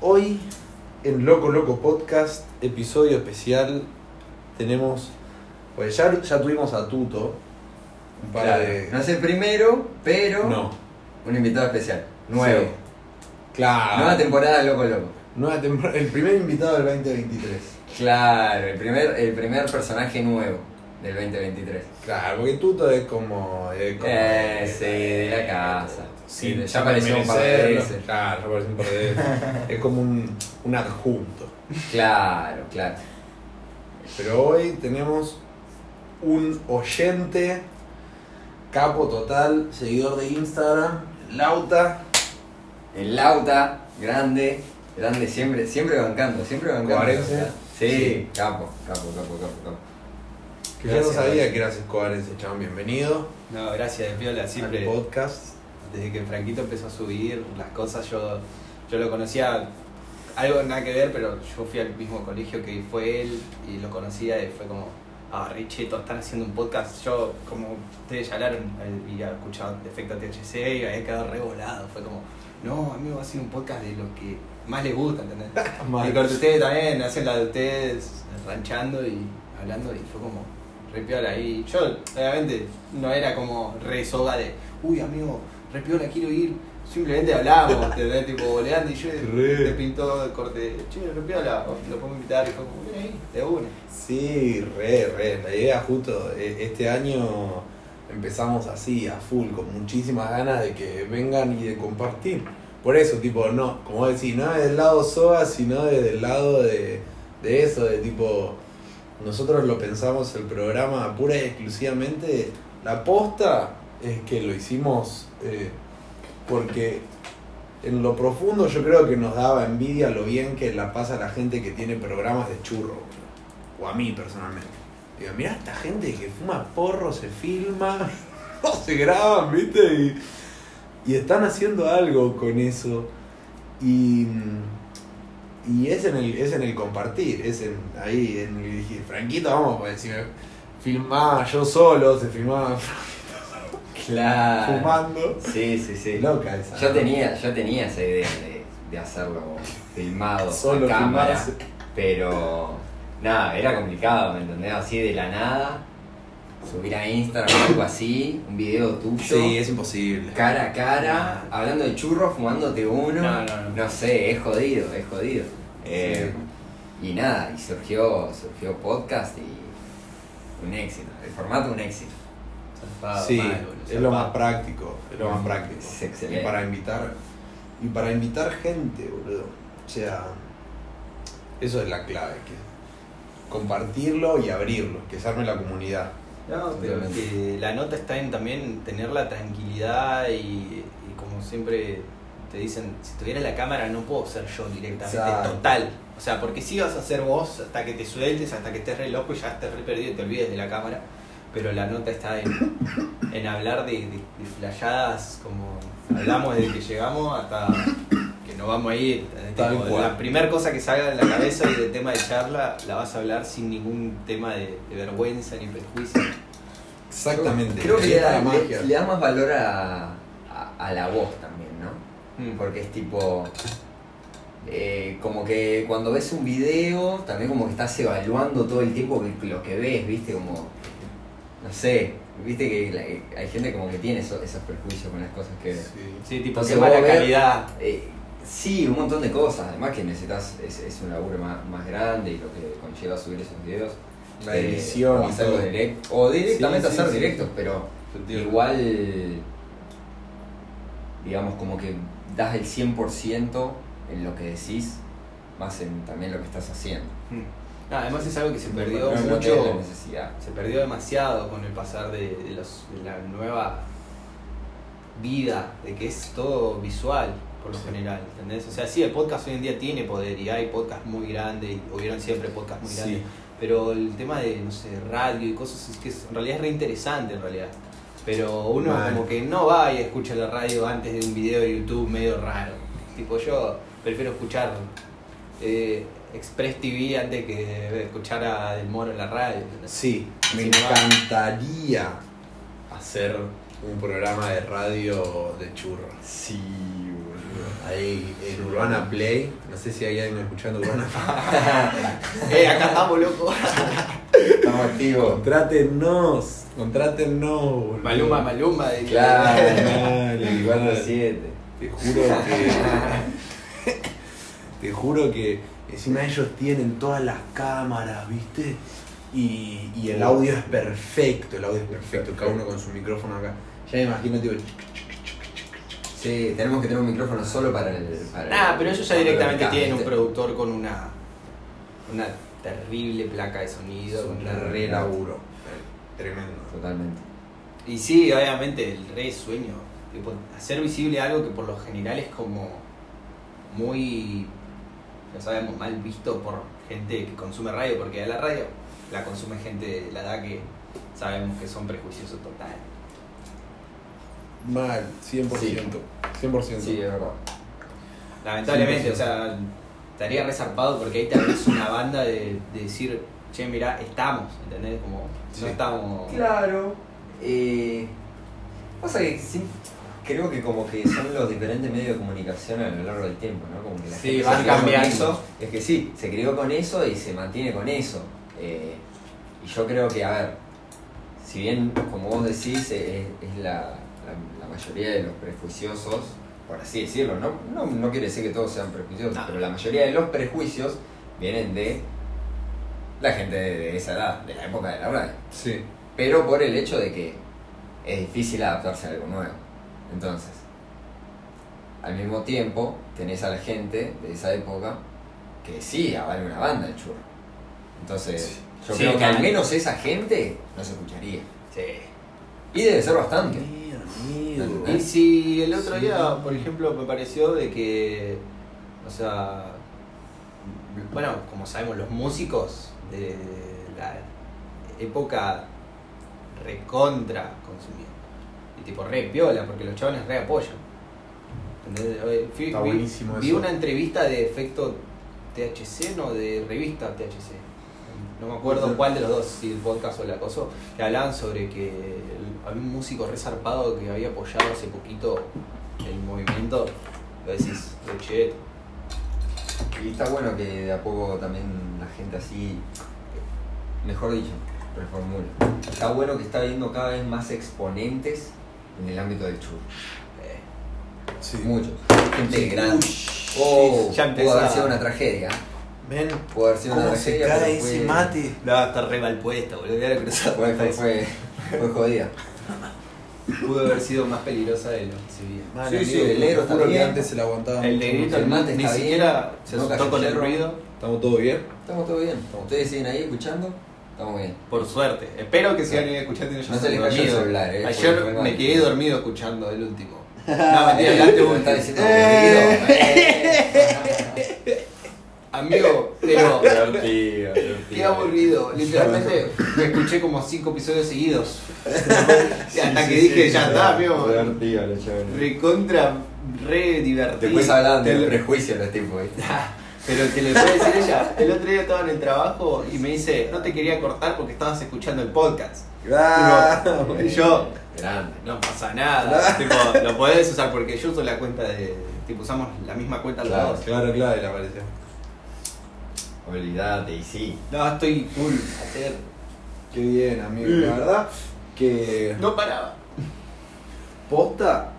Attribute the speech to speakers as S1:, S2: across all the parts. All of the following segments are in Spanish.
S1: Hoy en Loco Loco Podcast, episodio especial, tenemos. Pues ya, ya tuvimos a Tuto. un par
S2: Claro,
S1: de-
S2: No es el primero, pero
S1: No,
S2: un invitado especial. Nuevo.
S1: Sí. Ah. Claro.
S2: Nueva temporada de Loco Loco.
S1: Nueva temporada. El primer invitado del 2023.
S2: Claro, el primer, el primer personaje nuevo del 2023.
S1: Claro, porque Tuto es como. es como-
S2: Eh, sí, de la casa. Eh,
S1: Sí,
S2: ya apareció un par de
S1: merecerlo.
S2: veces.
S1: Claro, ya apareció un par de veces. es como un, un adjunto.
S2: Claro, claro.
S1: Pero hoy tenemos un oyente, capo total, seguidor de Instagram, Lauta,
S2: El Lauta, grande, grande, siempre, siempre bancando, siempre bancando.
S1: Coherencia.
S2: O sea, Sí, capo, capo, capo, capo, capo.
S1: que
S3: Gracias.
S1: yo no sabía que eras escobarense, chabón, bienvenido
S3: No, gracias, de Piola. Siempre,
S1: al podcast.
S3: desde que Franquito empezó a subir las cosas, yo, yo lo conocía, algo nada que ver, pero yo fui al mismo colegio que fue él y lo conocía y fue como, ah, Richeto, están haciendo un podcast. Yo, como ustedes ya hablaron, había escuchado Defecto THC y había quedado revolado. Fue como, no, amigo, va a ser un podcast de lo que más les gusta, ¿entendés?
S1: Mal.
S3: Y con ustedes también, hacen la de ustedes ranchando y hablando y fue como re piola. Y yo, obviamente, no era como re soga de, uy amigo, re piola, quiero ir. Simplemente hablábamos, ¿entendés? tipo boleando y yo
S1: Re.
S3: te pintó el corte, che, re piola, o, lo puedo invitar y fue como, ven ahí, de una.
S1: Sí, re, re. La idea justo, e- este año empezamos así, a full, con muchísimas ganas de que vengan y de compartir. Por eso, tipo, no, como decís, no desde el lado SOA, sino desde el lado de, de eso, de tipo, nosotros lo pensamos el programa pura y exclusivamente. La posta es que lo hicimos eh, porque en lo profundo yo creo que nos daba envidia lo bien que la pasa la gente que tiene programas de churro. boludo. O a mí personalmente. Digo, mirá esta gente que fuma porro, se filma, no se graban, ¿viste? Y, y están haciendo algo con eso. Y, y es, en el, es en el compartir, es en ahí, en el dije, Franquito, vamos, pues si me filmaba yo solo, se filmaba
S2: Claro.
S1: fumando.
S2: Sí, sí, sí.
S1: Loca esa.
S2: Yo
S1: ¿no?
S2: tenía, yo tenía esa idea de, de hacerlo filmado,
S1: Solo
S2: a cámara,
S1: filmarse.
S2: pero nada, era complicado, ¿me entendés? Así de la nada, subir a Instagram o algo así, un video tuyo,
S1: Sí, es imposible.
S2: cara a cara, hablando de churros, fumándote uno,
S3: No, no, no.
S2: sé, es jodido, es jodido. Eh, Y nada, y surgió, surgió podcast y un éxito, el formato un éxito.
S3: Zarpado,
S1: Sí,
S3: mal, boludo,
S1: es lo más
S3: zarpado.
S1: práctico, es lo más práctico.
S2: Mm, Es excelente.
S1: Y para invitar y para invitar gente, boludo. O sea, eso es la clave, que compartirlo y abrirlo, que se arme la comunidad.
S3: No, pero que la nota está en también tener la tranquilidad y, y como siempre te dicen, si tuviera la cámara no puedo ser yo directamente,
S1: Exacto.
S3: total. O sea, porque si vas a ser vos hasta que te sueltes, hasta que estés re loco y ya estés re perdido y te olvides de la cámara. Pero la nota está en, en hablar de, de, de flayadas como hablamos desde que llegamos hasta que nos vamos a ir.
S1: Tal
S3: Tipo,
S1: cual.
S3: La primera cosa que salga de la cabeza y de tema de charla la vas a hablar sin ningún tema de- de vergüenza ni prejuicio.
S1: Exactamente.
S2: Creo que
S1: ahí
S2: le
S1: está
S2: da,
S1: la
S2: le-
S1: magia.
S2: le da más valor a, a- a la voz también, ¿no?
S3: Mm, por-
S2: Porque es tipo. eh, como que cuando ves un video, también como que estás evaluando todo el tiempo que- lo que ves, ¿viste? Como. No sé, ¿viste? Que la- hay gente como que tiene eso- esos prejuicios con las cosas que ve.
S1: Sí.
S3: Sí, tipo,
S2: Entonces
S3: qué
S2: vos
S3: mala
S2: ves-
S3: calidad.
S2: Eh, sí, un montón de cosas. Además que necesitas. Es, es un laburo más, más grande y lo que conlleva subir esos videos.
S1: La
S2: Eh,
S1: edición
S2: o
S1: y
S2: hacerlo
S1: todo.
S2: direct- O directamente
S1: Sí, sí,
S2: hacer
S1: sí.
S2: directos, pero. Igual, digamos, como que das el 100% en lo que decís, más en también lo que estás haciendo.
S3: Mm. No, además es algo que se perdió
S2: No, no tenés la
S3: mucho.
S2: necesidad.
S3: Se perdió demasiado con el pasar de, de los- de la nueva vida, de que es todo visual por lo general, ¿entendés? O sea, sí, el podcast hoy en día tiene poder y hay podcasts muy grandes y hubieron siempre podcasts muy grandes.
S1: Sí.
S3: Pero el tema de, no sé, radio y cosas es que es- en realidad es re interesante en realidad. Pero uno
S1: Mal.
S3: como que no va y escucha la radio antes de un video de YouTube medio raro. Tipo yo prefiero escuchar eh, Express TV antes que escuchar a Del Moro en la radio.
S1: Sí, me
S3: Sí, no va.
S1: encantaría hacer un programa de radio de churro.
S2: Sí, boludo.
S1: ahí en Urbana Play. No sé si hay alguien escuchando Urbana
S3: Eh, acá estamos, loco.
S2: Estamos activos.
S1: Contrátennos, contrátennos, boludo.
S3: Maluma, Maluma. De
S2: Claro,
S1: Dale,
S2: 24-7.
S1: Te juro que. te juro que encima ellos tienen todas las cámaras, ¿viste? Y, y el audio es perfecto, el audio es perfecto, cada uno con su micrófono acá. Ya me imagino, tipo.
S2: Sí, tenemos que tener un micrófono solo para el. Para
S3: Nah,
S2: el-
S3: Ah, pero ellos ya
S2: para el
S3: directamente
S2: podcast,
S3: tienen un
S2: ¿viste?
S3: productor con una. Una terrible placa de sonido.
S2: Son
S3: una
S2: re
S3: re
S1: laburo. Tremendo.
S2: Totalmente.
S3: Y sí, obviamente, el re sueño. tipo, hacer visible algo que por lo general es como muy, ya sabemos, mal visto por gente que consume radio, porque a la radio la consume gente de la edad que sabemos que son prejuiciosos total.
S1: Mal, 100%. 100%.
S2: Sí, es verdad.
S3: Lamentablemente,
S2: Sí, sí.
S3: o sea, estaría resarpado porque ahí te abrís una banda de, de decir, che, mirá, estamos, ¿entendés? Como,
S1: Sí.
S3: no estamos...
S2: Claro. Eh, pasa que sí, creo que como que son los diferentes medios de comunicación a lo largo del tiempo, ¿no? Como que la
S3: Sí,
S2: gente
S3: van
S2: se crió con
S3: cambiando.
S2: eso. Es que sí, se crió con eso y se mantiene con eso. Eh, y yo creo que, a ver, si bien, como vos decís, eh, es, es la, la- la mayoría de los prejuiciosos, por así decirlo, no, no, no quiere decir que todos sean prejuiciosos,
S3: No.
S2: pero la mayoría de los prejuicios vienen de la gente de, de esa edad, de la época de la radio
S1: Sí.
S2: pero por el hecho de que es difícil adaptarse a algo nuevo. Entonces, al mismo tiempo, tenés a la gente de esa época que sí avala una banda el churro. Entonces,
S1: Sí.
S2: yo
S3: Sí,
S2: creo que al
S3: claro.
S2: menos esa gente no se escucharía.
S3: Sí.
S2: Y debe ser bastante.
S1: Amigo.
S3: Y si el otro
S1: Sí.
S3: día, por ejemplo, me pareció de que, o sea, bueno, como sabemos, los músicos de la época recontra consumían. Y tipo re piola, porque los chavales re apoyan. ¿Entendés? Eh, fui-
S1: Está
S3: vi,
S1: buenísimo
S3: vi
S1: eso.
S3: una entrevista de efecto THC, no, de revista THC. No me acuerdo cuál de los dos, si el podcast o la cosa, que hablaban sobre que el- había un músico resarpado que había apoyado hace poquito el movimiento. Lo decís, lo che.
S2: Y está bueno que de a poco también la gente así, mejor dicho, reformulo. Está bueno que está viendo cada vez más exponentes en el ámbito del churro.
S3: eh,
S1: Sí.
S2: Muchos. Gente
S1: Sí.
S2: grande.
S1: Uy,
S2: Oh, pudo
S3: ya empezaba.
S2: haber sido una tragedia.
S1: Men,
S2: Pudo haber sido una
S1: ¿cómo se
S2: tragedia.
S1: cae
S2: pero
S1: ese
S2: fue-
S1: mate?
S3: No, está re mal puesta, boludo. mirá lo que nos ha
S2: Fue, fue,
S3: puesto.
S2: fue, fue jodida.
S3: Pudo haber sido más peligrosa de lo que se veía.
S1: Man,
S2: Sí,
S1: amigo,
S2: sí, el
S1: te
S2: negro
S1: juro
S2: está
S1: que
S2: bien.
S1: antes se lo aguantaba
S3: El
S1: mucho
S3: negrito,
S1: más.
S3: el mate,
S2: mate
S3: ni
S2: está
S3: siquiera se
S2: no
S3: asustó
S2: cayó
S3: con el
S2: yerro.
S3: ruido.
S1: ¿Estamos todos bien?
S2: Estamos todo bien. Ustedes siguen ahí escuchando. Estamos bien.
S3: Por suerte. Espero que sigan escuchando y no
S2: No se les
S3: hayan
S2: cayó el
S3: dormido.
S2: celular, eh. porque fue
S3: Ayer
S2: mal.
S3: me quedé dormido escuchando el último. No,
S2: Ah,
S3: mentira, el antes
S2: Como Eh, está diciendo,
S3: Amigo, pero
S2: tío,
S3: qué aburrido. Literalmente me escuché como cinco episodios seguidos. Y hasta que dije, ya está, amigo. Recontra, re divertido.
S2: Después hablaban
S3: Te
S2: del
S3: lo-
S2: prejuicio los tipos, ¿viste?
S3: Pero te lo voy a decir ella. El otro día estaba en el trabajo y me dice, no te quería cortar porque estabas escuchando el podcast.
S1: Ah,
S3: Y yo,
S2: Grande.
S3: No pasa nada. tipo, lo podés usar porque yo uso la cuenta de. Tipo, usamos la misma cuenta los
S2: Claro.
S3: dos.
S1: Claro, claro, y la apareció.
S2: Olvidate, y sí.
S3: No, estoy full. Hacer.
S1: Qué bien, amigo.
S2: Mm.
S1: La verdad que
S3: No paraba.
S1: posta,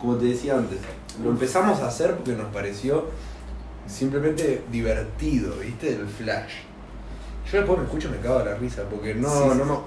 S1: como te decía antes,
S2: Mm.
S1: lo empezamos a hacer porque nos pareció simplemente divertido, ¿viste? El flash. Yo después me escucho y me cago de la risa porque no,
S2: Sí, sí,
S1: no, no,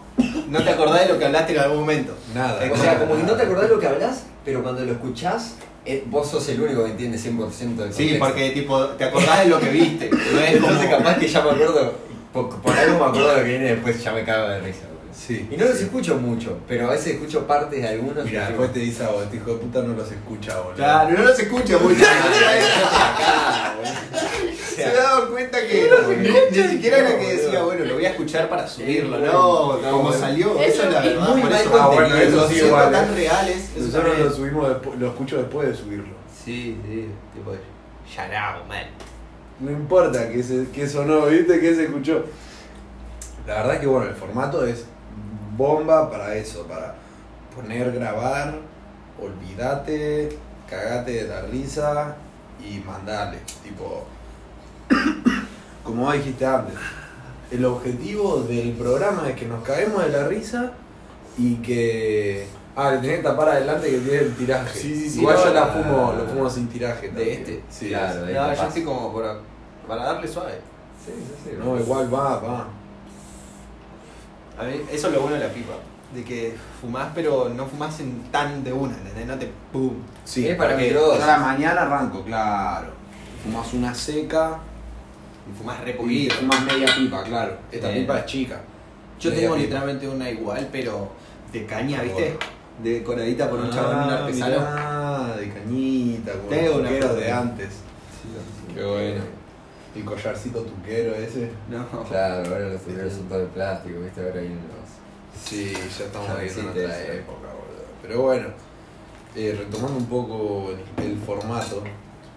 S3: No te acordás de lo que hablaste en algún momento.
S1: nada.
S2: O sea, como que no te acordás lo que hablas, pero cuando lo escuchás, eh, vos sos el único que entiende 100% del contexto.
S3: Sí, porque tipo, te acordás de lo que viste. No es como-
S2: Entonces capaz que ya me acuerdo, por, por algo me acuerdo de lo que viene después, ya me cago de risa. boludo.
S1: Sí.
S2: Y no los escucho mucho, pero a veces escucho partes de algunos.
S1: Mira,
S2: y
S1: después te dice a vos, este hijo de puta no los escucha, boludo.
S3: Claro, no los escucho mucho.
S2: digo,
S3: Se daban cuenta que ni siquiera era que decía, bueno, lo voy a escuchar para subirlo, ¿no?
S1: No,
S3: Como
S1: bueno.
S3: salió.
S2: Eso
S3: Eso es la
S2: es
S3: verdad.
S2: muy
S3: por
S2: mal
S3: eso-
S1: Ah, bueno, eso
S3: los
S1: sí,
S3: siento
S1: igual,
S3: tan
S1: eh.
S3: reales. eso
S1: Nosotros
S3: también.
S1: lo subimos después, lo escucho después de subirlo.
S3: Sí, sí, tipo, ya no, man.
S1: No importa que, se, que sonó, ¿viste? Que se escuchó. La verdad que bueno, el formato es bomba para eso, para poner, grabar, olvídate, cagate de la risa y mandale. Tipo, como vos dijiste antes, el objetivo del programa es que nos caguemos de la risa y que. Ah, le tenés que tapar adelante que tiene el tiraje.
S3: Sí, sí, sí.
S1: Igual yo
S3: No,
S1: la
S2: no,
S1: fumo,
S2: no,
S1: lo fumo sin tiraje.
S3: ¿De
S1: también.
S3: este?
S1: Sí,
S2: Claro,
S1: sí.
S2: de-
S3: No,
S2: te
S3: yo
S2: pasa.
S3: estoy como para, para darle suave.
S2: Sí, sí, sí.
S1: No, igual va, va.
S3: A mí, eso es lo bueno de la pipa. De que fumás, pero no fumás en tan de una, ¿entendés? No te pum.
S1: Sí,
S2: Es para
S1: porque
S2: microdosis.
S1: yo a la mañana arranco, claro. Fumas una seca
S3: y Fumás re
S1: y
S3: poquito.
S1: fumas media pipa, claro. Esta
S2: Bien.
S1: pipa es chica.
S3: Yo
S1: Media
S3: tengo
S1: pipa.
S3: literalmente una igual, pero de caña, ¿viste?
S1: Bueno.
S3: Decoradita por un chabón, un
S1: Ah,
S3: artesano.
S1: mirá, de cañita, con
S3: Tengo
S1: los
S3: una
S1: tuqueros de
S3: foto.
S1: antes. Qué bueno. El collarcito tuquero ese.
S3: No.
S2: Claro, ahora los tuberos son todo de plástico, viste, ahora hay unos.
S1: Sí, ya estamos
S2: Ah,
S1: viviendo
S2: sí,
S1: en otra
S2: te-
S1: época, boludo. Pero bueno, eh, retomando un poco el, el formato,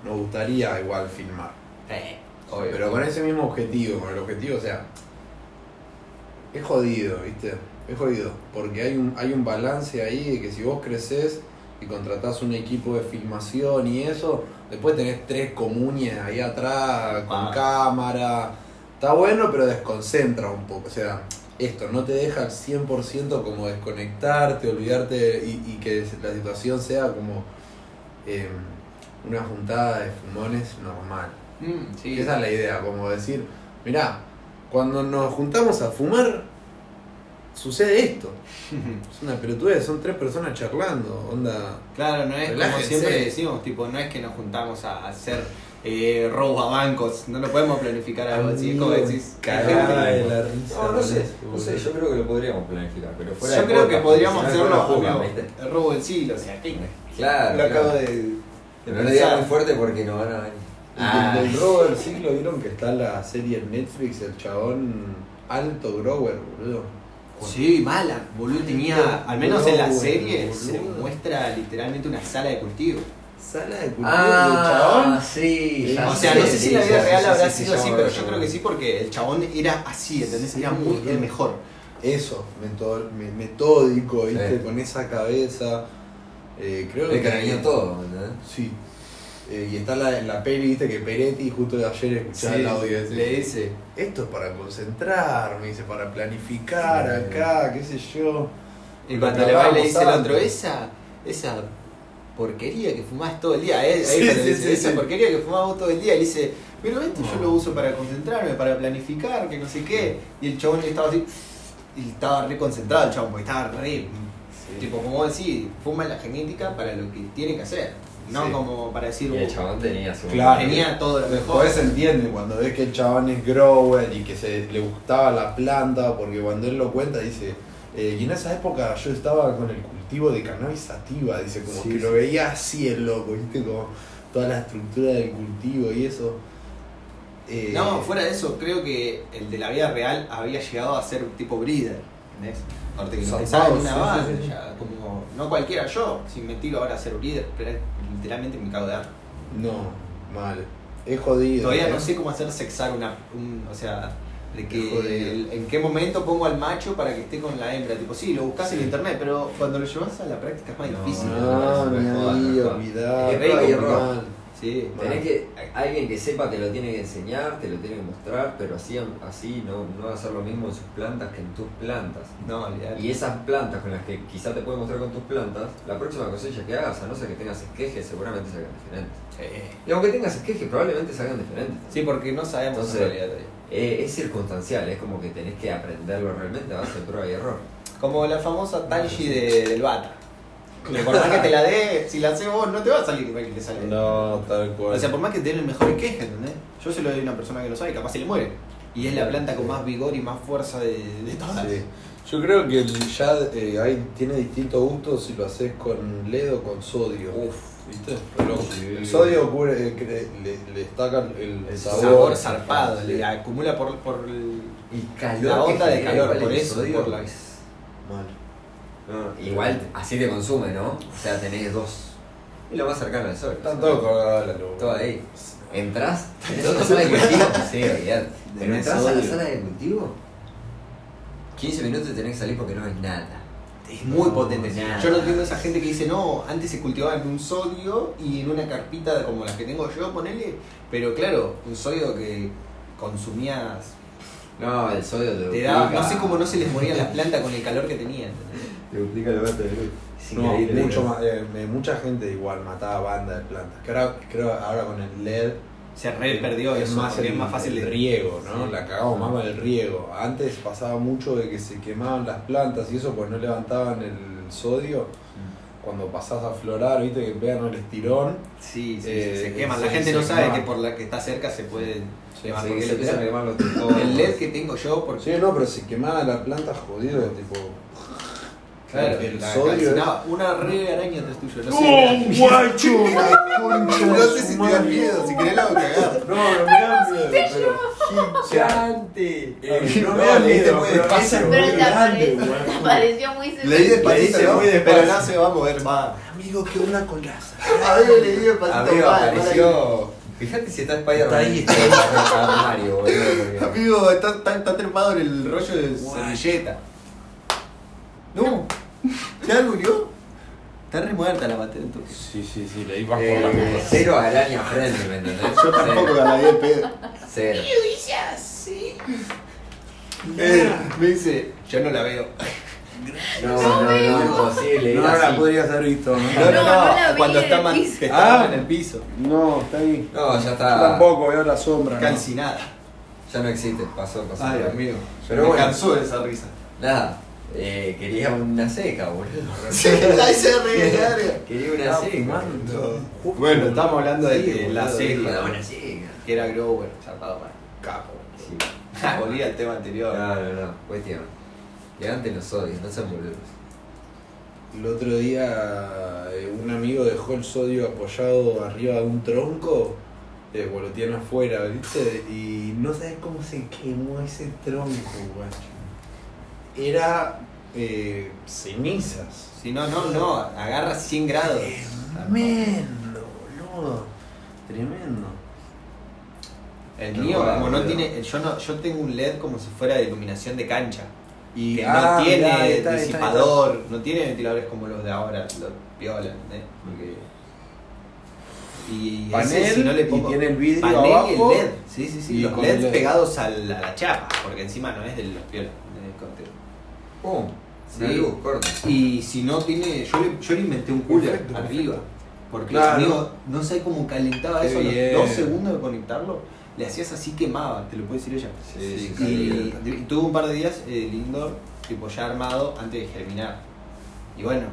S1: nos gustaría igual filmar.
S3: Eh,
S2: obvio.
S1: Pero con ese mismo objetivo, con el objetivo, o sea, es jodido, ¿viste? Es jodido, porque hay un, hay un balance ahí de que si vos creces y contratás un equipo de filmación y eso, después tenés tres comunes ahí atrás con
S3: Ah.
S1: cámara. Está bueno, pero desconcentra un poco, o sea, esto no te deja al 100% como desconectarte, olvidarte y, y que la situación sea como em, una juntada de fumones normal.
S3: mm, sí.
S1: Y esa es la idea, como decir, mirá, cuando nos juntamos a fumar, sucede esto. Es una pelotudez, son tres personas charlando, onda.
S3: Claro, no es
S1: Relájense.
S3: como siempre decimos, tipo, no es que nos juntamos a hacer eh, robo a bancos, no lo podemos planificar algo así, es como decís,
S1: cagada
S2: gente
S1: de
S2: que-
S1: la risa.
S2: No, no sé, no sé, yo creo que lo podríamos planificar, pero fuera
S3: yo
S2: de
S3: creo que
S2: podcast,
S3: podríamos
S2: porque si no,
S3: hacerlo
S2: después no
S3: amigo,
S2: juzgan, ¿viste?
S3: el robo del siglo, o sea, ¿qué?
S2: Claro,
S3: Lo acabo
S2: claro.
S3: de, de
S2: Pero no lo digas
S3: pensar. Ah.
S2: muy fuerte porque no van a venir.
S1: Y del- del robo del siglo vieron que está la serie en Netflix, el chabón alto grower, boludo.
S3: Sí, mala, boludo, tenía, al menos en la
S1: Boludo,
S3: serie
S1: boludo.
S3: se muestra literalmente una sala de cultivo.
S1: Sala de cultivo
S2: Ah, sí,
S1: ya
S3: O sea,
S1: sé,
S3: no sé si
S1: sí,
S3: en la vida
S1: sí,
S3: real
S1: sí,
S3: habrá sido así, pero yo creo que sí porque el chabón era así, ¿entendés?
S1: Sí,
S3: Era muy, el
S1: boludo.
S3: mejor.
S1: del chabón. Eso, meto- me- metódico, viste,
S2: Sí.
S1: con esa cabeza. Eh, creo
S2: Le
S1: que
S2: cariñó todo, ¿entendés?
S1: Sí. Eh, y está la, la peli, viste que Peretti justo de ayer escuchaba el audio. ese.
S3: le dice,
S1: Esto es para concentrar, me dice, para planificar
S2: Sí.
S1: acá, qué sé yo.
S3: Y
S1: Lo
S3: cuando
S1: que
S3: le va y le
S1: hablábamos
S3: dice el otro,
S1: antes.
S3: esa, esa porquería que fumás todo el día, eh, ahí
S1: Sí,
S3: cuando
S1: sí,
S3: le dice,
S1: sí,
S3: esa
S1: sí.
S3: porquería que fumás vos todo el día, y le dice, pero esto yo lo uso para concentrarme, para planificar, que no sé qué. Y el chabón estaba así, y estaba re concentrado el chabón, porque estaba re, tipo como vos decís, fuma la genética para lo que tiene que hacer, no
S1: Sí.
S3: como para decir,
S2: Y el
S3: "Uh,
S2: chabón tenía su.
S1: Claro.
S3: tenía todo lo mejor.
S1: Después se entiende cuando ves que el chabón es grower y que se, le gustaba la planta, porque cuando él lo cuenta dice, eh, y en esa época yo estaba con el cultivo de cannabis sativa, dice, como
S2: Sí,
S1: que
S2: sí.
S1: lo veía así el loco, viste, como toda la estructura del cultivo y eso. Eh,
S3: No, fuera de eso, creo que el de la vida real había llegado a ser un tipo breeder. ¿Entendés? Corte que lo
S1: Zarpado,
S3: empezaba en una
S1: sí,
S3: banda,
S1: sí, sí.
S3: ya, como no cualquiera yo, si me tiro ahora a ser breeder, pero literalmente me cago de hambre.
S1: No, mal. Es jodido.
S3: Todavía no
S1: eh.
S3: sé cómo hacer sexar una, un- o sea, de que
S1: Joder.
S3: el- en qué momento pongo al macho para que esté con la hembra, tipo sí, lo buscas en internet, pero cuando lo llevas a la práctica es más
S2: No,
S3: difícil.
S1: No,
S2: no,
S1: no,
S2: no,
S1: olvidar.
S2: Es rey y es rock.
S1: mal.
S3: Sí.
S2: Tenés que. Alguien que sepa te lo tiene que enseñar, te lo tiene que mostrar, pero así, así no, no hacer lo mismo en sus plantas que en tus plantas.
S3: No, olvidate.
S2: Y esas plantas con las que quizá te puede mostrar con tus plantas, la próxima cosecha que hagas, a no ser que tengas esquejes, seguramente salgan diferentes.
S3: Sí.
S2: Y aunque tengas esquejes, probablemente salgan diferentes.
S3: Sí, porque no sabemos
S2: Entonces,
S3: en realidad todavía.
S2: Eh, es circunstancial, es como que tenés que aprenderlo realmente a base de prueba y error.
S3: Como la famosa Tanji de- del Bata. Que por más que te la dé, si la haces vos, no te va a salir igual que te sale.
S1: No, tal cual.
S3: O sea, por más que te den el mejor queja, ¿entendés? Yo se lo doy a una persona que no sabe, capaz se le muere. Y es la planta con más vigor y más fuerza de, de todas.
S1: Sí. Yo creo que el ya eh, ahí tiene distintos gustos si lo haces con LED o con sodio.
S2: Uf,
S1: ¿Viste? Re loco.
S2: Sí.
S1: El sodio cubre, eh, cre- le, le destaca el,
S2: El
S1: sabor.
S3: Sabor zarpado,
S1: Sí.
S3: le acumula por, por el...
S2: Y calor.
S3: La
S2: que
S3: onda de
S2: genera
S3: calor,
S2: igual
S3: por
S2: el
S3: eso,
S2: sodio
S3: por la-
S2: es-
S1: Mal.
S2: No, igual así te consume, ¿no? O sea, tenés dos. Y lo más cercano al sol.
S1: Están todos cagados la luz.
S2: Todo ahí. Entras, tenés una sala de cultivo. Sí, olvidate. Pero entras a la
S1: sodio.
S2: sala de cultivo, 15 minutos y tenés que salir porque no ves nada.
S3: es muy
S2: No,
S3: potente.
S2: nada.
S3: Yo no entiendo esa gente que dice, no, antes se cultivaba en un sodio y en una carpita como las que tengo yo, ponele. Pero claro, un sodio que consumías.
S2: No, el sodio te
S3: Te daba-
S2: duplica-
S3: no sé cómo no se les morían las plantas con el calor que tenían.
S2: Te duplica la venta de luz. Es
S1: No,
S2: increíble.
S1: mucho más, eh, me- mucha gente igual mataba bandas de plantas. Que ahora, creo ahora con el LED
S3: Se re perdió eso, porque
S1: el-
S3: es más fácil
S1: el
S3: de
S1: riego, ¿no?
S2: Sí.
S1: La cagamos más con el riego. Antes pasaba mucho de que se quemaban las plantas y eso pues no levantaban el sodio.
S3: Mm.
S1: Cuando pasás a florar, viste que pegan el estirón.
S3: Sí, sí, sí,
S1: Eh,
S3: se queman. La
S1: se-
S3: gente
S1: se
S3: no sabe
S1: quema.
S3: que por la que está cerca se puede
S2: Sí,
S3: quemar.
S2: que
S3: porque
S2: se
S3: el-
S2: empiezan a quemar los tubos.
S3: el LED que tengo yo, porque
S1: Sí, no, pero se quemaba la planta jodido, tipo.
S3: claro, ¿eh?
S1: el
S3: la
S1: sodio.
S3: calcinaba. una re araña te es tuyo. No
S1: ¡Oh,
S3: sé,
S1: guacho! La concha
S3: no
S1: de
S3: sé
S1: su
S3: si te
S1: madre.
S3: da miedo, si querés la hago cagar.
S1: No, no me da miedo. pero- o sea,
S2: Gigante.
S1: eh, no
S3: No,
S1: me da
S3: leíste
S1: miedo,
S3: muy
S1: pero
S3: despacio.
S1: pasa muy
S4: Pero te,
S1: grande,
S4: apare-
S1: güey.
S4: te pareció muy sencillo.
S3: Leí despacito,
S1: hice
S3: ¿no?
S1: muy
S3: pero
S1: despacio.
S3: no se va a mover más.
S1: Amigo, que una colaza.
S3: A ver, leí despacito
S2: Amigo,
S3: más, más.
S2: apareció. Fíjate si está Spider-Man.
S1: Está ahí, está ahí.
S2: Está Mario, boludo. porque-
S3: Amigo, está, está- está trepado en el rollo de
S1: Guau.
S3: servilleta. No, ¿ya murió? Está re muerta la patente. entonces.
S1: Sí, sí, sí, leí bajo la
S2: Eh,
S1: colaza.
S2: Cero araña friendly, ¿me entendés?
S3: Yo tampoco la vi de pedo.
S2: Cero.
S3: Él Eh,
S4: Ah.
S3: me dice, yo no la veo.
S2: No, no, no, imposible.
S1: No,
S2: era
S1: no la
S2: así.
S1: podrías haber visto, ¿no?
S4: No, no la vi
S3: cuando
S4: en
S3: está
S4: el
S3: man-
S4: piso.
S3: que está
S1: Ah.
S3: en el piso,
S1: No, está ahí.
S2: No, ya
S1: Yo
S2: está.
S1: tampoco veo la sombra. ¿no?
S3: calcinada.
S2: Ya no existe, pasó, pasó.
S3: Ay, Ah, Dios mío.
S2: Pero
S3: me
S2: bueno.
S3: cansó de esa risa.
S2: Nada, eh, quería una seca, boludo.
S3: ahí se reía.
S2: Quería una
S1: Ah,
S2: seca.
S1: fumando.
S3: Bueno, estamos hablando de
S2: Sí,
S3: que la
S2: boludo,
S3: serie.
S2: dijo, Una seca.
S3: Que era Grover, zarpado mal.
S1: Capo.
S2: Sí.
S3: Ah, Volví al tema anterior.
S2: No, no, no, cuestión. Llegante los odios, no sean boludos.
S1: El otro día eh, un amigo dejó el sodio apoyado arriba de un tronco, eh, tiene afuera, ¿viste? Y no sabes cómo se quemó ese tronco, guacho. Era eh, cenizas.
S3: Si no, no, no. Agarra 100 grados. Ah,
S1: Tremendo, boludo. Tremendo.
S3: El
S2: No,
S3: mío,
S2: no,
S3: como no
S2: no.
S3: tiene. Yo, no, yo tengo un LED como si fuera de iluminación de cancha.
S1: Y
S3: Que
S1: ah,
S3: no tiene
S1: mirá, ahí está, ahí está, ahí está.
S3: disipador, no tiene ventiladores como los de ahora, los piola, ¿eh? Porque. Y ese,
S1: Panel,
S3: si no le
S1: y
S3: pongo-
S1: tiene el vidrio
S3: panel
S1: abajo,
S3: y el LED. Sí, sí, sí.
S1: y
S3: los
S1: con
S3: LEDs
S1: el LED.
S3: pegados a la, a la chapa, porque encima no es de los piola. es del cóctel.
S1: Oh,
S2: ¡Pum!
S3: Sí.
S2: Una luz, corta.
S3: Y si no tiene. Yo le, yo le inventé un cooler
S1: Perfecto,
S3: arriba. Porque
S1: Claro.
S3: amigo, no sé cómo calentaba
S1: Qué
S3: eso.
S1: bien.
S3: Los dos segundos de conectarlo, le hacías así quemaba, te lo puede decir ella.
S2: Sí,
S1: Sí,
S2: sí,
S3: Y,
S2: sí.
S3: y tuve un par de días el indoor, tipo ya armado, antes de germinar. Y bueno,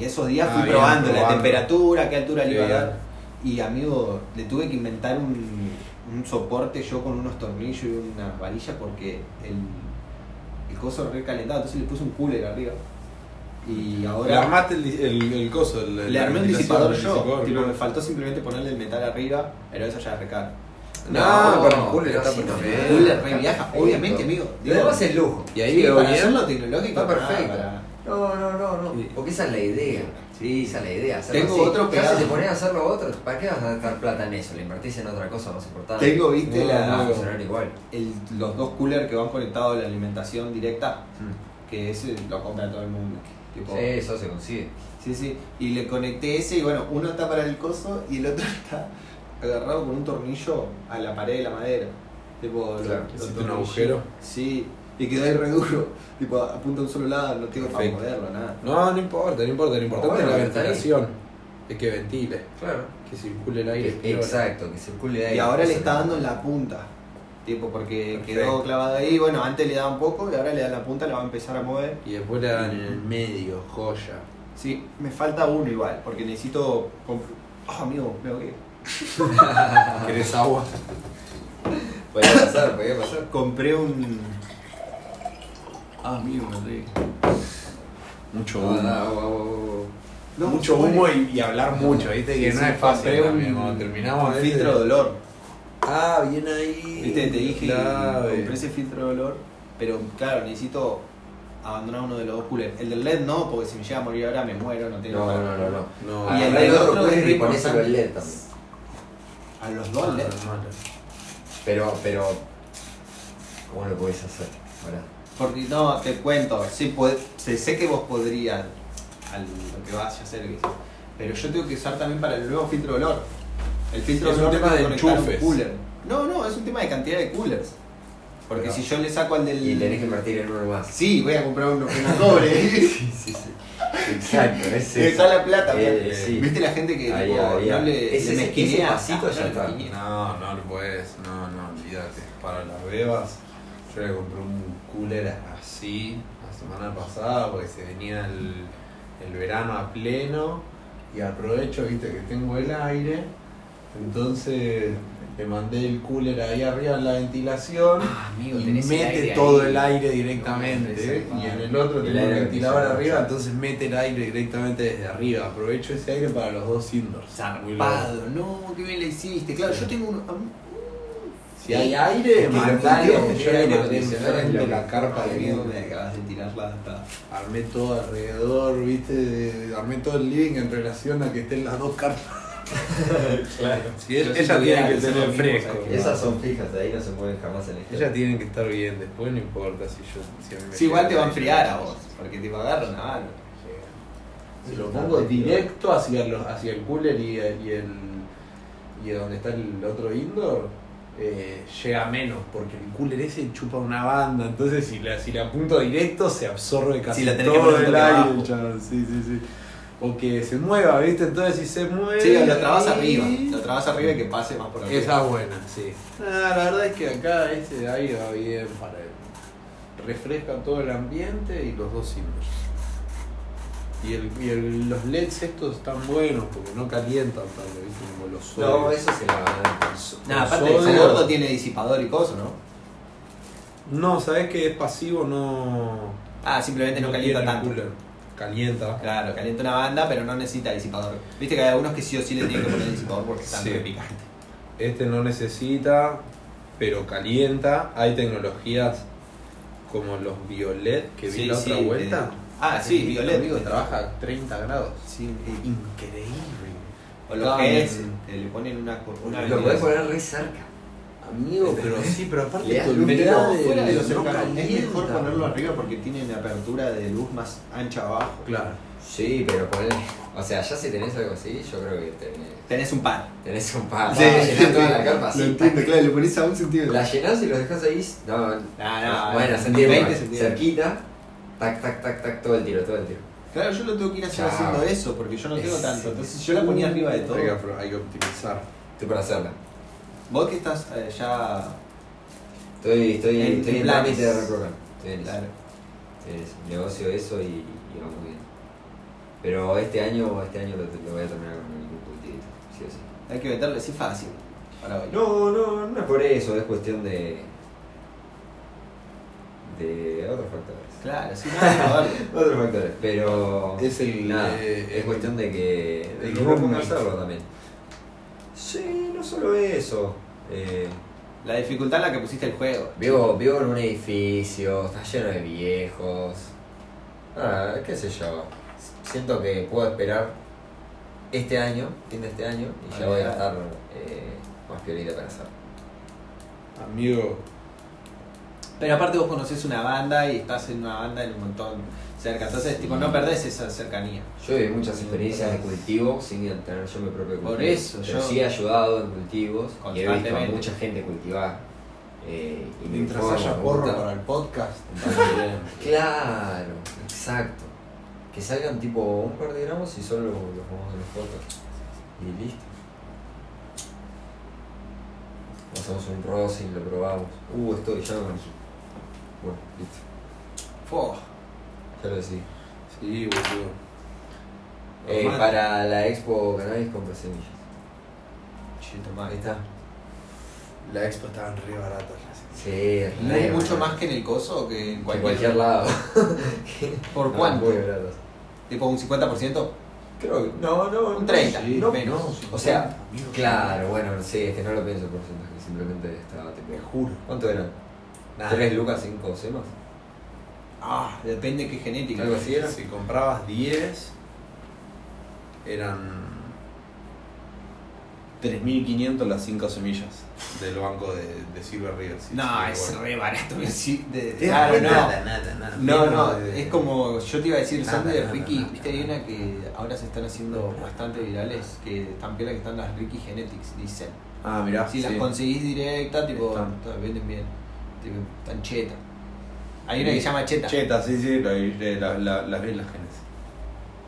S3: y esos días
S1: Ah,
S3: fui
S1: bien,
S3: probando, la
S1: probando.
S3: temperatura, a qué altura le iba a
S1: Bien.
S3: dar. Y amigo, le tuve que inventar un, un soporte yo con unos tornillos y una varilla porque el, el coso recalentaba, entonces le puse un cooler arriba. Y
S1: Le
S3: ahora
S1: armaste el, di- el, el coso, el,
S3: le
S1: la
S3: armé un
S1: ventilación,
S3: disipador
S1: el
S3: yo.
S1: disipador,
S3: tipo,
S1: claro.
S3: me faltó simplemente ponerle el metal arriba, pero eso ya es recaro.
S1: No, pero el cooler está
S2: sí, no,
S1: perfecto.
S2: no.
S3: Él le reviaja, obviamente, amigo.
S2: Lo demás es lujo.
S3: Y ahí
S2: lo
S3: para
S2: bien.
S3: hacerlo tecnológico
S2: Está perfecto.
S3: nada,
S2: No, no, no, no. Porque esa es la idea. Sí, esa es la idea. hacerlo
S3: Tengo
S2: así.
S3: otro
S2: Ya
S3: pegado.
S2: si te pones a hacerlo otro, ¿para qué vas a gastar plata en eso? Le invertís en otra cosa más
S3: para-
S2: importante.
S3: Tengo, viste,
S2: No,
S3: la-
S2: no va a funcionar igual.
S3: el- los dos coolers que van conectados a la alimentación directa, que ese lo compra todo el mundo. Tipo,
S2: Sí, eso se consigue.
S3: Sí, sí. Y le conecté ese y bueno, uno está para el coso y el otro está agarrado con un tornillo a la pared de la madera. Tipo, lo-
S2: Claro,
S3: lo
S1: hiciste un
S3: tornillo.
S1: agujero.
S3: Sí. Y quedó ahí re duro. Tipo, apunta a un solo lado, no tengo para
S1: Perfecto.
S3: moverlo, nada.
S1: No, no importa, no importa, lo
S3: Ah,
S1: importante
S2: Bueno,
S1: es la
S2: está ahí.
S1: ventilación. Es que ventile,
S2: Claro.
S1: que circule el aire.
S2: Que- Exacto, que circule ahí.
S3: Y ahora le está dando en la punta. Tipo, porque
S1: Perfecto.
S3: quedó clavado ahí. Bueno, antes le daba un poco y ahora le da la punta, la va a empezar a mover.
S1: Y después le dan en el medio, joya.
S3: Sí, me falta uno igual, porque necesito. comp- Oh, amigo, me ahogué.
S1: ¿Querés agua?
S2: Ah. Podía pasar, podía pasar.
S3: Compré un. Ah, amigo, me reí.
S1: Mucho
S2: No,
S1: humo.
S2: nada, guau, guau, guau.
S1: mucho humo y, y hablar mucho, viste
S3: Sí,
S1: que
S3: sí,
S1: no es fácil.
S3: compré
S1: también,
S3: un-
S1: cuando terminamos
S3: un
S1: a veces-
S3: filtro de olor.
S1: Ah, bien ahí.
S3: Viste, te dije,
S1: Clave.
S3: compré ese filtro de olor, pero claro, necesito abandonar uno de los dos coolers. El del LED no, porque si me llega a morir ahora me muero, no tengo
S2: No,
S3: para-
S2: no, no, no.
S1: No,
S3: Y
S2: Y el
S3: el
S1: agarrá
S3: del
S2: otro
S3: otro es
S2: puedes
S3: re
S2: y pones
S3: importante.
S2: el LED también.
S3: A los
S1: la
S3: dos LED.
S1: mano.
S2: Pero, pero. ¿Cómo lo podés hacer? Pará.
S3: Porque no, te cuento, sí, pod- sé, sé que vos podrías al, lo que vas a hacer, ¿viste? pero yo tengo que usar también para el nuevo filtro de olor. El filtro
S1: Es
S3: de
S1: un
S3: olor
S1: tema
S3: para
S1: de
S3: conectar un
S1: enchufes.
S3: cooler. No, no, es un tema de cantidad de coolers. Porque
S2: Claro.
S3: si yo le saco al del.
S2: Y tenés que invertir en uno más.
S3: Sí, voy a comprar uno que no cobre.
S2: Sí, sí, sí. Exacto, ese.
S3: Que está la plata.
S2: Eh,
S3: ¿no?
S2: sí.
S3: ¿Viste la gente que
S2: Ahí,
S3: tipo,
S2: ahí,
S3: no
S2: ahí.
S3: le,
S2: Ese-
S3: le
S2: ese-
S3: mezquinea?
S2: ese pasito
S3: No,
S2: ya
S3: no le
S2: está.
S3: mezquinea.
S1: No, no lo puedes, no, no, olvídate. Para las bebas, yo le compré un cooler así la semana pasada porque se venía el, el verano a pleno y aprovecho, viste, que tengo el aire. Entonces le mandé el cooler ahí arriba en la ventilación.
S2: Ah, amigo,
S1: y
S2: tenés el
S1: mete
S2: aire
S1: todo
S2: ahí.
S1: el aire directamente
S2: No, no,
S1: y en el otro
S2: el
S1: tengo el
S2: aire
S1: ventilador
S2: acondicionado,
S1: arriba,
S2: ya.
S1: entonces mete el aire directamente desde arriba. Aprovecho ese aire para los dos indoors. Muy loco.
S3: Zarpado, no, qué bien le hiciste. Claro, yo tengo uno. a mí-
S1: Si hay aire,
S2: Es que lo
S1: mandale.
S2: que tiene
S1: Yo le
S2: aire
S1: mandé
S2: acondicionado es
S1: enfrente
S2: lo que-
S1: la carpa de mierda.
S3: Amigo, me acabas de tirar la data.
S1: Armé todo alrededor, viste. Armé todo el living en relación a que estén las dos carpas. claro.
S3: Yo siento que son los mismos aquí.
S2: Esas son fijas, de ahí no se mueven jamás en este el
S1: Ellas tienen que estar bien, después no importa si yo siempre.
S3: Sí, igual te va a enfriar a vos, porque te va a agarrar una mano.
S1: Si lo pongo directo hacia, los, hacia el cooler y, el- y el. y donde está el otro indoor, eh, llega menos, porque el cooler ese chupa una banda, entonces si la, si la apunto directo se absorbe casi
S3: Sí, la tenés que
S1: todo
S3: poner
S1: el
S3: toque
S1: aire,
S3: abajo.
S1: chabón, sí, sí, sí. O que se mueva, ¿viste? Entonces si se mueve.
S3: Sí, lo trabas
S1: ahí-
S3: arriba, lo trabas arriba y que pase más por arriba.
S1: Esa es buena, sí. Ah, la verdad es que acá este de aire va bien para él. Refresca todo el ambiente y los dos indoors. Y, el, y el- los LEDs estos están buenos porque no calientan tanto, ¿viste? Como los
S2: No,
S3: eh.
S1: sólidos.
S2: eso se la van a
S3: Nah, aparte,
S1: Sodio.
S3: el gordo tiene disipador y cosas, ¿no?
S1: No, sabes que es pasivo, no.
S3: Ah, simplemente no calienta
S1: tiene
S3: tanto.
S1: cooler. Calienta.
S3: Claro, calienta una banda, pero no necesita disipador. Viste que hay algunos que sí o sí le tienen que poner disipador porque están
S1: Sí.
S3: re picantes.
S1: Este no necesita, pero calienta. Hay tecnologías como los violet que vi
S3: Sí,
S1: la
S3: sí,
S1: otra
S3: eh,
S1: vuelta.
S3: ah, sí, violet.
S1: Amigo, trabaja a 30 grados.
S3: Sí, sí.
S1: Increíble.
S3: O los
S1: Estaban en-
S3: GS, que le ponen una... cor- una
S2: Lo podés poner re cerca.
S1: Amigo, pero sí, pero
S2: Le
S1: aparte
S2: das
S1: tu
S2: luz,
S1: humedad
S2: no,
S1: de-
S3: Fuera de los
S1: no
S3: cercanos, es mejor
S1: calienta.
S3: ponerlo arriba porque tienen apertura de luz más ancha abajo.
S1: Claro.
S2: Sí, pero ponle. O sea, ya si tenés algo así, yo creo que tenés,
S3: Tenés un par.
S2: tenés un par.
S3: Sí,
S2: Vas a llenar
S3: sí,
S2: Ah, toda
S3: sí.
S2: la carpa así.
S3: claro, le ponés a un centímetro.
S2: La llenás y lo dejás ahí. No,
S3: No, Ah, no,
S2: bueno,
S3: ni
S2: se entiende.
S3: 20 se entiende.
S2: Cerquita. Tac, tac, tac, tac, todo el tiro, todo el tiro.
S3: Claro, yo lo tengo que ir hacer
S2: Chao.
S3: haciendo eso porque yo no tengo
S2: Es-
S3: tanto. Entonces yo la ponía arriba de todo.
S1: Hay que, apro- hay que optimizar.
S2: Estoy para hacerla.
S3: Vos que estás eh, ya.
S2: Estoy, estoy,
S3: En-
S2: estoy
S3: en
S2: en
S3: planes.
S2: trámite de reprogram. Estoy en eso.
S3: Claro.
S2: Estoy en eso. Negocio eso y, y vamos bien. Pero este año, este año lo, lo voy a terminar con un puntito, sí o sí.
S3: Hay que meterle así fácil. Para hoy.
S2: No, no, no es por eso, es cuestión de. de otros factores.
S3: Claro, sí, no, no, vale.
S2: Otros factores, pero.
S1: Es el.
S2: nada,
S1: eh,
S2: es
S1: el-
S2: cuestión de que. de
S1: el
S2: que uno ponga a
S1: roommate.
S2: hacerlo también. Sí, no solo eso. Eh,
S3: La dificultad en la que pusiste el juego.
S2: vivo, vivo en un edificio, está lleno de viejos. Ah, qué sé yo. Siento que puedo esperar este año, fin de este año, y ya voy a estar eh, más piolita para hacerlo.
S1: Amigo,
S3: Pero aparte vos conocés una banda y estás en una banda en un montón cerca. Entonces, tipo, no perdés esa cercanía.
S2: Yo viví muchas experiencias de cultivo sin tener yo mi propio cultivo.
S3: Por eso,
S2: Pero
S3: yo-
S2: sí he ayudado en cultivos y he visto a
S3: Constantemente.
S2: mucha gente cultivar. eh, y me
S1: mientras
S2: informo,
S1: haya
S2: me
S1: porro
S2: gusta.
S1: para el podcast.
S2: Claro, exacto. Que salgan tipo un par de gramos y solo los vamos en los fotos. Y listo. Hacemos un rosin, lo probamos. Uh, esto ya me manché. Bueno, listo.
S3: Fo.
S2: Ya lo decidí.
S1: Sí, boludo.
S2: Eh,
S3: Normal.
S2: para la expo cannabis compré semillas.
S3: Che, tomá.
S2: Ahí está.
S1: La expo estaban re baratas.
S2: Sí,
S3: ¿No hay mucho más que en el coso o que en
S2: en
S3: cualquier,
S2: cualquier lado.
S3: ¿Por
S2: No,
S3: cuánto?
S2: muy barato.
S3: Tipo un 50%.
S2: Creo que. No, no,
S3: Un
S2: no,
S3: 30,
S2: sí.
S3: no, menos.
S2: O sea, Claro, bueno, no sé, es que no lo pienso por porcentaje, simplemente estaba tipo.
S1: Te juro.
S2: ¿Cuánto eran?
S1: Nada.
S2: ¿Tres lucas, cinco semas?
S3: Ah, depende qué genética.
S2: Algo así era.
S1: Si comprabas 10, eran 3.500 las 5 semillas. del banco de, de Silver River. sí,
S3: No,
S1: sí,
S3: es
S1: bueno.
S3: re barato. pero sí, de-
S1: Te
S3: claro,
S1: das
S3: no.
S1: cuenta, nada, nada.
S3: No,
S1: Bien,
S3: no,
S1: eh,
S3: es como yo te iba a decir,
S1: Nada,
S3: son de
S1: nada,
S3: Ricky,
S1: nada,
S3: viste, hay una que ahora se están haciendo bastante virales, que están piola, que están las Ricky Genetics, dicen.
S1: Ah, mirá.
S3: Si las
S1: sí.
S3: conseguís directa, tipo,
S1: Están.
S3: te venden bien, tipo, están cheta. Hay una que se llama cheta.
S1: Cheta, sí, sí, la, la, la, las vi en las genes.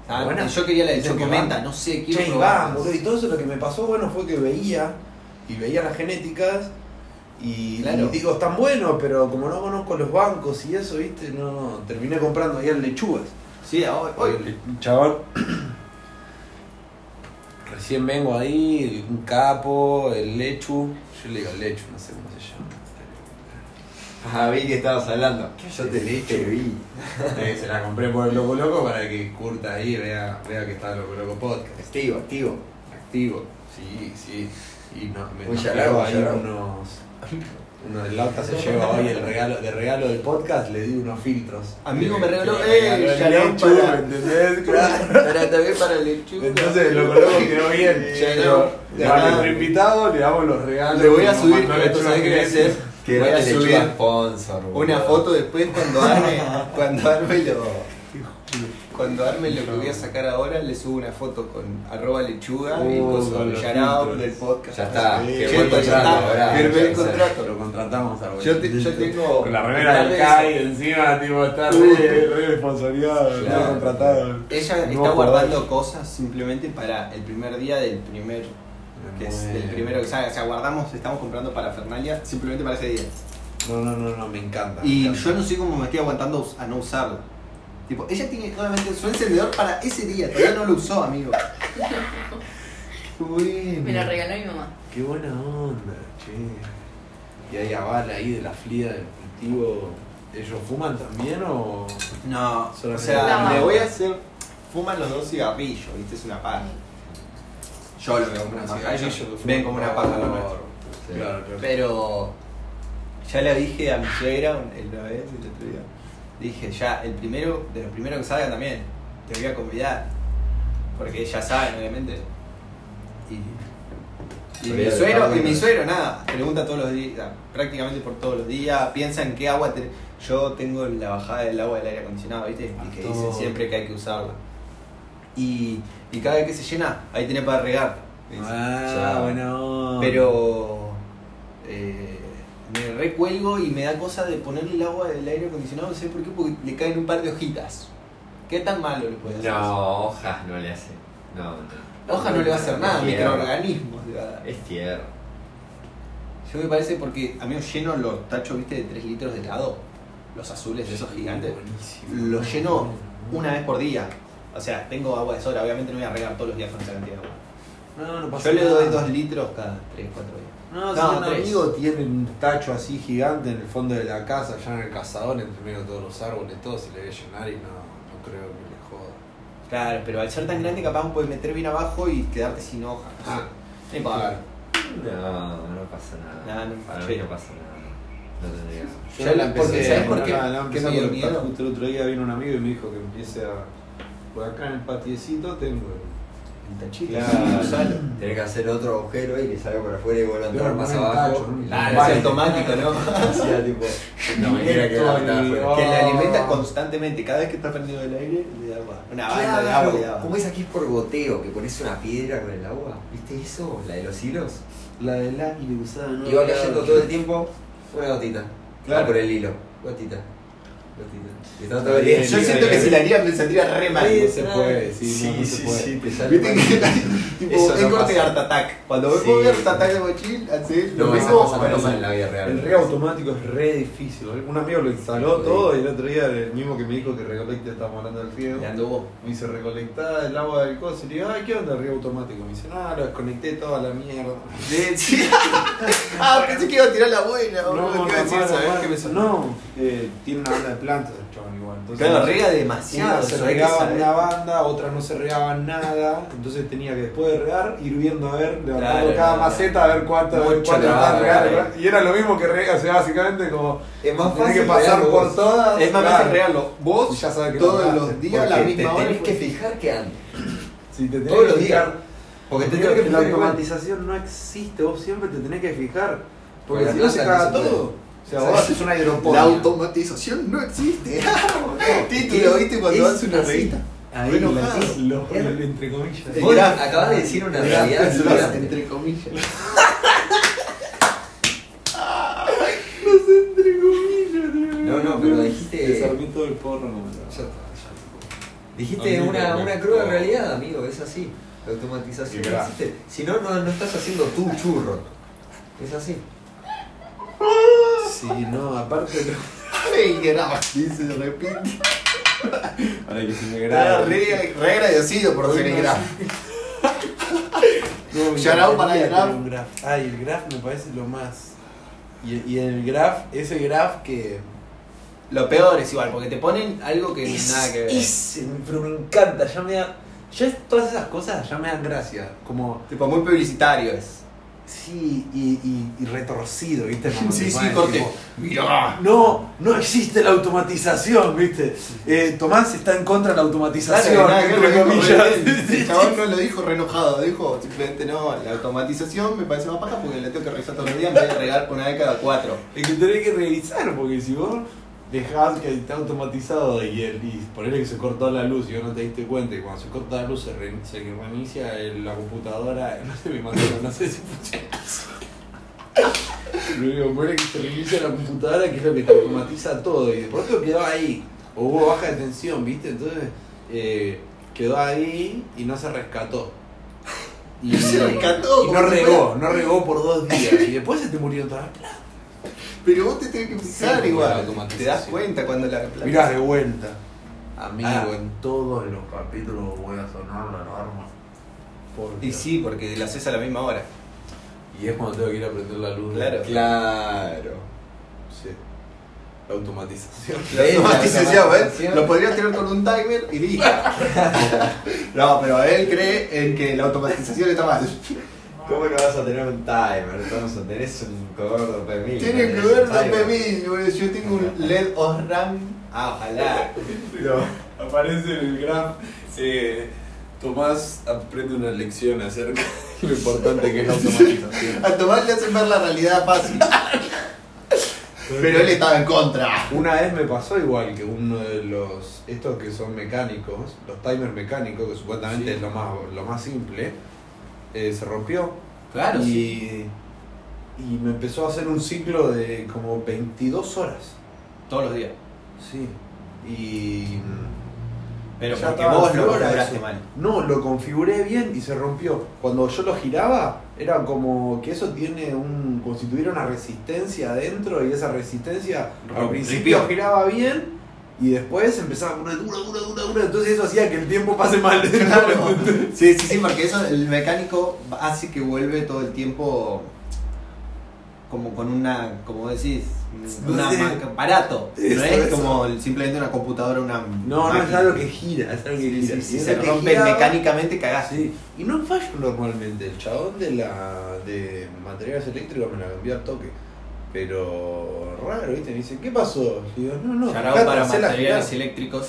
S3: Ah,
S1: Buena.
S3: Yo quería la de
S1: Dicen que
S3: Chocomenta,
S1: van.
S3: no sé, quiero
S1: Che, y
S3: probarlas.
S1: va, boludo, y todo eso lo que me pasó, bueno, fue que veía, y veía las genéticas, y,
S3: Claro.
S1: y digo, están buenos, pero como no conozco los bancos y eso, viste, no, terminé comprando ahí en lechugas.
S3: Sí, hoy, hoy.
S1: Chabón. Recién vengo ahí, un capo, el lechu. Yo le digo lechu, no sé cómo se llama.
S2: Ah, vi que estabas hablando. Yo te leí, te vi.
S1: Eh, se la compré por el Loco Loco para que curta ahí, vea, vea que está el Loco Loco Podcast.
S2: Activo, activo.
S1: Activo. Sí, sí. Y no, me
S2: Muy
S1: nos
S2: charlado,
S1: pegó ahí
S2: charlado.
S1: unos. Uno del Lauta se lleva hoy el regalo, de regalo del podcast, le di unos filtros.
S3: Amigo,
S1: Que-
S3: me regaló,
S1: que me
S3: eh,
S1: regaló el
S3: Shalom
S1: Lechu,
S3: para-
S1: ¿me entendés? Claro.
S3: Para también para el lechuga.
S1: Entonces el Loco Loco quedó bien.
S3: Sí,
S1: Pero
S3: no.
S1: a nuestro invitado le damos los regalos.
S3: Le voy a
S1: Nos
S3: subir,
S1: mandó la
S3: esto sabes qué voy a
S1: chuleta.
S3: hacer.
S2: Que
S3: Voy a
S2: era
S3: subir
S2: lechuga sponsor. boludo.
S3: una foto después cuando arme, cuando arme lo. Cuando arme lo que voy a sacar ahora, le subo una foto con arroba lechuga y
S1: Uh,
S3: coso,
S1: con los
S3: shout out
S1: filtros.
S3: del podcast.
S2: Ya está,
S1: Sí.
S2: que
S1: Che,
S2: buen
S1: ya
S2: contrato,
S1: está,
S2: ¿verdad?
S3: firmé el
S2: Ya sé.
S3: contrato.
S1: Lo contratamos a
S3: Yo, te- yo tengo.
S1: Con la remera del Kai encima, tipo, está
S3: Uh.
S1: re, re responsabilidad,
S2: Claro.
S1: re contratado.
S3: Ella
S1: No
S3: está
S1: acordás.
S3: guardando cosas simplemente para el primer día del primer. Que es el primero que sale. O sea, guardamos, estamos comprando para Fernalia simplemente para ese día.
S1: No, no, no, no, me encanta. me
S3: Y
S1: encanta.
S3: yo no sé cómo me estoy aguantando us- a no usarlo. Tipo, ella tiene solamente su encendedor para ese día, todavía no lo usó, amigo. Qué bueno.
S4: Me lo regaló mi mamá.
S1: Qué buena onda, che. Y hay aval ahí de la flía del cultivo. ¿Ellos fuman también o.?
S3: No, o
S1: Solamente
S3: sea,
S4: No.
S3: le voy a hacer. Fuman los dos cigarrillos, viste, es una paja. Yo lo veo como una paja. Ellos lo ven como una paja lo nuestro.
S2: Sí.
S1: Claro, claro.
S3: Pero ya le dije a mi suegra un- el- una vez, el otro día, dije ya, el primero, de los primeros que salgan también, te voy a convidar. Porque ya saben, obviamente. Y, y mi
S2: Olvídate,
S3: suero,
S2: está
S3: y mi
S2: bueno.
S3: suero, nada, pregunta todos los días, prácticamente por todos los días, piensa en qué agua te- yo tengo la bajada del agua del aire acondicionado, ¿viste? Y que dicen
S1: Bastón.
S3: siempre que hay que usarla. Y, y cada vez que se llena, ahí tenés para regar. me dice.
S1: Ah,
S2: Ya.
S1: buena onda.
S3: Pero eh, me recuelgo y me da cosa de ponerle el agua del aire acondicionado, no sé por qué, porque le caen un par de hojitas. ¿Qué tan malo le puede hacer?
S2: No, hojas no le hace. No, no.
S3: Hoja no le va a hacer nada,
S2: Es tierra.
S3: microorganismos le va a dar.
S2: Es tierra.
S3: Yo me parece porque a mí lleno los tachos, viste, de 3 litros de helado, los azules de esos gigantes,
S1: Buenísimo.
S3: los lleno una vez por día. O sea, tengo agua de sobra, obviamente no voy a regar todos los días con esa cantidad de agua.
S1: No, no
S3: Yo
S1: pasa
S3: le doy
S1: nada.
S3: 2 litros cada 3, 4 días.
S1: No,
S3: No,
S1: si un
S3: tres.
S1: amigo tiene un tacho así gigante en el fondo de la casa, allá en el cazador, entre medio de todos los árboles, todo se le debe llenar y no, no creo que le joda.
S3: Claro, pero al ser tan grande capaz puedes meter bien abajo y quedarte sin hoja. no sé.
S1: Ah,
S3: No importa.
S2: No, no pasa nada.
S3: No, no,
S2: Para mí
S3: sí.
S2: no pasa nada. No tendría.
S1: Yo
S3: Ya la-
S1: empecé-
S3: porque, ¿sabes por
S1: no,
S3: qué?
S1: nada, nada,
S3: ¿Qué
S1: empecé
S3: me dio
S1: a conectar.
S3: miedo?
S1: Justo el otro día vino un amigo y me dijo que empiece a. Por acá en el patiecito tengo. el-
S3: El tachito.
S1: Claro.
S3: Usalo.
S2: Tenés que hacer otro agujero y le sale por afuera y vuelve a entrar
S1: Claro,
S2: más
S1: no hay
S2: abajo. Ah,
S1: tacho, no hay
S2: Claro,
S1: tacho.
S3: Es
S2: es
S3: automático, Ah, ¿no?
S2: Hacía tipo. No, mentira que la mitad afuera.
S3: Que le
S1: Ah.
S3: alimenta constantemente. Cada vez que está prendido el aire, le da agua. Una banda de agua le da
S2: Claro, como
S3: agua.
S2: es aquí por goteo, que pones una piedra con el agua. ¿Viste eso? La de los hilos.
S1: La del águila usada, ¿no?
S2: Y va cayendo todo el tiempo una gotita.
S3: Claro.
S2: Va por el hilo. Gotita. Gotita. Y está todo el día.
S3: Yo siento que si la haría me sentiría re mal.
S1: No se puede, sí,
S2: Sí,
S1: no, no se
S2: sí,
S1: puede.
S2: sí, te sale
S3: Viste
S2: mal.
S3: que tipo,
S2: Eso
S3: es
S2: no
S3: corte de
S2: pasa.
S3: Art Attack. Cuando me
S2: Sí.
S3: pongo Art Attack de mochil, así
S2: No, esa
S3: mismo,
S2: cosa no
S3: bueno,
S2: pasa
S3: mal.
S2: en la vida real.
S1: El río automático es re difícil. ¿eh? Un amigo lo instaló
S2: Sí.
S1: todo y el otro día el mismo que me dijo que recolecte, estábamos hablando del río.
S3: Le anduvo.
S1: Me hizo recolectar el agua del coso y le digo, ay, ¿qué onda el río automático? Me dice, no, lo desconecté toda la mierda.
S3: Sí. ah, pensé que iba a tirar la buena. boludo, que iba a decir,
S1: mala,
S3: ¿sabés
S1: mala.
S3: qué me sonó?
S1: No, eh, tiene una banda de plantas el chabón igual. Entonces,
S3: Claro, riega
S1: Unas
S3: demasiado.
S1: se
S3: eso hay que
S1: regaban
S3: saber.
S1: una banda, otras no se regaban nada, entonces tenía que después de regar ir viendo a ver, levantando
S3: Claro,
S1: cada
S3: claro.
S1: maceta, a ver cuántas
S2: Mucho
S1: cuántas
S2: trabajo,
S1: estaban regadas,
S2: claro.
S3: ¿eh?
S1: Y era lo mismo que regar, o sea, básicamente como
S2: Es más
S1: tenés
S2: fácil
S1: que pasar
S2: regarlo
S1: por
S2: vos.
S1: todas.
S3: Es más
S1: claro.
S3: fácil regarlo.
S1: Y
S3: Vos
S1: ya sabes que
S3: todos
S1: lo
S3: los
S1: regaste,
S3: días a la
S2: Porque
S3: misma
S2: te
S3: hora.
S2: tenés que fijar que antes.
S1: Si te tenés
S2: Todos los
S1: que
S2: días.
S1: fijar-
S2: Porque te
S1: Creo
S2: tenés que
S1: la
S2: fijar igual.
S1: automatización no existe, vos siempre te tenés que fijar.
S2: Porque
S1: Porque si
S2: la
S1: no se
S2: plata no
S1: caga
S2: se puede.
S1: todo. O sea, vos haces una hidroponía.
S3: La automatización no existe. Título, ¿viste?
S2: Es
S3: Cuando hace una
S2: así.
S3: revista.
S1: Ahí
S3: Fue enojado.
S1: metís lo-
S2: Es-
S1: entre comillas.
S3: El
S2: Vos
S3: graf.
S2: acabas de decir una
S3: El
S2: realidad
S3: graf,
S2: gigante.
S3: Entre comillas.
S2: No, no, pero dijiste.
S1: Desarmé todo el porro, no me
S2: Ya está, ya. Dijiste una, una cruda realidad, amigo, es así. La automatización
S1: Qué
S2: no existe. Si no, no, no estás haciendo tu churro. Es así.
S1: Sí, no, aparte no.
S3: El graf, dice de repente.
S1: Ahora que se me
S3: Estaba re, re agradecido por ser el graf. Shout out para el Graf.
S1: Ay, el graf me parece lo más. Y, y el graf, ese graf que.
S5: Lo peor es igual, porque te ponen algo que
S1: Es-
S5: nada que ver.
S1: Ese, pero me encanta, ya me da. Ya es- todas esas cosas ya me dan gracia. Como,
S5: Tipo, muy publicitario es.
S1: sí, y, y, y retorcido, ¿viste? Como
S5: Sí,
S1: te
S5: sí,
S1: ponen,
S5: corte.
S1: tipo,
S3: Mirá.
S1: No, no existe la automatización, ¿viste? Eh, Tomás está en contra de la automatización, entre comillas.
S3: El chabón no lo dijo re enojado, dijo simplemente no, la automatización me parece más paja porque la tengo que revisar todos los días en vez de regar por una vez cada cuatro.
S1: Es que tenés que revisar, porque si vos dejás que está automatizado y, el, y ponele que se cortó la luz y vos no te diste cuenta, y cuando se corta la luz se, rein- se reinicia el- la computadora, no sé, me imagino, no sé si funciona así. Lo digo, ponele que se reinicia la computadora, que es lo que te automatiza todo, y de pronto quedó ahí, o hubo baja de tensión, ¿viste? Entonces eh, quedó ahí y no se rescató. Y,
S3: No se rescató,
S1: y
S3: como
S1: no
S3: si
S1: regó, no regó por dos días. Y después se te murió toda la
S3: Pero vos te tenés que fijar
S1: Sí, la
S3: igual,
S1: automatización.
S3: te das cuenta cuando la la-
S1: Mirá, de vuelta. Amigo,
S2: Ah.
S1: en todos los capítulos voy a sonar la alarma. Por
S5: Y
S1: Dios.
S5: sí, porque lo haces a la misma hora.
S1: Y es cuando tengo que ir a prender la luz.
S5: Claro.
S2: Claro.
S1: Sí. La automatización.
S3: La
S2: ¿eh?
S3: automatización, ¿ves? ¿eh? Lo podrías tirar con un timer y listo. No, pero él cree en que la automatización está mal.
S2: ¿Cómo no vas a tener un timer, Thompson? Tenés un cobro PMI.
S3: Tiene que ver también mí, boludo. Yo tengo un E LED OSRAM.
S2: Ah, ojalá.
S1: Aparece en el graf. Tomás aprende una lección acerca de lo importante que es la automatización.
S3: A Tomás le hacen ver la realidad fácil. Pero él estaba en contra.
S1: Una vez me pasó igual que uno de los, estos que son mecánicos, los timers mecánicos, que supuestamente es lo más, lo más simple, eh, se rompió.
S2: Claro,
S1: y,
S2: sí.
S1: y me empezó a hacer un ciclo de como 22 horas.
S5: Todos los días.
S1: Sí. Y... mm,
S5: Pero
S1: Ya
S5: porque
S1: estaba
S5: vos lo
S1: flora
S5: configuraste
S1: eso.
S5: mal.
S1: No, lo configuré bien y se rompió. Cuando yo lo giraba, era como que eso tiene un. como si tuviera una resistencia adentro y esa resistencia al
S5: Rompió.
S1: principio giraba bien y después empezaba a poner dura, dura, dura, dura. Entonces eso hacía que el tiempo pase mal.
S3: Claro. Sí, sí, sí, porque eso el mecánico hace que vuelve todo el tiempo como con una, como decís, una
S1: Sí.
S3: marca, aparato. No
S1: Eso,
S3: es
S1: eso.
S3: como el- simplemente una computadora, una
S1: No, no es
S3: máquina.
S1: algo que gira, es algo que
S3: Ah, Sí,
S1: gira.
S3: sí, sí,
S1: Y
S3: se
S1: eso que
S3: rompe
S1: giraba-
S3: mecánicamente cagás.
S1: Sí. Y no fallo normalmente. El chabón de la. de materiales eléctricos me la cambió al toque. Pero raro, viste, me dice, ¿qué pasó? Y digo, no, no,
S5: Charao
S1: dejate
S5: para
S1: hacerla girar".
S5: materiales eléctricos.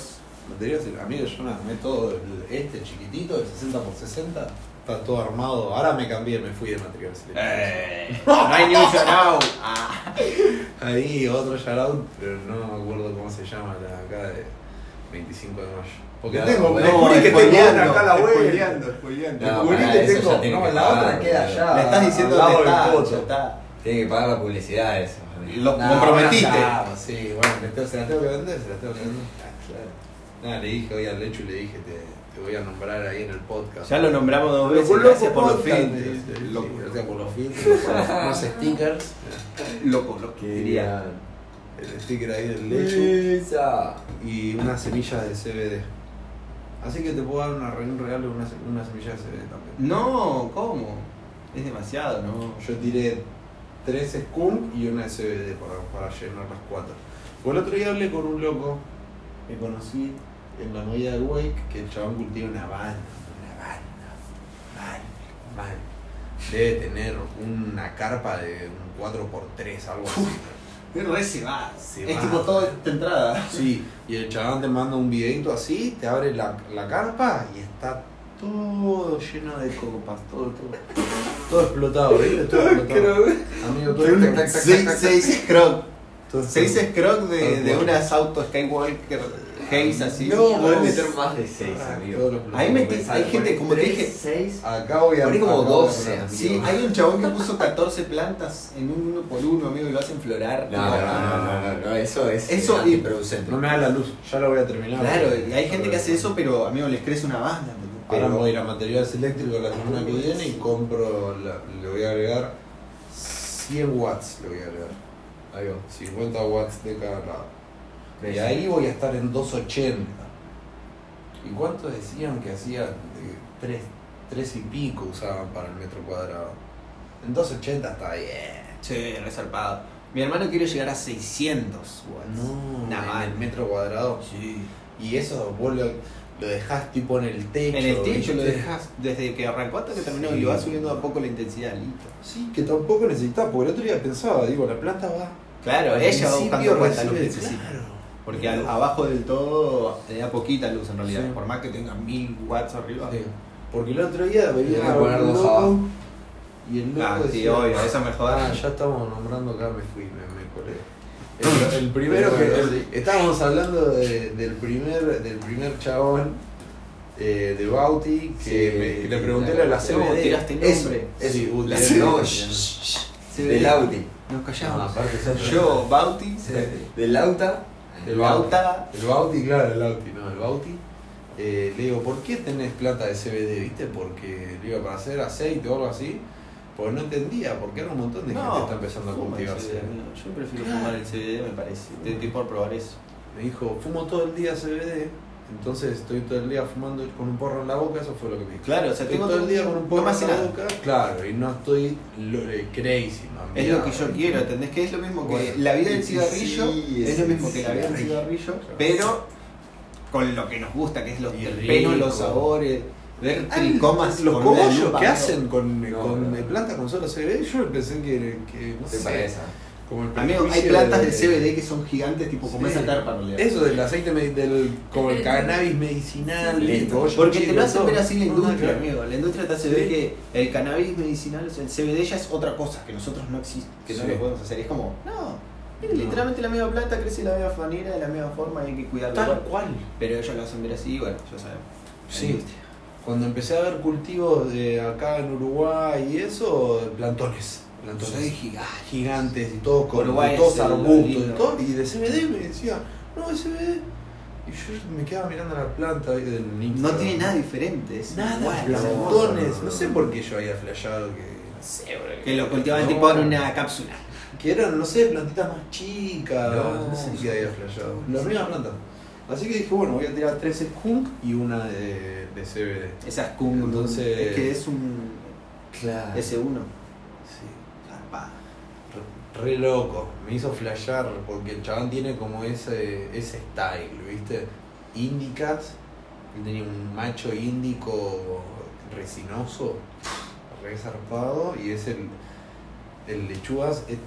S1: Materiales, amigo, yo me armé todo el- este chiquitito, el 60x60, está todo armado. Ahora me cambié, me fui de materiales eléctricos.
S5: Eh, no hay ni un charao.
S3: Ah.
S1: Ahí otro shoutout, pero no me acuerdo cómo se llama la de acá de 25 de mayo. Porque
S2: No,
S1: tengo,
S2: no,
S1: descubrí que tengo
S3: spoileando,
S1: una acá a la vuelta.
S3: spoileando, spoileando.
S2: No,
S1: Descubrí
S2: pará,
S1: que
S2: eso
S1: tengo.
S2: ya tiene
S1: No,
S2: que
S1: la
S2: pagar,
S1: otra queda
S2: boludo.
S1: ya.
S3: Le estás diciendo
S1: al lado
S3: dónde
S1: del
S3: está,
S1: poto.
S3: ya está.
S2: Tiene que pagar la publicidad eso. amigo.
S3: Lo comprometiste.
S1: Ah, Claro, sí, bueno, me tengo- se la tengo que vender, se la tengo que vender. Nada, Ah, le dije hoy al Lechu, le dije, te, te voy a nombrar ahí en el podcast.
S5: Ya lo nombramos dos
S1: Pero
S5: veces.
S1: por loco
S5: Gracias por los
S1: podcast,
S5: filtros.
S1: eh, sí,
S3: Loco.
S1: Gracias por los filtros, más stickers.
S3: Loco, loco.
S1: Que
S2: Diría.
S1: El sticker ahí del Lechu
S2: Esa.
S1: y unas semillas de CBD. Así que te puedo dar una, re- un regalo de una, se- una semilla de CBD también.
S5: No, ¿cómo? Es demasiado, ¿no?
S1: Yo tiré tres skunk y una de CBD para, para llenar las cuatro. Por el otro día hablé con un loco que conocí en la movida del Wake, que el chabón cultiva una banda, una banda, mal, mal. Debe tener una carpa de un 4x3, algo así.
S3: Es re se va.
S1: Se
S3: es
S1: va.
S3: tipo toda esta entrada.
S1: Sí, y el chabón te manda un videito así, te abre la, la carpa y está todo lleno de copas, todo, todo. Todo explotado, ¿viste? Todo explotado. Amigo, todo tac, tac, tac,
S3: Se
S1: tac,
S3: se dice Scrog.
S1: todo
S3: Se dice Scrog de,
S1: Tal
S3: de
S1: cual.
S3: unas autos Skywalker gays así.
S1: No,
S2: Podés
S1: vos-
S2: meter más de 6,
S1: Ah, todo
S2: amigo.
S1: lo explotado.
S3: Ahí me hay gente, como te dije-
S2: 6.
S1: Acá voy a.
S2: Poné como
S1: acá voy a
S2: 12,
S1: hablar,
S2: así.
S3: Sí,
S1: amigo.
S3: hay un chabón que puso 14 plantas en un uno por uno, amigo, y lo hacen florar.
S2: No, no, no, no, no, no, eso es.
S3: Eso y-
S2: producente.
S1: No me da la luz, ya la voy a terminar.
S3: Claro, y hay gente que hace eso, pero amigo, les crece una banda. ¿entendés?
S1: Ahora
S3: Pero-
S1: voy a ir a materiales eléctricos la semana que viene y compro, la- le voy a agregar 100 watts, le voy a agregar. Ahí va, 50 watts de cada lado. Y ahí voy a estar en 280. ¿Y cuánto decían que hacía? 3, y pico usaban para el metro cuadrado. En 280 está bien.
S3: Che, reservado. Mi hermano quiere llegar a 600 watts.
S1: No,
S3: Nah,
S1: en el metro cuadrado.
S3: Sí.
S1: Y eso vos lo, lo dejás tipo en el techo.
S3: En el techo lo
S1: ¿viste?
S3: dejas desde que arrancó hasta que terminó
S1: Sí.
S3: y le va subiendo a poco la intensidad, listo.
S1: Sí, que tampoco necesitas, porque el otro día pensaba, digo, la planta va.
S3: Claro, ella va
S1: Al
S3: buscando
S1: principio
S3: cuánta luz
S1: recibe-
S3: necesita.
S1: claro.
S3: Porque al- abajo del todo te da poquita luz en realidad,
S1: Sí.
S3: por más que tenga 1000 watts arriba.
S1: Sí, Porque el otro día
S2: Tenés que
S1: veía
S2: poner
S1: a un
S2: dos
S1: loco
S2: abajo.
S1: y el loco
S3: Ah, sí,
S1: decía,
S3: obvio, esa mejor.
S1: Ah, ya estamos nombrando acá, me fui, me, me colé. El, el primero que.
S2: Sí.
S1: estábamos hablando de- del primer del primer chabón eh, de Bauti que,
S2: Sí,
S1: me- que le pregunté
S2: la-
S1: la
S3: ¿Cómo
S1: CBD.
S3: tiraste el
S1: Eso,
S3: nombre?
S1: eso,
S2: Sí,
S1: uh,
S2: la
S1: tiré
S2: CBD.
S1: nombre.
S2: Shh,
S3: Se ve-
S2: Del Audi.
S3: Nos
S1: No,
S3: callamos.
S1: aparte es otro.
S3: Ah, Yo, Bauti,
S2: Del Auta.
S1: El
S3: Bauta.
S1: El Bauti, claro, el Bauti, no, el Bauti. Eh, le digo, ¿por qué tenés plata de CBD, viste? Porque, le digo, para hacer aceite o algo así. Pues no entendía, porque ahora un montón de gente está empezando a
S3: fuma el
S1: cultivarse.
S3: CBD, amigo. Yo prefiero fumar el CBD, me parece. Te- Estoy por probar eso.
S1: Me dijo, fumo todo el día CBD, entonces estoy todo el día fumando con un porro en la boca, eso fue lo que me dijo.
S3: Claro, o sea,
S1: Estoy
S3: tengo
S1: todo el día con un porro
S3: no me hace
S1: en la
S3: nada.
S1: boca. Claro, y no estoy lo, eh, crazy, mami.
S3: Es lo que yo quiero, ¿entendés? Que es lo mismo que
S1: Bueno,
S3: la vida del
S2: sí,
S3: cigarrillo,
S2: sí,
S3: es
S2: es
S3: lo
S2: el
S3: mismo que la vida del cigarrillo,
S1: Claro.
S3: pero con lo que nos gusta, que es los
S1: Y
S3: terpenos,
S1: rico.
S3: los sabores, ver
S1: Ay,
S3: tricomas,
S1: los
S3: con una
S1: cogollos
S3: lupa,
S1: que
S3: ¿no?
S1: hacen con,
S2: No,
S1: con
S2: no.
S1: plantas con solo CBD, yo pensé que, que no
S2: Te
S1: sé,
S2: parece.
S1: como el
S3: Amigo, hay
S1: prejuicio
S3: plantas de
S1: de-
S3: CBD que son gigantes, tipo como
S1: Sí.
S3: esa carpa en realidad.
S1: Eso del aceite, medi- del, como el cannabis medicinal,
S2: Sí,
S1: el cogollo
S3: Porque te
S1: chino,
S3: lo hacen
S1: todo.
S3: ver así la
S1: No,
S3: industria,
S1: claro.
S3: amigo. La industria te hace ver que el cannabis medicinal, o sea, el CBD ya es otra cosa, que nosotros no existe, que no
S1: Sí.
S3: lo podemos hacer. Es como, no, es
S1: No.
S3: literalmente la misma planta crece de la misma manera, de la misma forma, y hay que cuidarlo.
S1: Tal
S3: igual.
S1: cual.
S3: Pero ellos lo hacen ver así, bueno, ya sabemos.
S1: Sí. Cuando empecé a ver cultivos de acá en Uruguay y eso, plantones. Plantones
S3: Soy gigante.
S1: gigantes y todo con
S3: Uruguay
S1: y todos
S3: es el
S1: arbustos y
S3: lindo.
S1: todo. Y de CBD me decía, no, es CBD. Y yo me quedaba mirando la planta ahí del
S3: No
S1: Instagram.
S3: tiene nada diferente, es
S1: Nada,
S3: igual, es hermoso.
S1: plantones. No sé por qué yo había flasheado que.
S3: Que lo cultivaban
S1: No.
S3: tipo en una cápsula.
S1: Que eran, no sé, plantitas más chicas. No,
S2: No,
S1: sé
S2: sí.
S1: qué había flasheado. La misma planta. Así que dije, bueno, voy a tirar tres skunk y una de, de CBD.
S3: Esas cum.
S1: Entonces-
S3: Es que es un
S2: Claro.
S3: S1.
S1: Sí.
S3: Zarpado.
S1: Re, re loco. Me hizo flashear porque el chabón tiene como ese, ese style, ¿viste? Índicas. Él tenía un macho índico resinoso, re zarpado. Y es el, el lechugas. es-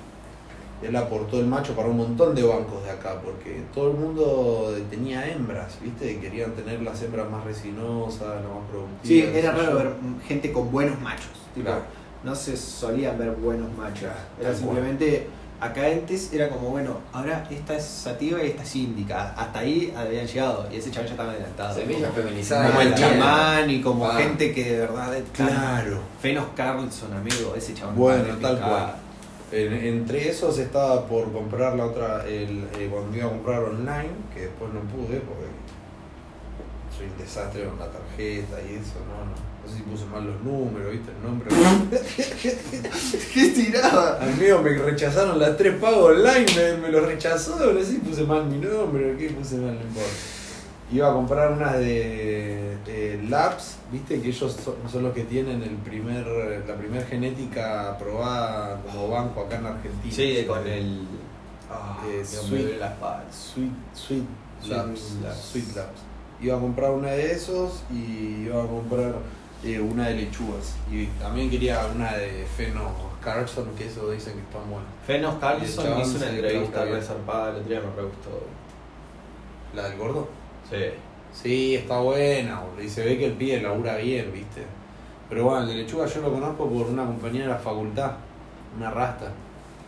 S1: él aportó el macho para un montón de bancos de acá, porque todo el mundo tenía hembras, ¿viste? Y querían tener las hembras más resinosas, las más productivas.
S3: Sí,
S1: qué
S3: era
S1: sé
S3: raro
S1: yo.
S3: ver gente con buenos machos. tipo,
S1: Claro.
S3: No se solían ver buenos machos.
S1: Claro,
S3: era
S1: tal cual.
S3: simplemente. Acá antes era como, bueno, ahora esta es sativa y esta es índica. Hasta ahí habían llegado y ese chaval ya estaba adelantado.
S2: Semillas feminizadas.
S3: Como
S1: Ah,
S3: el
S1: la
S3: chamán y como
S2: Ah.
S3: gente que de verdad.
S1: Claro.
S3: Fenos Carlson, amigo, ese chabón.
S1: Bueno,
S3: Padre,
S1: tal
S3: picaba.
S1: cual. En- entre esos estaba por comprar la otra, el, eh, cuando iba a comprar online, que después no pude porque soy un desastre con la tarjeta y eso, no, no. No sé si puse mal los números, viste, el nombre.
S3: ¿Qué tiraba?
S1: Amigo, me rechazaron las tres pagos online, me, me lo rechazó, no sé si puse mal mi nombre, qué puse mal, no importa. Iba a comprar unas de, de Labs, viste que ellos son, son los que tienen el primer, la primera genética aprobada como banco acá en Argentina.
S3: Sí, con el. Ah,
S1: Eh,
S3: Dios, me
S1: sweet.
S3: duele la espalda.
S1: Sweet, sweet,
S3: Sweet
S1: Labs,
S3: Labs.
S1: Sweet Labs. Iba a comprar una de esos y iba a comprar eh, una de lechugas. Y también quería una de Feno Carlson, que eso dicen que están buenas.
S3: Fenos
S1: Y el
S3: Carlson
S1: chabón
S3: hizo
S1: se
S3: una
S1: le clava
S3: entrevista
S1: bien.
S3: resarpada el otro día, me re gustó.
S1: ¿La del gordo?
S3: Sí.
S1: Sí, está buena, boludo. Y se ve que el pibe labura bien, viste. Pero bueno, el de lechuga yo lo conozco por una compañera de la facultad, una rasta.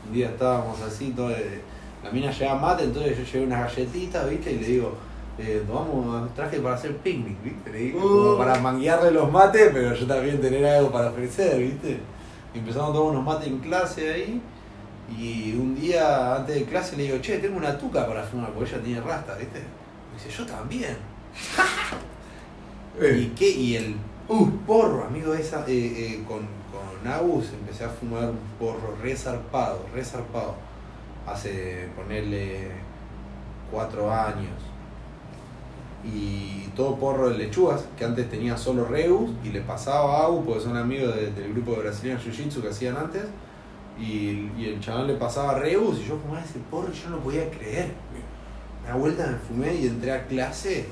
S1: Un día estábamos así, todo de- la mina llevaba mate, entonces yo llevé unas galletitas, viste, y le digo, eh, tomamos traje para hacer picnic, viste. Le digo, como para manguearle los mates, pero yo también tener algo para ofrecer, viste. Y empezamos a tomar unos mates en clase ahí. Y un día antes de clase le digo, che, tengo una tuca para fumar, porque ella tiene rasta, ¿viste? Me dice, yo también.
S2: Eh.
S1: ¿Y qué? Y el porro, amigo, esa, eh, eh, con, con Agus empecé a fumar un porro re zarpado, re zarpado. Hace, ponerle, cuatro años. Y todo porro de lechugas, que antes tenía solo Reus, y le pasaba a Agus, porque son amigos de- del grupo de brasileños Jiu-Jitsu que hacían antes. Y, y el chaval le pasaba Reus, y yo fumaba ese porro y yo no podía creer. Una vuelta me fumé y entré a clase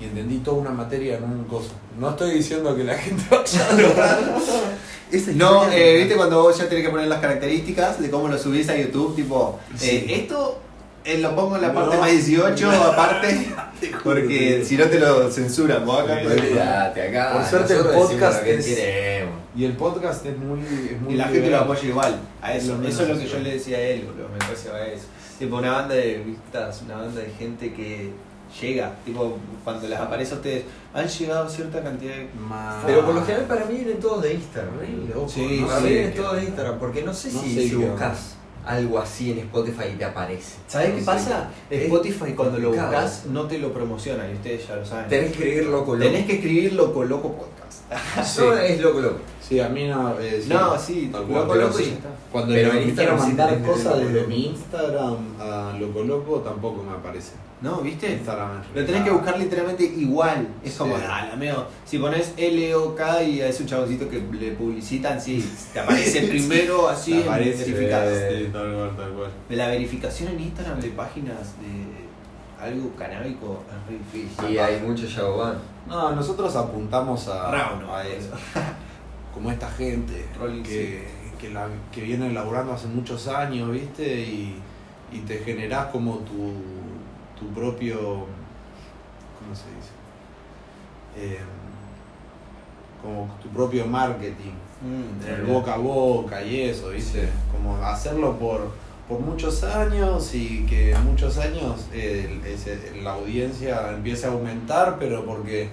S1: y entendí toda una materia en un coso. No estoy diciendo que la gente vaya a lograr.
S3: No, eh, viste cuando vos ya tenés que poner las características de cómo lo subís a YouTube, tipo, eh,
S1: Sí.
S3: esto eh, lo pongo en la parte
S1: No.
S3: más 18 aparte, porque si no te lo censuran, vos acá.
S1: Sí.
S2: Olvídate, acá.
S1: Por suerte el
S2: nosotros decimos
S1: podcast
S2: lo que
S1: es-
S2: queremos.
S1: Y el podcast es muy. Es muy
S3: Y la gente lo
S1: liberal.
S3: apoya igual. A eso,
S1: Lo
S3: eso es lo que
S1: menos.
S3: yo le decía a él, boludo, me parece a eso. Tipo, una banda de vistas, una banda de gente que llega, tipo, cuando les aparece a ustedes, han llegado cierta cantidad de...
S1: Ma-
S2: Pero por lo general para mí vienen todos de Instagram, ¿eh? Loco,
S1: Ah. Sí,
S2: ¿no? Para
S1: sí,
S2: mí vienen
S1: que-
S2: todos de Instagram, porque no sé
S1: No
S2: si,
S1: sé
S2: si
S1: qué
S2: buscas algo así en Spotify y te aparece.
S3: ¿Sabés
S2: No
S3: qué
S2: sé.
S3: pasa?
S2: Es
S3: Spotify cuando lo
S2: complicado.
S3: buscas no te lo promociona y ustedes ya lo saben.
S2: Tenés que escribir loco loco.
S3: Tenés que escribir Loco Loco Podcast.
S2: No es loco loco.
S1: Sí, a mí no. eh, sí.
S3: No, sí,
S1: Tal
S3: Loco
S1: cual,
S3: Loco
S1: pero
S3: y
S1: sí.
S3: ya está.
S1: Cuando
S2: Pero en
S1: me quiero
S2: Instagram sí
S1: mandar
S2: tenés que
S1: cosas
S2: tener
S1: desde
S2: loco.
S1: mi Instagram a Loco Loco tampoco me aparece.
S3: No, ¿viste?
S1: Instagram es
S3: Lo tenés que buscar literalmente igual. Es como,
S1: Sí.
S3: ah, la meo. Si pones L-O-K y es un chaboncito que le publicitan, sí, te aparece primero así
S1: Sí,
S3: en
S1: aparece.
S3: verificado.
S1: eh, tal cual, tal cual.
S3: De la verificación en Instagram de páginas de algo canábico es re difícil.
S2: Y hay muchos Yagoban.
S1: No, nosotros apuntamos a,
S3: Raro, ¿no?
S1: a eso. Como esta gente
S3: Rolling
S1: que, que, la- que viene laburando hace muchos años, ¿viste? Y, y te generás como tu, tu propio. ¿Cómo se dice? Eh, como tu propio marketing.
S3: Mm,
S1: El boca a boca y eso, ¿viste? Como hacerlo por, por muchos años y que en muchos años eh, el- ese- la audiencia empiece a aumentar, pero porque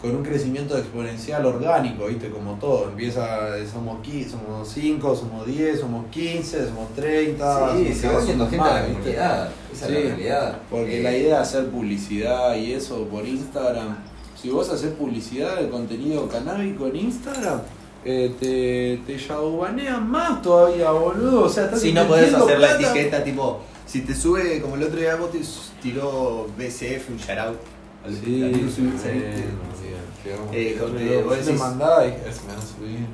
S1: con un crecimiento exponencial orgánico, ¿viste? Como todo, empieza, eh, somos 15, somos 5, somos 10, somos 15, somos 30.
S2: Sí,
S1: somos
S2: se va
S1: cada
S2: haciendo
S1: vez
S2: gente a la
S1: más, ¿viste?
S2: comunidad. Esa
S1: Sí,
S2: es la realidad.
S1: Porque
S2: Eh,
S1: la idea de hacer publicidad y eso por Instagram, si vos haces publicidad de contenido canábico en Instagram, eh, te, te shadowbanean más todavía, boludo. O sea, estás
S3: Si no podés
S1: invirtiendo
S3: hacer la
S1: plata.
S3: etiqueta, tipo, si te sube, como el otro día vos te s- tiró BCF, un shoutout. al-
S1: Sí,
S3: al-
S1: eh,
S3: saliste. Eh,
S1: eh,
S3: donde
S1: me
S3: vos decís-
S1: mandaba y eh, se me van a subir.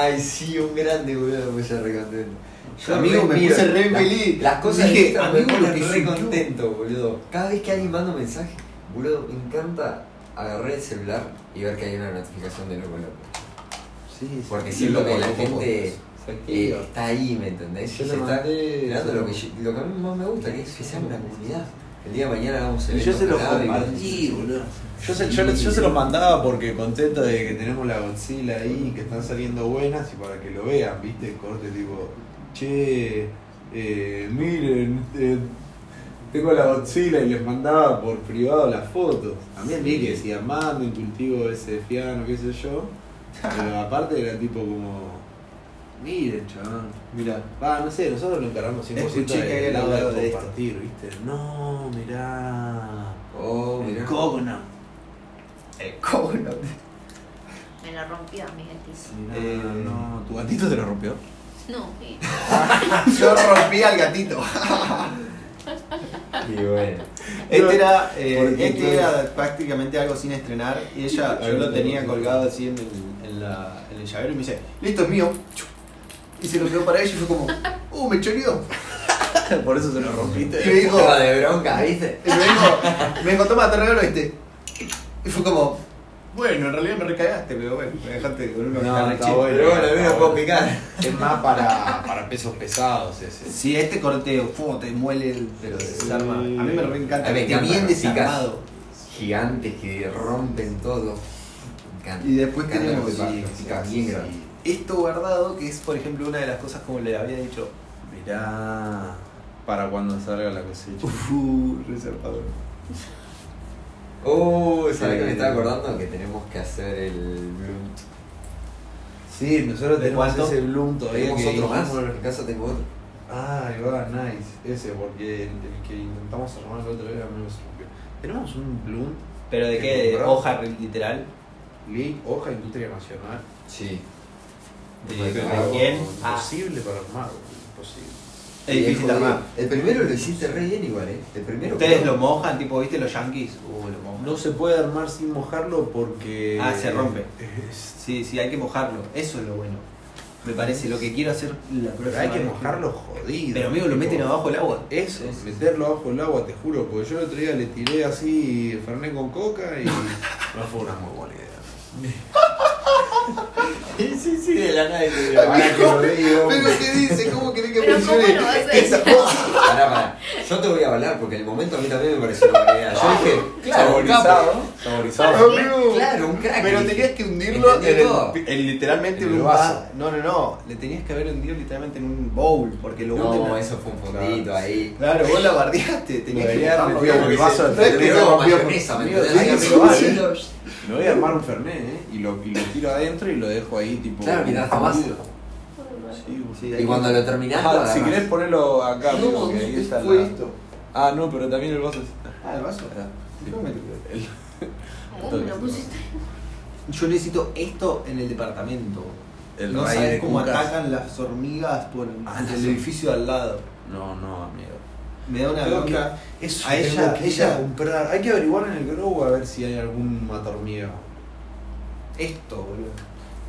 S2: Ay, sí, un grande, boludo, me puse re contento. Yo
S3: Amigo, me
S2: miro
S3: puse re
S2: la-
S3: feliz.
S2: Las cosas
S3: Dije,
S2: que Instagram me
S3: amigo, lo
S2: ponen
S3: que
S2: re
S3: soy yo.
S2: contento, boludo. Cada vez que alguien manda un mensaje, boludo, me encanta agarrar el celular y ver que hay una notificación de loco loco.
S1: Sí, sí.
S2: Porque
S1: Sí,
S2: siento
S1: loco,
S2: que la
S1: loco,
S2: gente
S1: se
S2: eh,
S1: activa.
S2: está ahí, ¿me entendés?
S1: Yo
S2: Se
S1: le
S2: está
S1: mandé-
S2: creando lo que, yo- lo que a mí más me gusta, que es que sea una comunidad. El día de mañana vamos a
S1: Y
S2: ver.
S1: yo se los compartí, boludo. Yo se, yo, yo se los mandaba porque contento de que tenemos la Godzilla ahí, que están saliendo buenas y para que lo vean, ¿viste? Corte tipo, che, eh, miren, eh, tengo la Godzilla y les mandaba por privado las fotos. También vi que decía, mando en cultivo ese fiano, qué sé yo. Pero aparte era tipo como, miren, chaval.
S3: Mira.
S1: Va, no sé, nosotros lo encargamos 100%
S3: Escuché que había
S1: del lado
S3: hablado de
S1: de
S3: esto.
S1: compartir, ¿viste? No, mirá.
S2: Oh, mirá.
S1: Coconut.
S3: Eh, ¿Cómo no?
S4: Me lo rompió mi gatito.
S1: Mirá,
S3: Eh,
S1: no. ¿Tu gatito te lo rompió?
S4: No, sí.
S3: Yo rompí al gatito.
S2: Y bueno.
S3: Este era, eh,
S1: Porque
S3: este
S1: tú-
S3: era prácticamente algo sin estrenar y ella,
S1: A
S3: yo
S1: ver,
S3: lo tenía
S1: sí.
S3: colgado así en el, en la- en el llavero y me dice, listo, es mío. Y se lo quedó para ella y fue como, uh, me choreó.
S1: Por eso se lo
S3: Y me
S1: rompiste.
S3: dijo,
S2: Estaba de bronca, ¿viste?
S3: y me dijo, me dijo, toma, te regalo este. Y fue como, bueno, en realidad me recagaste, pero bueno, me dejaste con unos
S1: No,
S3: carrechitos".
S1: está bueno.
S2: Pero bueno, al menos puedo picar.
S1: Es más para, para pesos pesados ese.
S3: Si este corteo, fu, te muele, pero desarma. A mí me re encanta.
S2: A mí me
S3: que esté
S2: encanta
S3: bien
S2: cuando picas.
S3: desarmado.
S2: gigantes que rompen todo. Me encanta.
S3: Y después
S2: Me encanta lo
S3: tenemos
S2: que pasa,
S3: y-
S2: sí, bien grande.
S3: esto guardado, que es por ejemplo una de las cosas como le había dicho.
S1: Mirá.
S3: Para cuando salga la cosecha. Uh, reservador.
S2: Oh, ¿sabes
S3: Sí.
S2: que me estaba acordando? Que tenemos que hacer el Bloom.
S1: Sí, nosotros
S3: ¿De
S1: tenemos
S3: cuánto?
S1: ese Bloom todavía.
S2: ¿Tenemos
S1: que
S2: otro más?
S1: hicimos-
S2: En casa tengo otro.
S1: Ah, ahí va, nice. Ese, porque el, el que intentamos armar el otro día menos rompió. Tenemos un Bloom,
S3: ¿Pero de qué? ¿De hoja literal?
S1: Ley, Hoja Industria Nacional.
S2: Sí.
S3: ¿De,
S2: Pues,
S3: de
S2: claro.
S3: quién? Ah,
S1: Imposible para armar, boludo, imposible.
S3: es difícil
S2: jodido.
S3: armar.
S2: eh, El primero lo hiciste re bien igual, ¿eh? El primero.
S3: ¿Ustedes
S2: creo.
S3: lo mojan? Tipo, ¿viste los yankees? Uh, lo mojan.
S1: No se puede armar sin mojarlo porque.
S3: Ah, se rompe.
S1: Es-
S3: Sí, sí, hay que mojarlo. Eso es lo bueno. Me parece lo que quiero hacer la
S1: Pero
S3: próxima
S1: hay que
S3: vez.
S1: mojarlo jodido.
S3: Pero amigo, lo
S1: tipo,
S3: meten abajo del agua.
S1: Eso,
S3: Sí, sí.
S1: meterlo abajo el agua, te juro, porque yo el otro día le tiré así Fernet con coca y. no fue una muy buena idea.
S2: Sí, sí, sí, de la nada. de-
S1: Ahora que lo digo.
S3: ¿qué dice? ¿Cómo querés
S4: Pero ¿cómo lo vas a decir?
S2: Pará, pará. Yo te voy a avalar porque en el momento a mí también me pareció una buena idea. Yo
S3: Ah,
S2: dije, claro, un capo.
S3: Saborizado.
S1: Saborizado.
S2: Claro, un crack.
S3: Ah, Pero
S2: dije.
S3: tenías que hundirlo en,
S2: Entendí todo.
S3: el- en literalmente
S1: En
S3: en
S1: el
S3: un
S1: vaso.
S3: vaso. No, no, no. Le tenías que haber hundido literalmente en un bowl. Porque lo hunden
S2: No,
S3: a-
S2: eso fue un fondito ahí.
S3: Claro, vos la bardeaste. Tenías que
S1: Debería
S3: mojarlo
S1: romper
S3: bien,
S1: el
S3: porque
S1: vaso
S3: se-
S1: de-
S3: no es que
S1: Pero
S3: se
S2: Pero
S3: rompió.
S2: mayonesa, ¿me
S1: Dios,
S2: entendés?
S1: sí,
S2: Ahí me
S1: sí,
S2: lo-
S1: Me voy a armar un Fernet, ¿eh? Y lo, y lo tiro adentro y lo dejo ahí, tipo.
S2: Claro, mirá, hasta más.
S1: hundido.
S3: Sí, sí,
S2: Y
S3: ahí-
S2: cuando lo terminás,
S1: Ah,
S2: lo
S1: si
S2: agarrás.
S1: querés ponerlo acá,
S3: No,
S1: porque ahí está
S3: fue
S1: la-
S3: esto.
S1: Ah, no, pero también el vaso es-
S3: Ah, el vaso.
S1: Ah, sí.
S3: No me-
S1: El-
S4: Oh, me lo pusiste.
S3: Yo necesito esto en el departamento.
S1: El
S3: no
S1: raíz
S3: sabes
S1: de
S3: cómo
S1: cucas.
S3: atacan las hormigas por
S1: Ah,
S3: por
S1: las
S3: el
S1: hormigas.
S3: edificio de al lado.
S1: No, no, amigo.
S3: Me da una
S1: Creo que
S3: bronca.
S1: eso
S3: A ella-
S1: tengo que ir a
S3: ella-
S1: comprar. Hay que averiguar en el Grow a ver si hay algún matormiga.
S3: Esto, boludo.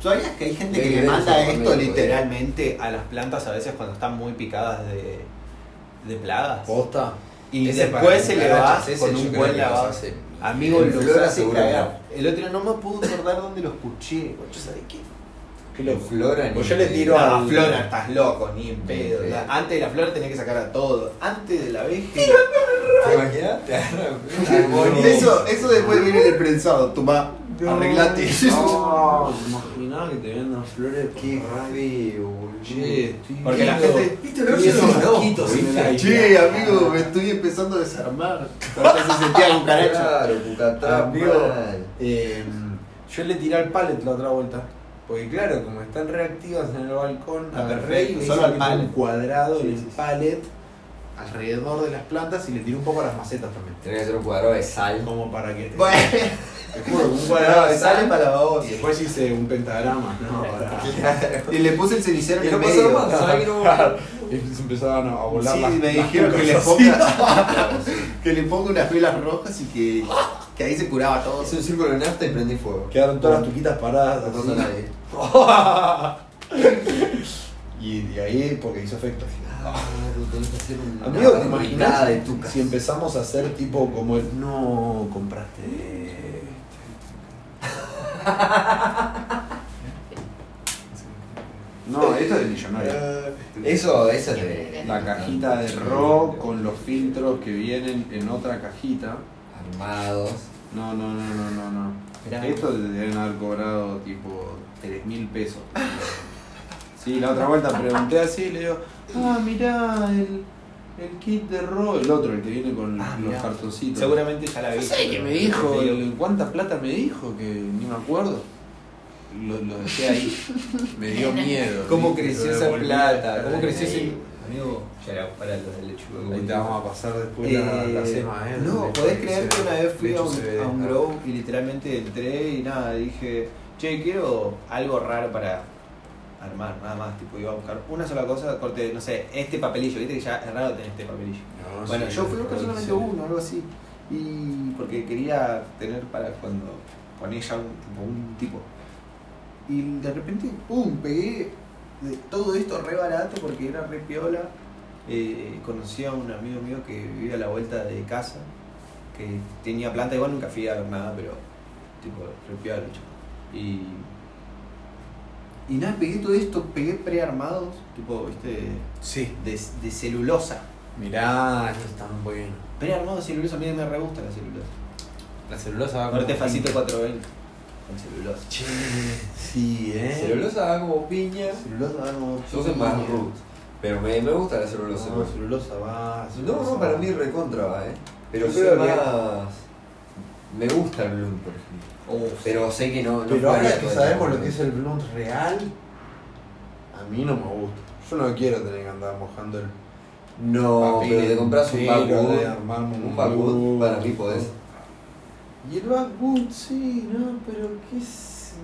S3: ¿Sabías que hay gente
S2: Debe
S3: que le
S2: haber
S3: manda
S2: desaparecido,
S3: esto
S1: pues.
S2: boludo.
S3: literalmente a las plantas a veces cuando están muy picadas de, de plagas?
S1: ¿Posta?
S3: Y
S1: Ese para
S3: después se le va
S1: cucarachas, ese
S3: con
S1: yo
S3: un
S1: creo
S3: buen
S1: que los
S3: lavado.
S1: hace-
S3: Amigo,
S2: El
S3: lo
S2: flor
S3: hace
S2: seguro
S3: cagar. El otro día no me pude acordar dónde lo escuché. Yo sabés qué.
S1: Qué loco.
S2: Flora
S1: Pues
S2: ni-
S1: yo le tiro
S3: No,
S1: al-
S3: Flora, estás loco, ni en pedo.
S2: Ni en pedo.
S3: La- antes de la Flora tenés que sacar a todo. Antes de la abeja.
S2: ¿Te imaginas? Te agarra-
S1: Armonía.
S3: Eso, eso después viene el prensado. Toma, arreglate.
S1: No, te imaginás que te vendan flores por
S2: Qué
S1: radio.
S2: feo, boludo.
S1: Che, estoy
S3: Porque la
S1: viendo-
S3: gente-
S1: estoy viendo
S2: Sí, no,
S1: mosquitos en el aire.
S3: Che, amigo, me estoy empezando a desarmar. Ahora se sentía un caracho.
S2: Claro, Cucatrán,
S1: Amigo.
S2: mal.
S1: Eh, yo le tiré al pallet la otra vuelta. Porque claro, como están reactivas en el balcón,
S3: Ah,
S1: agarré
S3: perfecto,
S1: y
S3: solo
S1: solo
S3: al
S1: al
S3: pallet.
S1: un cuadrado
S3: Sí,
S1: en el
S3: sí, sí.
S1: pallet alrededor de las plantas y le tiré un poco a las macetas también.
S2: Tenés que hacer un cuadrado de sal.
S1: Como para que.
S3: Bueno,
S1: Te juro, un cuadrado de
S3: sale
S1: sal
S3: para la
S1: y
S3: voz.
S1: después hice un pentagrama. No, para.
S3: Y le puse el cenicero
S2: Y
S3: en
S2: no
S3: el
S2: pasó
S3: medio.
S2: más. ¿sabes que no?
S1: Y empezaban a volar
S3: Sí,
S1: las
S3: me
S1: las
S3: dijeron que le
S1: cosas
S3: ponga que le ponga unas velas rojas y que, que ahí se curaba todo.
S2: Hice un círculo de nafta y prendí fuego.
S1: Quedaron todas las tuquitas paradas.
S2: No
S1: así.
S2: a nadie.
S1: y de ahí, porque hizo efecto.
S2: Claro, tenés que hacer un-
S1: Amigo, ¿te
S2: una
S1: imaginas
S2: de tucas.
S1: si empezamos a hacer tipo como el no compraste este"? No, esto es de millonario.
S2: Eh, Eso, eso es de.
S1: La cajita de rock con los filtros que vienen en otra cajita.
S2: Armados.
S1: No, no, no, no, no, no. Esto le deben haber cobrado tipo 3 mil pesos. Sí, la otra vuelta pregunté así y le digo, ah, mirá, el, el kit de rock, el otro, el que viene con
S3: Ah,
S1: los
S3: mirá.
S1: cartoncitos.
S3: Seguramente ya la vi.
S1: No sé qué me dijo, el- cuánta plata me dijo, que ni me acuerdo. Lo, lo dejé ahí. Me dio miedo.
S3: ¿Cómo
S1: ¿viste?
S3: creció
S1: Lo
S3: esa
S1: devolví.
S3: plata? ¿Cómo
S1: Ahí
S3: creció ese.?
S4: Ahí.
S3: Amigo, ya era para los del lechuga.
S1: te vamos a pasar después la, la cema, ¿eh?
S3: No,
S1: De-
S3: podés creer que una vez fui
S1: de
S3: a
S1: hecho
S3: un,
S1: se ve,
S3: a un
S1: ah.
S3: grow y literalmente entré y nada, dije, che, quiero algo raro para armar, nada más, tipo, iba a buscar una sola cosa, corte, no sé, este papelillo, viste que ya es raro tener este papelillo.
S1: No,
S3: Bueno,
S1: sí,
S3: yo fui a buscar
S1: sí.
S3: solamente uno, algo así, y porque quería tener para cuando con ella un tipo, un tipo. Y de repente, pum, pegué de todo esto re barato porque era re piola. Eh, conocí a un amigo mío que vivía a la vuelta de casa, que tenía planta, igual nunca fui a ver nada, pero tipo, re piola, chabón. Y, y nada, pegué todo esto, pegué prearmados, tipo, viste,
S1: Sí.
S3: de, de celulosa.
S1: Mirá, esto es tan bueno.
S3: Prearmados de celulosa, a mí me re gusta la celulosa.
S1: La celulosa va
S3: Corte
S1: como
S3: facito
S1: piña.
S3: 420. Con celulosa.
S1: Che, sí, eh.
S2: Celulosa va como piña.
S1: Celulosa ah, va como
S2: Yo soy más
S1: piña.
S2: root. Pero me, me gusta la
S1: No,
S2: celulosa.
S1: Ah, celulosa, va.
S2: No,
S1: celulosa
S2: no, para
S1: va.
S2: mí recontra va, eh. Pero
S1: Yo
S2: soy
S1: creo que-
S2: más. Me gusta el Bloom, por ejemplo. Pero sé que no. no
S1: Pero ahora que
S2: jugaría todo el
S1: sabemos
S2: tiempo.
S1: lo que es el blunt real, a mí no me gusta. Yo no quiero tener que andar mojando el.
S2: No,
S1: papel,
S2: pero te compras un
S1: sí,
S2: backwood.
S1: de armarme
S2: Un backwood para mí podés.
S1: Y el backwood, sí, no, pero qué sé.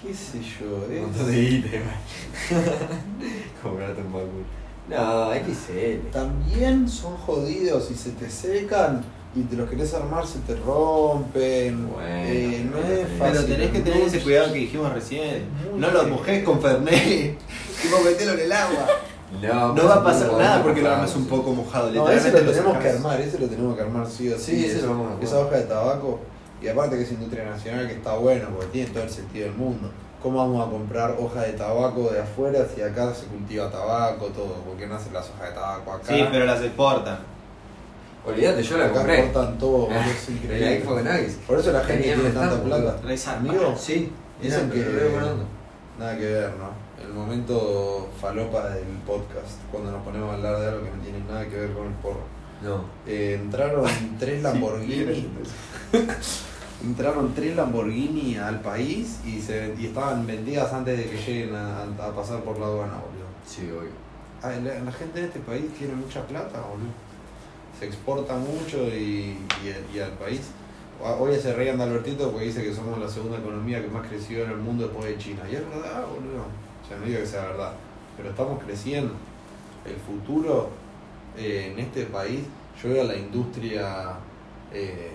S1: qué sé yo, eh.
S2: Comprate un backwood. No, XL.
S1: También son jodidos y se te secan y te los querés armar, se te rompen.
S2: Bueno,
S1: eh, no
S2: pero
S1: es
S2: tenés-
S1: fácil.
S3: Pero tenés que tener ese cuidado que dijimos recién.
S1: Muy
S3: No lo
S1: bien.
S3: mojés con Fernet. tipo, metelo en el agua.
S2: No,
S3: No va a pasar nada porque lo
S2: no
S3: armas un poco mojado.
S1: No, ese lo
S3: literalmente
S1: tenemos que
S3: sacás.
S1: armar, ese lo tenemos que armar sí o sí.
S2: Sí, ese
S1: es-
S2: lo vamos a armar.
S1: Esa hoja de tabaco, y aparte que es industria nacional que está bueno, porque tiene todo el sentido del mundo. ¿Cómo vamos a comprar hoja de tabaco de afuera si acá se cultiva tabaco, todo? Porque no hacen las hojas de tabaco acá?
S3: Sí, pero las exportan.
S2: Olvídate, yo la
S1: acá
S2: compré.
S1: cortan todo,
S3: Ah,
S1: boludo, es
S2: El iPhone
S1: increíble.
S2: Nuggets.
S1: Por eso la gente
S2: Tenía
S1: tiene
S2: un
S1: tanta
S2: stand,
S1: plata. Amigo,
S2: Sí,
S1: Dicen
S2: mirá,
S1: que-
S2: pero re buena onda.
S1: nada que ver, ¿no? El momento falopa del podcast, cuando nos ponemos a hablar de algo que no tiene nada que ver con el porro.
S2: No.
S1: Eh, entraron tres Lamborghini. Entraron tres Lamborghini al país y, se, y estaban vendidas antes de que lleguen a, a pasar por la aduana, boludo.
S2: Sí, obvio.
S1: Ah, La, la gente de este país tiene mucha plata, boludo. Se exporta mucho y, y- y al país. A- Hoy se reían de Albertito porque dice que somos la segunda economía que más creció en el mundo después de China. Y es verdad, boludo. O sea, no digo que sea verdad. Pero estamos creciendo. El futuro eh, en este país, yo veo a la industria... eh,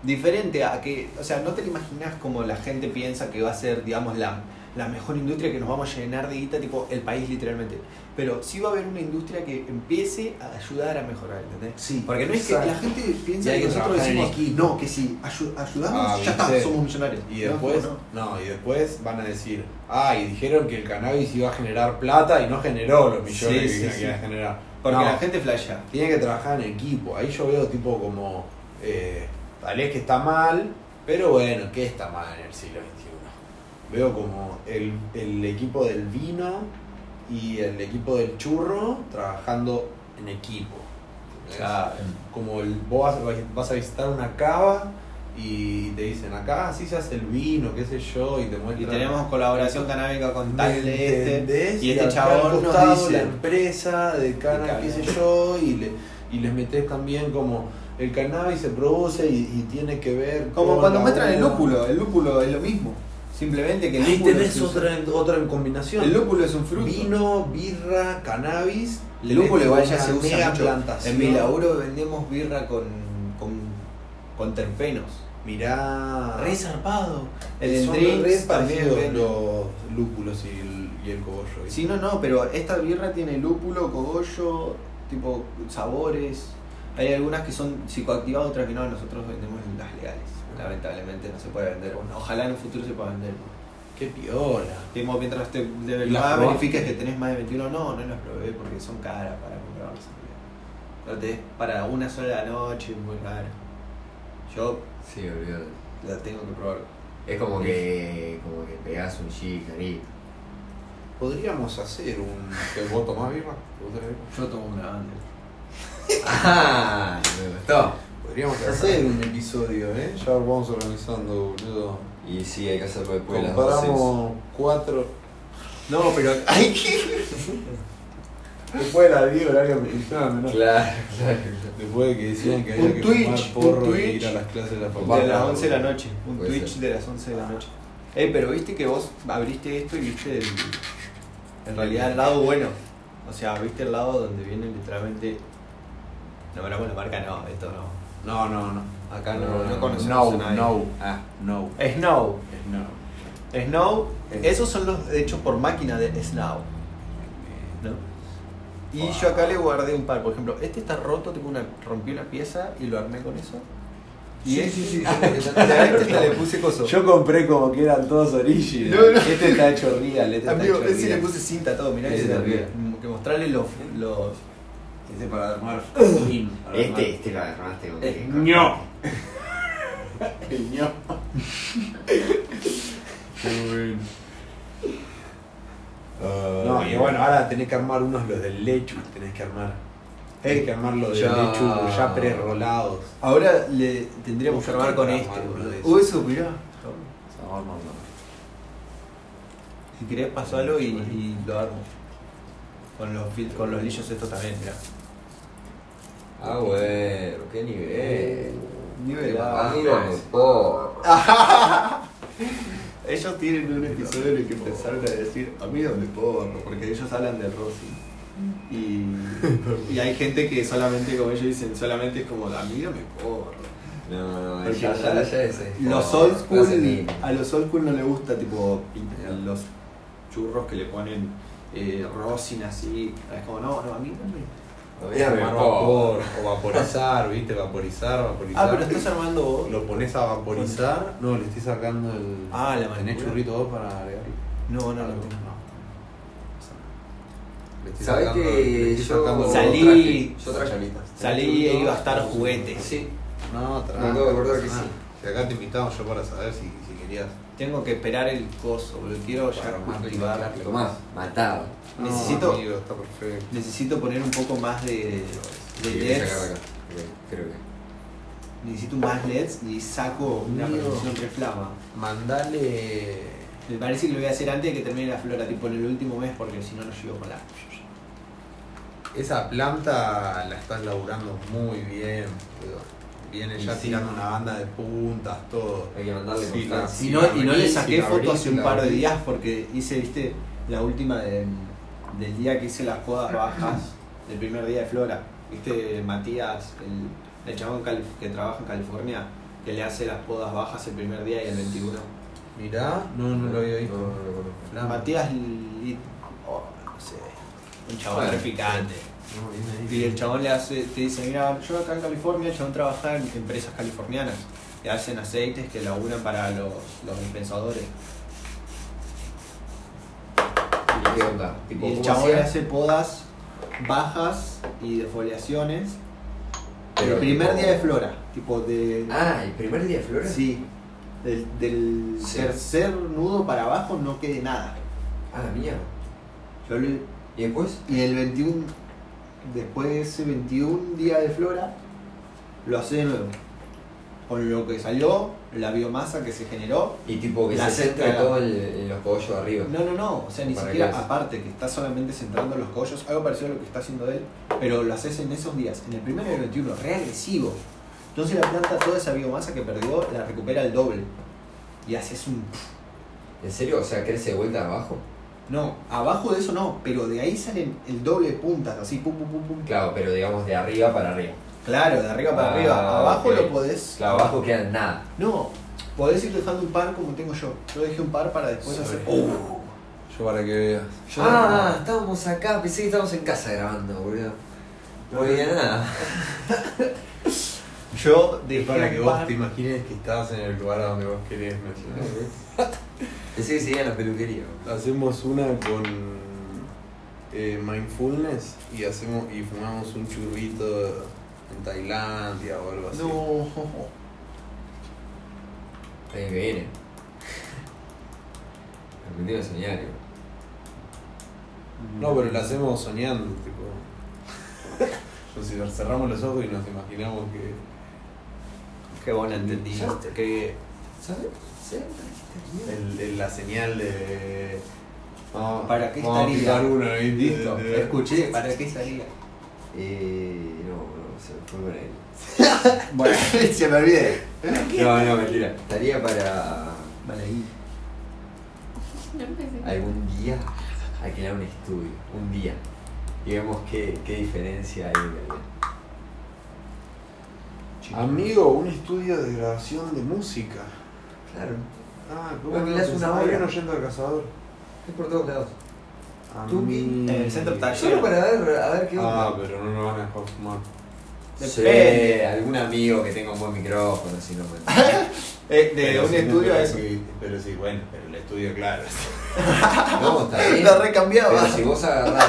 S3: diferente a que, o sea, no te lo imaginas como la gente piensa que va a ser, digamos, la, la mejor industria que nos vamos a llenar de guita, tipo el país literalmente. Pero sí va a haber una industria que empiece a ayudar a mejorar, ¿entendés?
S1: Sí,
S3: Porque no es que
S1: exacto.
S3: la gente
S1: Y
S3: piensa
S1: hay
S3: que
S1: que
S3: nosotros
S1: trabajar en
S3: decimos,
S1: equipo.
S3: no, que si ayu- ayudamos,
S1: Ah,
S3: ya está,
S1: viste.
S3: somos millonarios.
S1: Y
S3: No,
S1: después,
S3: no.
S1: no, y después van a decir, ah, y dijeron que el cannabis iba a generar plata y no generó los millones
S3: Sí,
S1: que
S3: sí,
S1: iba- que
S3: sí.
S1: iba a generar.
S3: Porque
S1: No,
S3: la gente flashea.
S1: tiene que trabajar en equipo. Ahí yo veo tipo como, eh, tal vez que está mal, pero bueno, ¿qué está mal en el siglo XXI? Veo como el, el equipo del vino y el equipo del churro trabajando en equipo. ¿entendés? como el, vos vas, vas a visitar una cava y te dicen acá así se hace el vino, qué sé yo, y te muestran.
S3: Y tenemos colaboración canábica con
S1: ¿Me
S3: tal de este.
S1: entendés?
S3: Y este
S1: acá al
S3: chabón
S1: costado
S3: nos
S1: la
S3: dice.
S1: empresa de cannabis, qué
S3: cannabis.
S1: sé yo, y, le, y les metes también como el cannabis se produce y, y tiene que ver
S3: Como
S1: con
S3: cuando
S1: la
S3: muestran el
S1: uva.
S3: lúpulo, el lúpulo es lo mismo. Simplemente que el
S1: Ahí
S3: lúpulo.
S1: tenés
S3: se usa-
S1: otra, otra en combinación.
S3: El lúpulo es un fruto.
S1: Vino, birra, cannabis.
S3: El lúpulo
S1: tenés
S3: igual ya
S1: una
S3: se usa
S1: mega
S3: mucho.
S1: plantación.
S3: En mi laburo vendemos birra con, con, con terpenos.
S1: Mirá.
S3: Re zarpado. El
S1: son
S3: drink
S1: re
S3: también.
S1: parecidos
S3: vende.
S1: los lúpulos y el, y el cogollo. ¿viste?
S3: Sí, no, no, pero esta birra tiene lúpulo, cogollo, tipo sabores. Hay algunas que son psicoactivadas, otras que no. Nosotros vendemos las legales. Lamentablemente no se puede vender. una. Ojalá en un futuro se pueda vender. una.
S1: Qué piola.
S3: Tipo, mientras te de
S1: ¿Y las
S3: verdad
S1: probaste?
S3: verifiques que tenés más de 21, no, no las probé porque son caras para comprarlas. en realidad. Pero te es para una sola noche, muy caro. Yo
S2: Sí, olvídate.
S3: la tengo que probar.
S2: Es como que. como que pegás un chic, ahí.
S1: Podríamos hacer un. ¿Te vos tomás birra? ¿Te gusta la birra?
S3: Yo tomo una antes.
S2: ¡Ah! Me gustó.
S1: Podríamos hacer un episodio, ¿eh? Ya vamos organizando, boludo.
S2: Y sí, hay que hacerlo después de las doce.
S1: Compramos cuatro.
S3: No, pero hay
S1: Después de la vida, horario encima menor.
S2: Claro, claro.
S1: Después de que decían que
S3: Un
S1: había que
S3: Twitch,
S1: fumar
S3: un
S1: porro y
S3: Twitch.
S1: ir a las clases de la
S3: de
S1: facultad.
S3: las 11 de la noche. Un
S2: Puede
S3: Twitch
S2: ser.
S3: de las 11 de la noche. Eh, pero viste que vos abriste esto y viste el, en realidad el lado bueno. O sea, viste el lado donde viene literalmente. No hablamos la marca, no, esto no.
S1: No, no, no.
S3: Acá no, no
S1: No,
S3: conocemos a nadie.
S1: no. Ah, no.
S3: Snow.
S1: Es no.
S3: Snow,
S1: Es-
S3: esos son los hechos por máquina de Snow. ¿no? Y
S1: Wow.
S3: yo acá le guardé un par, por ejemplo, este está roto, tipo una, rompí una pieza y lo armé con eso. Y
S1: Sí,
S3: este-
S1: sí,
S2: Ah,
S1: sí, yo
S3: a
S1: creo que ya-
S3: este le puse coso.
S1: Yo compré como que eran todos originales.
S3: No, no.
S1: Este está hecho real, este
S3: Amigo,
S1: está hecho
S3: ese le
S1: real.
S3: puse cinta todo, mirá que,
S1: Ese
S3: se-
S1: también.
S3: que mostrarle los, los
S1: Este para armar. Este.
S2: Este, este lo agarraste.
S3: Eh,
S2: ¡No!
S3: El ño. Ah,
S1: No, y bueno, ahora tenés que armar unos los del lechu, tenés que armar.
S3: Eh,
S1: Tenés que armar los del
S5: Ya.
S1: lechu ya prerolados.
S2: Ahora le tendríamos que
S1: Yo
S2: armar con
S1: quiero
S2: este,
S1: armar uno de
S2: boludo.
S1: esos.
S2: Uh, eso, mirá.
S1: No, no, no.
S3: Si querés, pasalo y, y lo armo. Con los, fil- con los lillos estos también, mirá.
S2: Ah, bueno, qué
S1: Eh,
S2: nivel.
S3: Nivel
S2: Ah,
S3: alto.
S2: mira, po.
S3: Ellos tienen un episodio en el que empezaron a decir amigos de porro, porque ellos hablan del Rossi. Y, y hay gente que solamente, como ellos dicen, solamente es como amigos de porro.
S2: No,
S3: Porque
S2: ya, ya, ya es.
S3: Los
S2: no,
S3: old
S2: no hace ni-
S3: school, a los old school no les gusta tipo pin- los churros que le ponen eh, rosin así. Es como, no, no, a mí no me
S1: Podés armar vapor o vaporizar, ¿viste? Vaporizar, vaporizar.
S3: Ah, pero estás armando vos.
S1: Lo pones a vaporizar. No, le estoy sacando el.
S3: Ah, la
S1: ¿Tenés
S3: mandíbula.
S1: churrito vos para agregarlo?
S3: No, no,
S1: No,
S3: no.
S1: Le estoy
S2: ¿Sabés
S1: sacando- le
S2: que
S1: estoy
S2: yo
S1: sacando-
S3: Salí-
S2: traje- yo traje alitas.
S3: Salí e iba a estar juguetes.
S2: Sí,
S1: No,
S2: me
S1: tra-
S2: acabo de acordar que
S1: Ah,
S2: sí.
S1: Si acá te invitamos yo para saber si, si querías.
S3: Tengo que esperar el coso, lo quiero ya
S1: Para armarlo y
S3: cultivar.
S1: mezclarlo.
S2: Tomás, matado.
S3: Necesito-
S1: amigo, está perfecto.
S3: Necesito poner un poco más de, de
S2: Sí, voy a sacar de
S3: LEDs.
S2: acá. Ok, Creo que.
S3: Necesito más LEDs y saco una
S1: Mío.
S3: producción que flama.
S1: Mandale.
S3: Me parece que lo voy a hacer antes de que termine la flora, tipo en el último mes, porque si no, no llego con la.
S1: Esa planta la estás laburando muy bien. boludo. Viene
S2: Y
S1: ya
S2: sí.
S1: tirando una banda de puntas, todo.
S2: Hay que mandarle
S1: Sí, la-
S2: constancia.
S3: Y no, y no le
S1: abrís,
S3: saqué
S1: la
S3: foto
S1: abrís,
S3: hace un
S1: la
S3: par de
S1: abrís.
S3: días porque hice, viste, la última de- del día que hice las podas bajas, del primer día de Flora. Viste, Matías, el, el chabón cali- que trabaja en California, que le hace las podas bajas el primer día y el 21.
S1: Mirá, no, no lo había visto.
S2: No, no lo conozco.
S1: Flama.
S3: Matías, Lit- oh, no sé, un chabón
S2: Bueno,
S3: traficante.
S1: No, viene ahí.
S3: Y el chabón le hace, te dice, mira, yo acá en California, el chabón trabaja en empresas californianas que hacen aceites que laburan para los, los dispensadores.
S2: ¿Y qué onda? Tipo,
S3: Y el
S2: ¿cómo
S3: chabón le
S2: hacía?
S3: hace podas bajas y defoliaciones.
S2: Pero
S3: el primer
S2: tipo-
S3: día de flora, tipo de...
S2: Ah, el primer día de flores.
S3: sí, del, del
S2: Sí.
S3: tercer nudo para abajo no quede nada.
S2: Ah, la mía.
S3: Yo le-
S2: ¿Y después?
S3: y el 21, después de ese 21 día de flora, lo hace de nuevo. Con lo que salió, la biomasa que se generó.
S2: Y tipo que
S3: La
S2: se centra
S3: centra.
S2: todo en, en los cogollos de arriba.
S3: No, no, no, o sea, ni
S2: ¿Para qué
S3: siquiera
S2: es?
S3: aparte, que está solamente centrando los cogollos, algo parecido a lo que está haciendo él, pero lo haces en esos días, en el primero y el 21, re agresivo. Entonces la planta, toda esa biomasa que perdió, la recupera al doble. Y haces un...
S2: ¿En serio? O sea, crece de vuelta abajo.
S3: No, abajo de eso no, pero de ahí salen el doble de puntas, así, pum, pum, pum, pum.
S2: Claro, pero digamos de arriba para arriba.
S3: Claro, de arriba para
S2: Ah,
S3: arriba. Abajo
S2: ok.
S3: lo podés.
S2: Claro, abajo queda nada.
S3: No, podés ir dejando un par como tengo yo. Yo dejé un par para después
S1: Sorry.
S3: hacer. ¡Oh!
S1: Yo para que veas.
S3: Yo-
S2: ah, estábamos acá, pensé que estábamos en casa grabando, boludo. No había nada.
S3: Yo
S1: Es
S3: dejé
S1: para que
S3: un
S1: vos
S3: par-
S1: te imagines que estás en el lugar a donde vos querés. ¿me entendés?
S2: Pensé que seguía en la peluquería. boludo.
S1: Hacemos una con eh, mindfulness y hacemos y fumamos un churrito en Tailandia o algo así.
S3: No.
S2: Ahí me viene. Argentino soñario.
S1: No, pero lo hacemos soñando, tipo. Yo si cerramos los ojos y nos imaginamos que.
S3: Qué bueno entendiste. Qué.
S2: ¿Sabes? ¿Sabes?
S1: el- el- la señal de. vamos-
S2: Ah,
S3: ¿Para qué
S1: vamos a
S3: estaría?
S1: picar uno, ¿viste?
S3: Listo.
S1: ¿eh? De- de-
S3: Escuché, ¿para qué salía?
S2: Eh, no, no, se me fue por ahí.
S3: Bueno, se me olvidé.
S2: No, no, mentira. Estaría para
S3: Vale, ahí.
S4: No empecé.
S2: algún día alquilar un estudio. Un día. Y vemos qué, qué diferencia hay en realidad.
S1: Amigo, un estudio de grabación de música.
S2: Claro.
S1: Ah,
S2: Bueno, le das una
S1: pensaba
S2: hora.
S1: bien oyendo al cazador.
S2: Es por todos lados. ¿Tú qué?
S1: Amigo.
S3: En el centro está
S2: Solo para ver, a ver qué onda.
S1: Ah, pero no nos van a dejar fumar.
S2: Sí,
S3: Depende.
S2: algún amigo que tenga un buen micrófono, si no bueno.
S3: Eh, de
S1: Pero
S3: un
S1: sí,
S3: estudio a
S1: pero
S3: eso.
S1: sí, pero sí, bueno, pero el estudio, claro.
S2: No, está bien.
S3: Lo recambiaba.
S2: Pero si vos agarrás.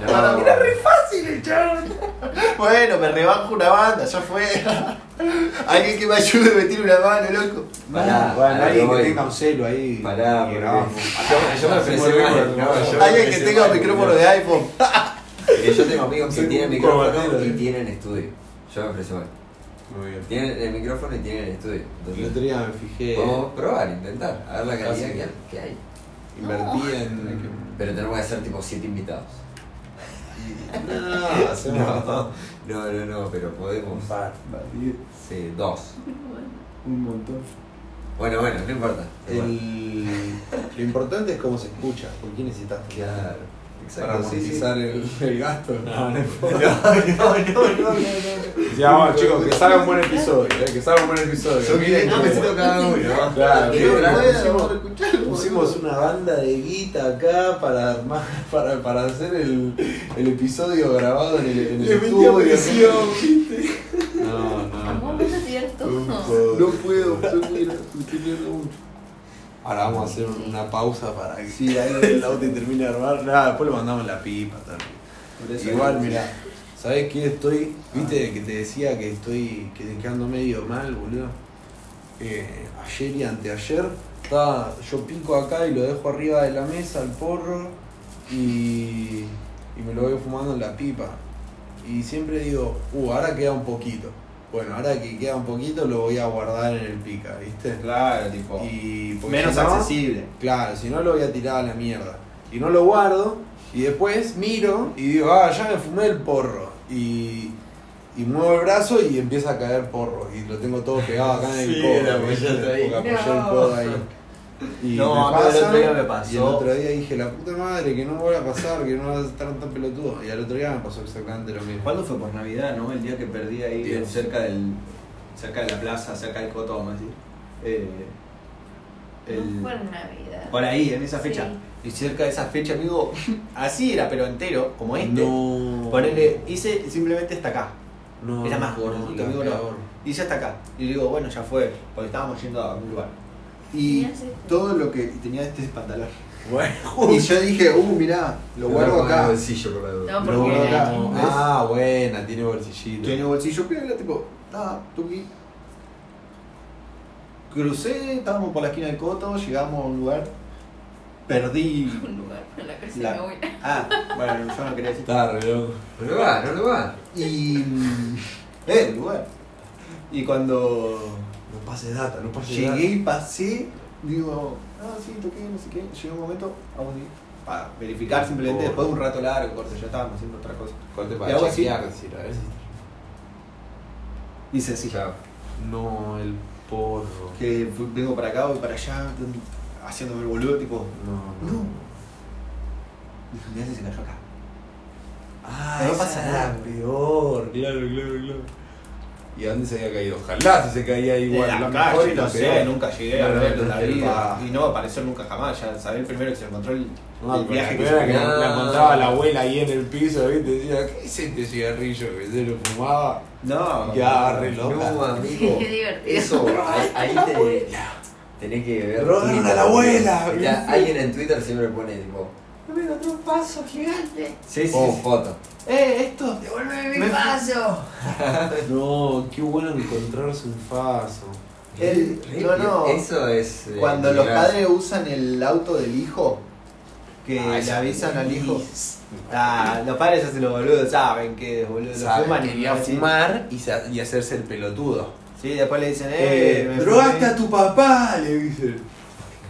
S2: No,
S3: Para mí era re fácil el chabón. Bueno, me rebajo una banda, ya fue.
S2: Alguien que me ayude a meter una mano, loco. Pará,
S1: bueno,
S2: pará,
S1: alguien
S2: no
S1: que
S2: voy.
S1: tenga un celu ahí.
S2: Pará,
S1: y
S2: porque-
S1: grabamos. Ah,
S2: Yo, yo me ofrecí
S1: Volvemos,
S2: mal,
S1: no,
S2: no, yo me
S1: Alguien
S2: ofrecí
S1: que tenga
S2: mal,
S1: micrófono
S2: no.
S1: de iPhone.
S2: Porque yo tengo amigos que
S1: Soy
S2: tienen
S1: un
S2: micrófono
S1: cobarde,
S2: y
S1: eh.
S2: tienen estudio. Yo me ofrecí mal.
S1: Muy bien.
S2: Tienen el micrófono y tienen el estudio.
S1: El otro
S2: Entonces,
S1: día me fijé,
S2: podemos probar, intentar, a ver la
S1: Ah,
S2: calidad
S1: sí.
S2: que hay- que hay.
S1: invertí en.
S2: Pero tenemos que hacer tipo 7 invitados.
S1: No, hacemos
S2: No, no, no, no, pero podemos.
S1: un par.
S2: Sí, dos.
S4: Bueno,
S3: Un montón.
S2: Bueno, bueno, no importa.
S1: El- Lo importante es cómo se escucha, por quién necesitas.
S2: Claro,
S1: Para
S2: exacto. sí, sí.
S1: amortizar el, el gasto. No, no importa.
S2: No, no, no, no, no, no.
S1: Ah. Ya, bueno, chicos, que salga un buen episodio, eh, que salga un buen episodio.
S2: Son
S1: Miren
S2: 500
S1: que-
S2: pesitos cada uno.
S1: Claro,
S2: Que
S1: miren,
S2: no pueda,
S1: pusimos- Pusimos una banda de guita acá para armar, para, para hacer el, el episodio grabado en el, en el estudio. No,
S3: Ah,
S4: ¿Cómo
S1: no,
S4: vas a tirar todo?
S1: no.
S3: No puedo, soy muy me estoy mirando mucho.
S1: Ahora vamos a hacer una pausa para que el auto y termine de armar. Nada, después le mandamos la pipa. tal.
S3: Por eso-
S1: Igual, mira, ¿sabés qué estoy? ¿Viste que te decía que estoy que estoy quedando medio mal, boludo? Eh, ayer y anteayer, estaba, yo pico acá y lo dejo arriba de la mesa, el porro, y, y me lo voy fumando en la pipa. Y siempre digo, uh, ahora queda un poquito. Bueno, ahora que queda un poquito lo voy a guardar en el pica, ¿viste?
S3: Claro, tipo.
S1: Y porque
S3: Oh. Menos
S1: si no-
S3: accesible.
S1: Claro, si no lo voy a tirar a la mierda. Y no lo guardo, y después miro y digo, ah, ya me fumé el porro. Y, y muevo el brazo y empieza a caer porro. Y lo tengo todo pegado acá en el
S2: Sí,
S1: codo.
S2: lo apoyaste
S1: ¿viste?
S2: ahí.
S1: Porque apoyé
S5: No.
S1: el codo ahí. Y
S5: No,
S1: me
S5: a mí el
S1: pasa,
S5: otro día me pasó.
S1: Y el otro día dije, la puta madre, que no vuelva a pasar, que no va a estar tan pelotudo. Y al otro día me pasó exactamente lo mismo.
S3: ¿Cuándo fue por Navidad, no? El día que perdí ahí
S1: Dios.
S3: cerca del. cerca de la plaza, cerca del coto, vamos a decir. Eh, el-
S4: No fue en Navidad.
S3: por ahí, en esa fecha.
S4: Sí.
S3: Y cerca de esa fecha, amigo, así era, pero entero, como este.
S1: No.
S3: Ponele, hice simplemente hasta acá.
S1: No,
S3: Era más gordo,
S1: no,
S3: te digo, no.
S1: peor.
S3: Hice hasta acá. Y digo, bueno, ya fue, porque estábamos yendo a un lugar. Y
S4: Tenías este.
S3: todo lo que tenía este pantalón.
S1: Bueno,
S3: Y yo dije, uh, mirá, lo guardo acá.
S2: Bolsillo, por la duda.
S4: No,
S1: No,
S4: porque era
S1: no.
S3: ¿ves?
S1: Ah, buena, tiene bolsillito.
S3: Tiene bolsillo, pero era tipo, nada, tuki. Crucé, estábamos por la esquina del coto, llegamos a un lugar, perdí.
S4: un lugar en la casa
S3: Ah. La-
S4: de mi
S3: Ah,
S4: abuela.
S3: bueno, yo no quería decir.
S1: Está re loco.
S2: No lo va, no lo va.
S3: Y. mm, Eh, el lugar. Y cuando
S1: No pase data, no pase data.
S3: llegué y pasé, digo, ah, sí, toqué, no sé qué. Llegó un momento, vamos a ir para verificar simplemente, después de un rato largo, corte, ya estábamos haciendo otra cosa.
S1: Corte
S3: Y
S1: para
S3: hago así.
S1: chequear, decir, a ver si.
S3: Dice, sí,
S2: Chao.
S1: No, el porro.
S3: que fui- vengo para acá, voy para allá, haciéndome el boludo, tipo,
S1: No,
S3: No. Dije, mirá si se cayó acá.
S1: Ah,
S3: No
S1: esa
S3: pasa
S1: era
S3: nada.
S1: Peor, claro, claro, claro. ¿Y a dónde se había caído? Ojalá si se caía igual. la
S3: en la
S1: mejor y
S3: calle,
S1: la
S3: no sé,
S1: peor.
S3: nunca llegué a
S1: No, no,
S3: verlo
S1: no,
S3: en la
S1: no,
S3: vida.
S1: no.
S3: Y no va a aparecer nunca jamás, ya sabía el primero que se encontró el,
S1: No,
S3: el
S1: pero la
S3: viaje que
S1: primera
S3: se
S1: que
S3: pegó.
S1: la,
S2: pegaba.
S1: la encontraba la abuela ahí en el piso, ¿viste? Decía, ¿qué es este cigarrillo que se lo fumaba?
S3: No,
S1: Ya, re loca.
S2: No, amigo.
S4: Qué divertido.
S2: Eso, ahí- ahí te. Tenés que ver.
S1: Robaron
S2: Twitter,
S1: a la abuela.
S2: porque ya alguien en Twitter siempre pone tipo. Amigo, otro paso gigante.
S3: Sí, sí.
S2: O
S3: sí.
S2: foto.
S3: ¡Eh, esto!
S2: Devuelve
S3: Me-
S2: paso.
S1: No, qué bueno encontrarse un faso.
S3: El- no, no.
S2: Eso es. eh,
S3: Cuando los
S2: gracia.
S3: padres usan el auto del hijo, que
S2: Ah,
S3: le
S2: eso-
S3: avisan al hijo. Ah, los padres hacen los boludos, saben que es boludo, lo
S1: Sabe,
S3: fuman y
S1: quería
S3: así.
S1: fumar y, sa- y hacerse el pelotudo.
S3: Sí, después le dicen, eh,
S1: Eh,
S3: me
S1: drogaste
S3: fumé".
S1: a tu papá, le dice.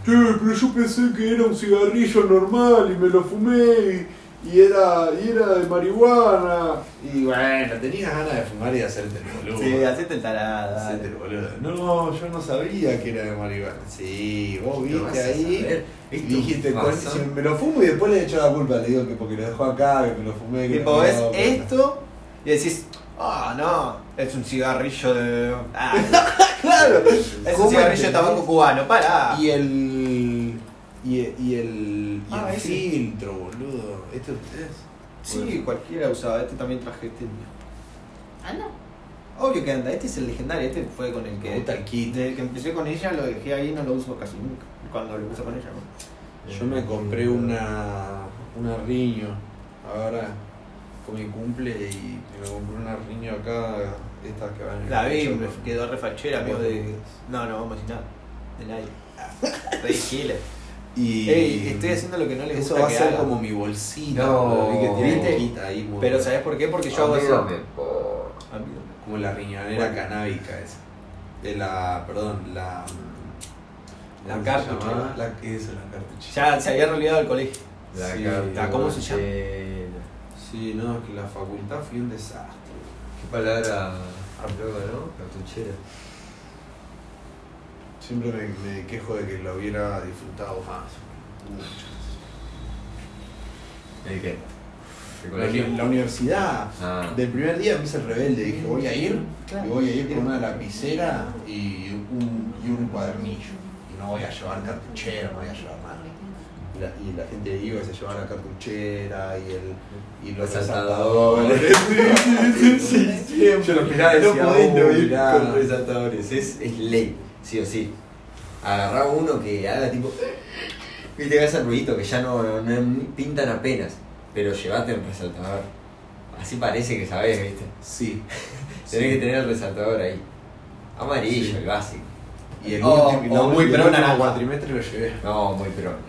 S1: Che, pero yo pensé que era un cigarrillo normal y me lo fumé y, y era, y era de marihuana. Y bueno, tenías ganas de fumar y hacerte el boludo.
S3: Sí, hacete el tarado. dale.
S1: Hacerte el boludo. No, yo no sabía que era de marihuana. Sí, vos
S2: Lo vas
S1: viste
S2: a
S1: ahí.
S2: saber.
S1: Y
S2: ¿Viste un
S1: dijiste, "Con-
S2: paso?
S1: si me lo fumo y después le echo la culpa, le digo que porque lo dejó acá, que me lo fumé. Que
S3: Tipo,
S1: no me
S3: ves
S1: daba cuenta".
S3: esto y decís, ah, no, es un cigarrillo de. Ah, claro, es un
S1: ¿Cómo
S3: cigarrillo de
S1: entendés?
S3: tabaco cubano, pará.
S1: Y el. Y, el- y el. Y
S3: Ah,
S1: el
S3: ese.
S1: filtro, boludo. ¿Este es ustedes?
S3: Sí, cualquiera usaba, este también traje este mío.
S4: Anda.
S3: Obvio que anda, este es el legendario, este fue con el
S1: Me
S3: que.
S1: gusta el kit.
S3: Desde que empecé con ella lo dejé ahí y no lo uso casi nunca. Cuando lo uso con ella, ¿no?
S1: Yo me compré una. Una riño. Ahora. Con mi cumple y me compré una riño acá. Estas que van en
S5: La
S1: el
S5: vi,
S1: pecho,
S5: me
S1: con-
S5: quedó re fachera, amigo de. No, no vamos a decir nada. De nadie. Rey Giles.
S1: Y
S5: Ey, estoy haciendo lo que no les
S1: Eso
S5: gusta
S1: va a
S5: que
S1: ser
S5: haga.
S1: como mi bolsita.
S2: No,
S1: boludo, vi que tiene
S2: ¿viste?
S1: boquita ahí, boludo.
S5: Pero ¿sabes por qué? Porque yo hago
S2: A mí
S5: eso.
S2: no me importa.
S5: Amigo.
S1: Como la riñonera
S5: Bueno.
S1: canábica esa. De la. Perdón, la.
S5: La
S1: ¿cómo se
S5: cartuchera.
S1: llamaba? La, eso, la cartuchera.
S5: Ya se había reolvidado el colegio.
S2: La
S1: Sí,
S2: cartuchera.
S5: ¿cómo se llama?
S1: Sí, no, es que la facultad fue un desastre.
S2: Qué palabra loca, ¿no? Cartuchera.
S1: Siempre me, me quejo de que lo hubiera disfrutado más.
S2: ¿El qué? ¿El
S1: La,
S2: colegio?
S1: la universidad.
S2: Ah.
S1: Del primer día me hice el rebelde, dije voy a ir,
S4: Claro.
S1: y voy a ir con una lapicera y un, y un cuadernillo. Y no voy a llevar cartuchera, no voy a llevar nada. Y la, y la gente iba y se llevaba la cartuchera y el y los
S2: Resaltadores.
S1: resaltadores. sí, sí, siempre. Yo los miraba y
S2: no
S1: decía,
S2: podés no
S1: "Oh,
S2: ir
S1: mirá".
S2: con resaltadores, es, es ley, sí o sí. Agarrá uno que haga tipo. Viste que hace el ruidito que ya no, no- no pintan apenas, pero llevate el resaltador. Así parece que sabés, viste.
S1: Sí.
S2: Tenés
S1: Sí.
S2: que tener el resaltador ahí. Amarillo,
S1: Sí.
S2: el básico.
S1: Y el
S2: O-
S1: último,
S2: o
S1: no,
S2: muy
S1: el
S2: pero
S1: último
S2: naranja.
S1: cuatrimestre lo llevé.
S2: No, muy pero.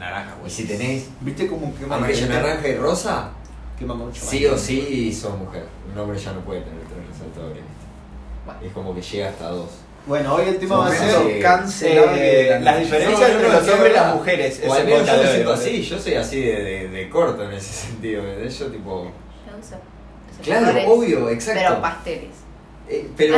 S1: Naranja,
S2: Y si tenés
S3: ¿Viste cómo quema
S2: amarillo,
S3: gente?
S2: naranja y rosa,
S3: Quema mucho.
S2: sí o sí sos mujer. Un hombre ya no puede tener tres resaltadores, viste. Es como que llega hasta dos.
S3: Bueno, hoy el tema va a
S2: Momento
S3: ser
S2: que-
S3: cancelable.
S5: Eh,
S3: de la
S5: las
S3: noche.
S5: diferencias
S2: No, no,
S5: entre
S2: no,
S5: los
S2: sí,
S5: hombres y
S2: verdad.
S5: las mujeres.
S2: O
S5: Ese
S2: al menos
S5: podcast
S2: yo
S5: de
S2: me
S5: hoy,
S2: siento
S5: boludo.
S2: así, yo soy así de, de- de corto en ese sentido, ¿me entendés? Yo tipo... Claro, obvio, exacto.
S4: Pero pasteles.
S2: Eh, pero,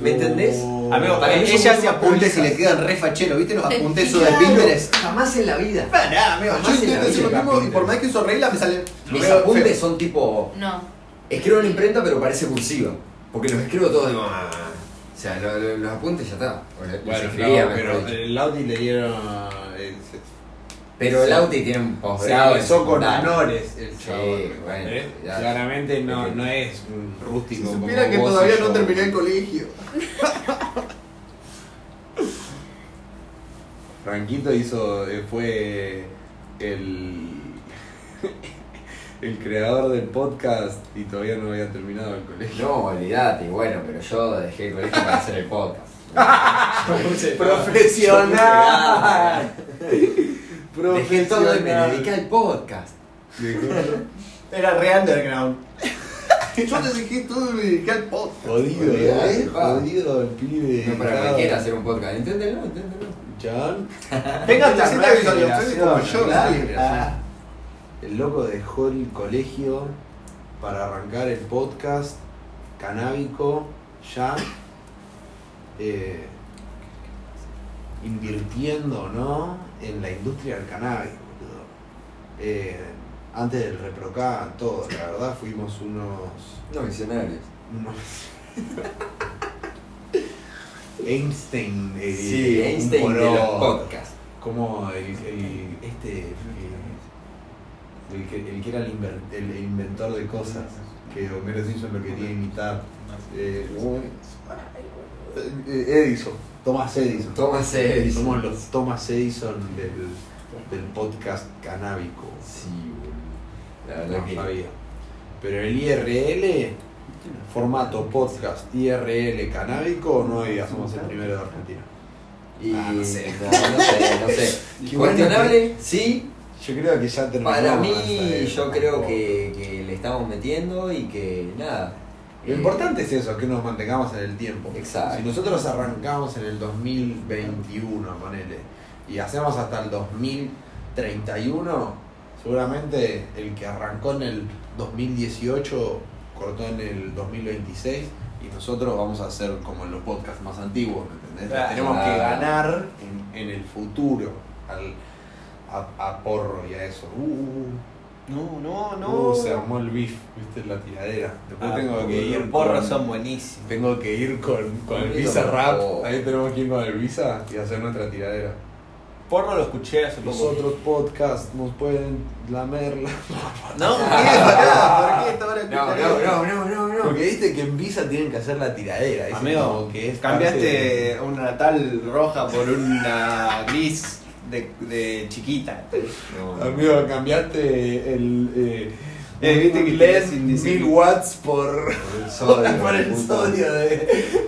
S2: ¿me entendés?
S5: Amigo,
S2: Para mí son
S5: ella
S2: muy
S5: se
S3: Apuntes
S5: apuntes
S3: si le quedan re fachero, ¿viste los apuntes esos de
S2: Claro,
S3: Pinterest?
S2: Jamás en la vida.
S3: Pará, amigo, yo
S2: Jamás en la
S3: intento hacer lo
S1: vida.
S3: mismo y por más que uso regla me salen.
S2: Mis
S3: re
S2: apuntes
S3: feos.
S2: son tipo...
S4: No.
S2: Escribo en la imprenta pero parece cursiva. Porque los escribo todos digo... "Ah". O sea, lo- lo- los apuntes ya está. O le- los
S1: Bueno,
S2: escribía,
S1: no,
S2: mejor
S1: pero
S2: dicho.
S1: el Audi le dieron. eh, se-
S2: Pero el
S1: sí.
S2: Auti tiene un
S1: Se
S2: posgrado. en
S1: empezó con
S2: secundaria.
S1: honores el
S2: Sí,
S1: chabón.
S2: bueno,
S1: ¿eh?
S2: ya.
S1: Claramente no,
S2: Perfecto.
S1: no es un rústico.
S3: Si
S1: como
S3: supiera que
S1: vos y
S3: todavía
S1: yo.
S3: no terminé el colegio.
S1: Franquito hizo. eh, fue el. el creador del podcast y todavía no había terminado el colegio.
S2: No, olvidate, y bueno, pero yo dejé el colegio para hacer el podcast. Yo puse-
S1: ¡Profesional!
S2: Dejé todo y me dediqué al podcast.
S1: Dejó-
S5: Era re underground.
S3: Yo te dejé todo y me dediqué al podcast.
S1: Jodido,
S2: Olvidate,
S1: ¿eh?
S2: pa.
S1: Jodido el pibe.
S2: No para cualquiera hacer un podcast, enténdelo, enténdelo.
S1: Chabón.
S5: Venga,
S3: Esta
S5: tan
S3: nueva generación,
S5: como yo.
S3: la nueva
S1: sí.
S5: Ah.
S3: generación.
S1: El loco dejó el colegio para arrancar el podcast canábico ya eh, invirtiendo no en la industria del cannabis. boludo. Eh, antes del reproca, todo, la verdad fuimos unos
S2: No, misionarios.
S1: no. Einstein, eh,
S2: Sí,
S1: un
S2: Einstein de los
S1: poroto.
S2: podcasts.
S1: Como el, el- este, el, el que, el que era el, inver- el- el inventor de cosas, que Homero Simpson lo quería imitar. Eh, eh, Edison, Thomas Edison.
S2: Thomas Edison.
S1: Somos los Thomas Edison del, del podcast canábico.
S2: Sí, boludo. La verdad
S1: No
S2: que.
S1: sabía. Pero el IRL, formato podcast IRL canábico, no y somos el primero de Argentina.
S2: Y,
S1: Ah, no sé.
S2: No, no sé, no sé.
S1: Qué bueno
S2: Cuestionable, sí.
S1: Yo creo que ya terminamos.
S2: Para
S1: hasta
S2: mí,
S1: el-
S2: yo creo que, que le estamos metiendo y que nada.
S1: Lo
S2: Eh,
S1: importante es eso, que nos mantengamos en el tiempo.
S2: Exacto.
S1: Si nosotros arrancamos en el 2021, ponele, y hacemos hasta el 2031, seguramente el que arrancó en el 2018 cortó en el 2026 y nosotros vamos a hacer como en los podcasts más antiguos, ¿me entendés?
S5: Claro.
S1: Tenemos que ganar en, en el futuro al, a, a porro y a eso. Uh,
S5: No, no,
S1: uh, se armó el beef, viste, la tiradera. Después
S5: Ah,
S1: tengo que ir
S5: Los porros
S1: con-
S5: son buenísimos.
S1: tengo que ir con, con el
S2: Conmigo
S1: Visa
S2: no.
S1: Rap. Ahí tenemos que ir con el Visa y hacer nuestra tiradera.
S5: Porro lo escuché hace
S1: Los
S5: poco.
S1: otros podcasts nos pueden lamerla.
S5: No,
S3: ¿Por qué? Pará, ¿Por qué esta hora
S2: No, no, no, no, no, no.
S1: Porque viste que en Visa tienen que hacer la tiradera. Dicen
S5: Amigo,
S1: como que es
S5: Cambiaste una tal roja por una gris de, de chiquita.
S1: parte de- Amigo, cambiaste el. eh,
S3: Eh, viste que
S1: LED
S3: tenés indicir-
S1: mil watts por,
S2: Por el sodio.
S1: por el
S2: puto.
S1: sodio de,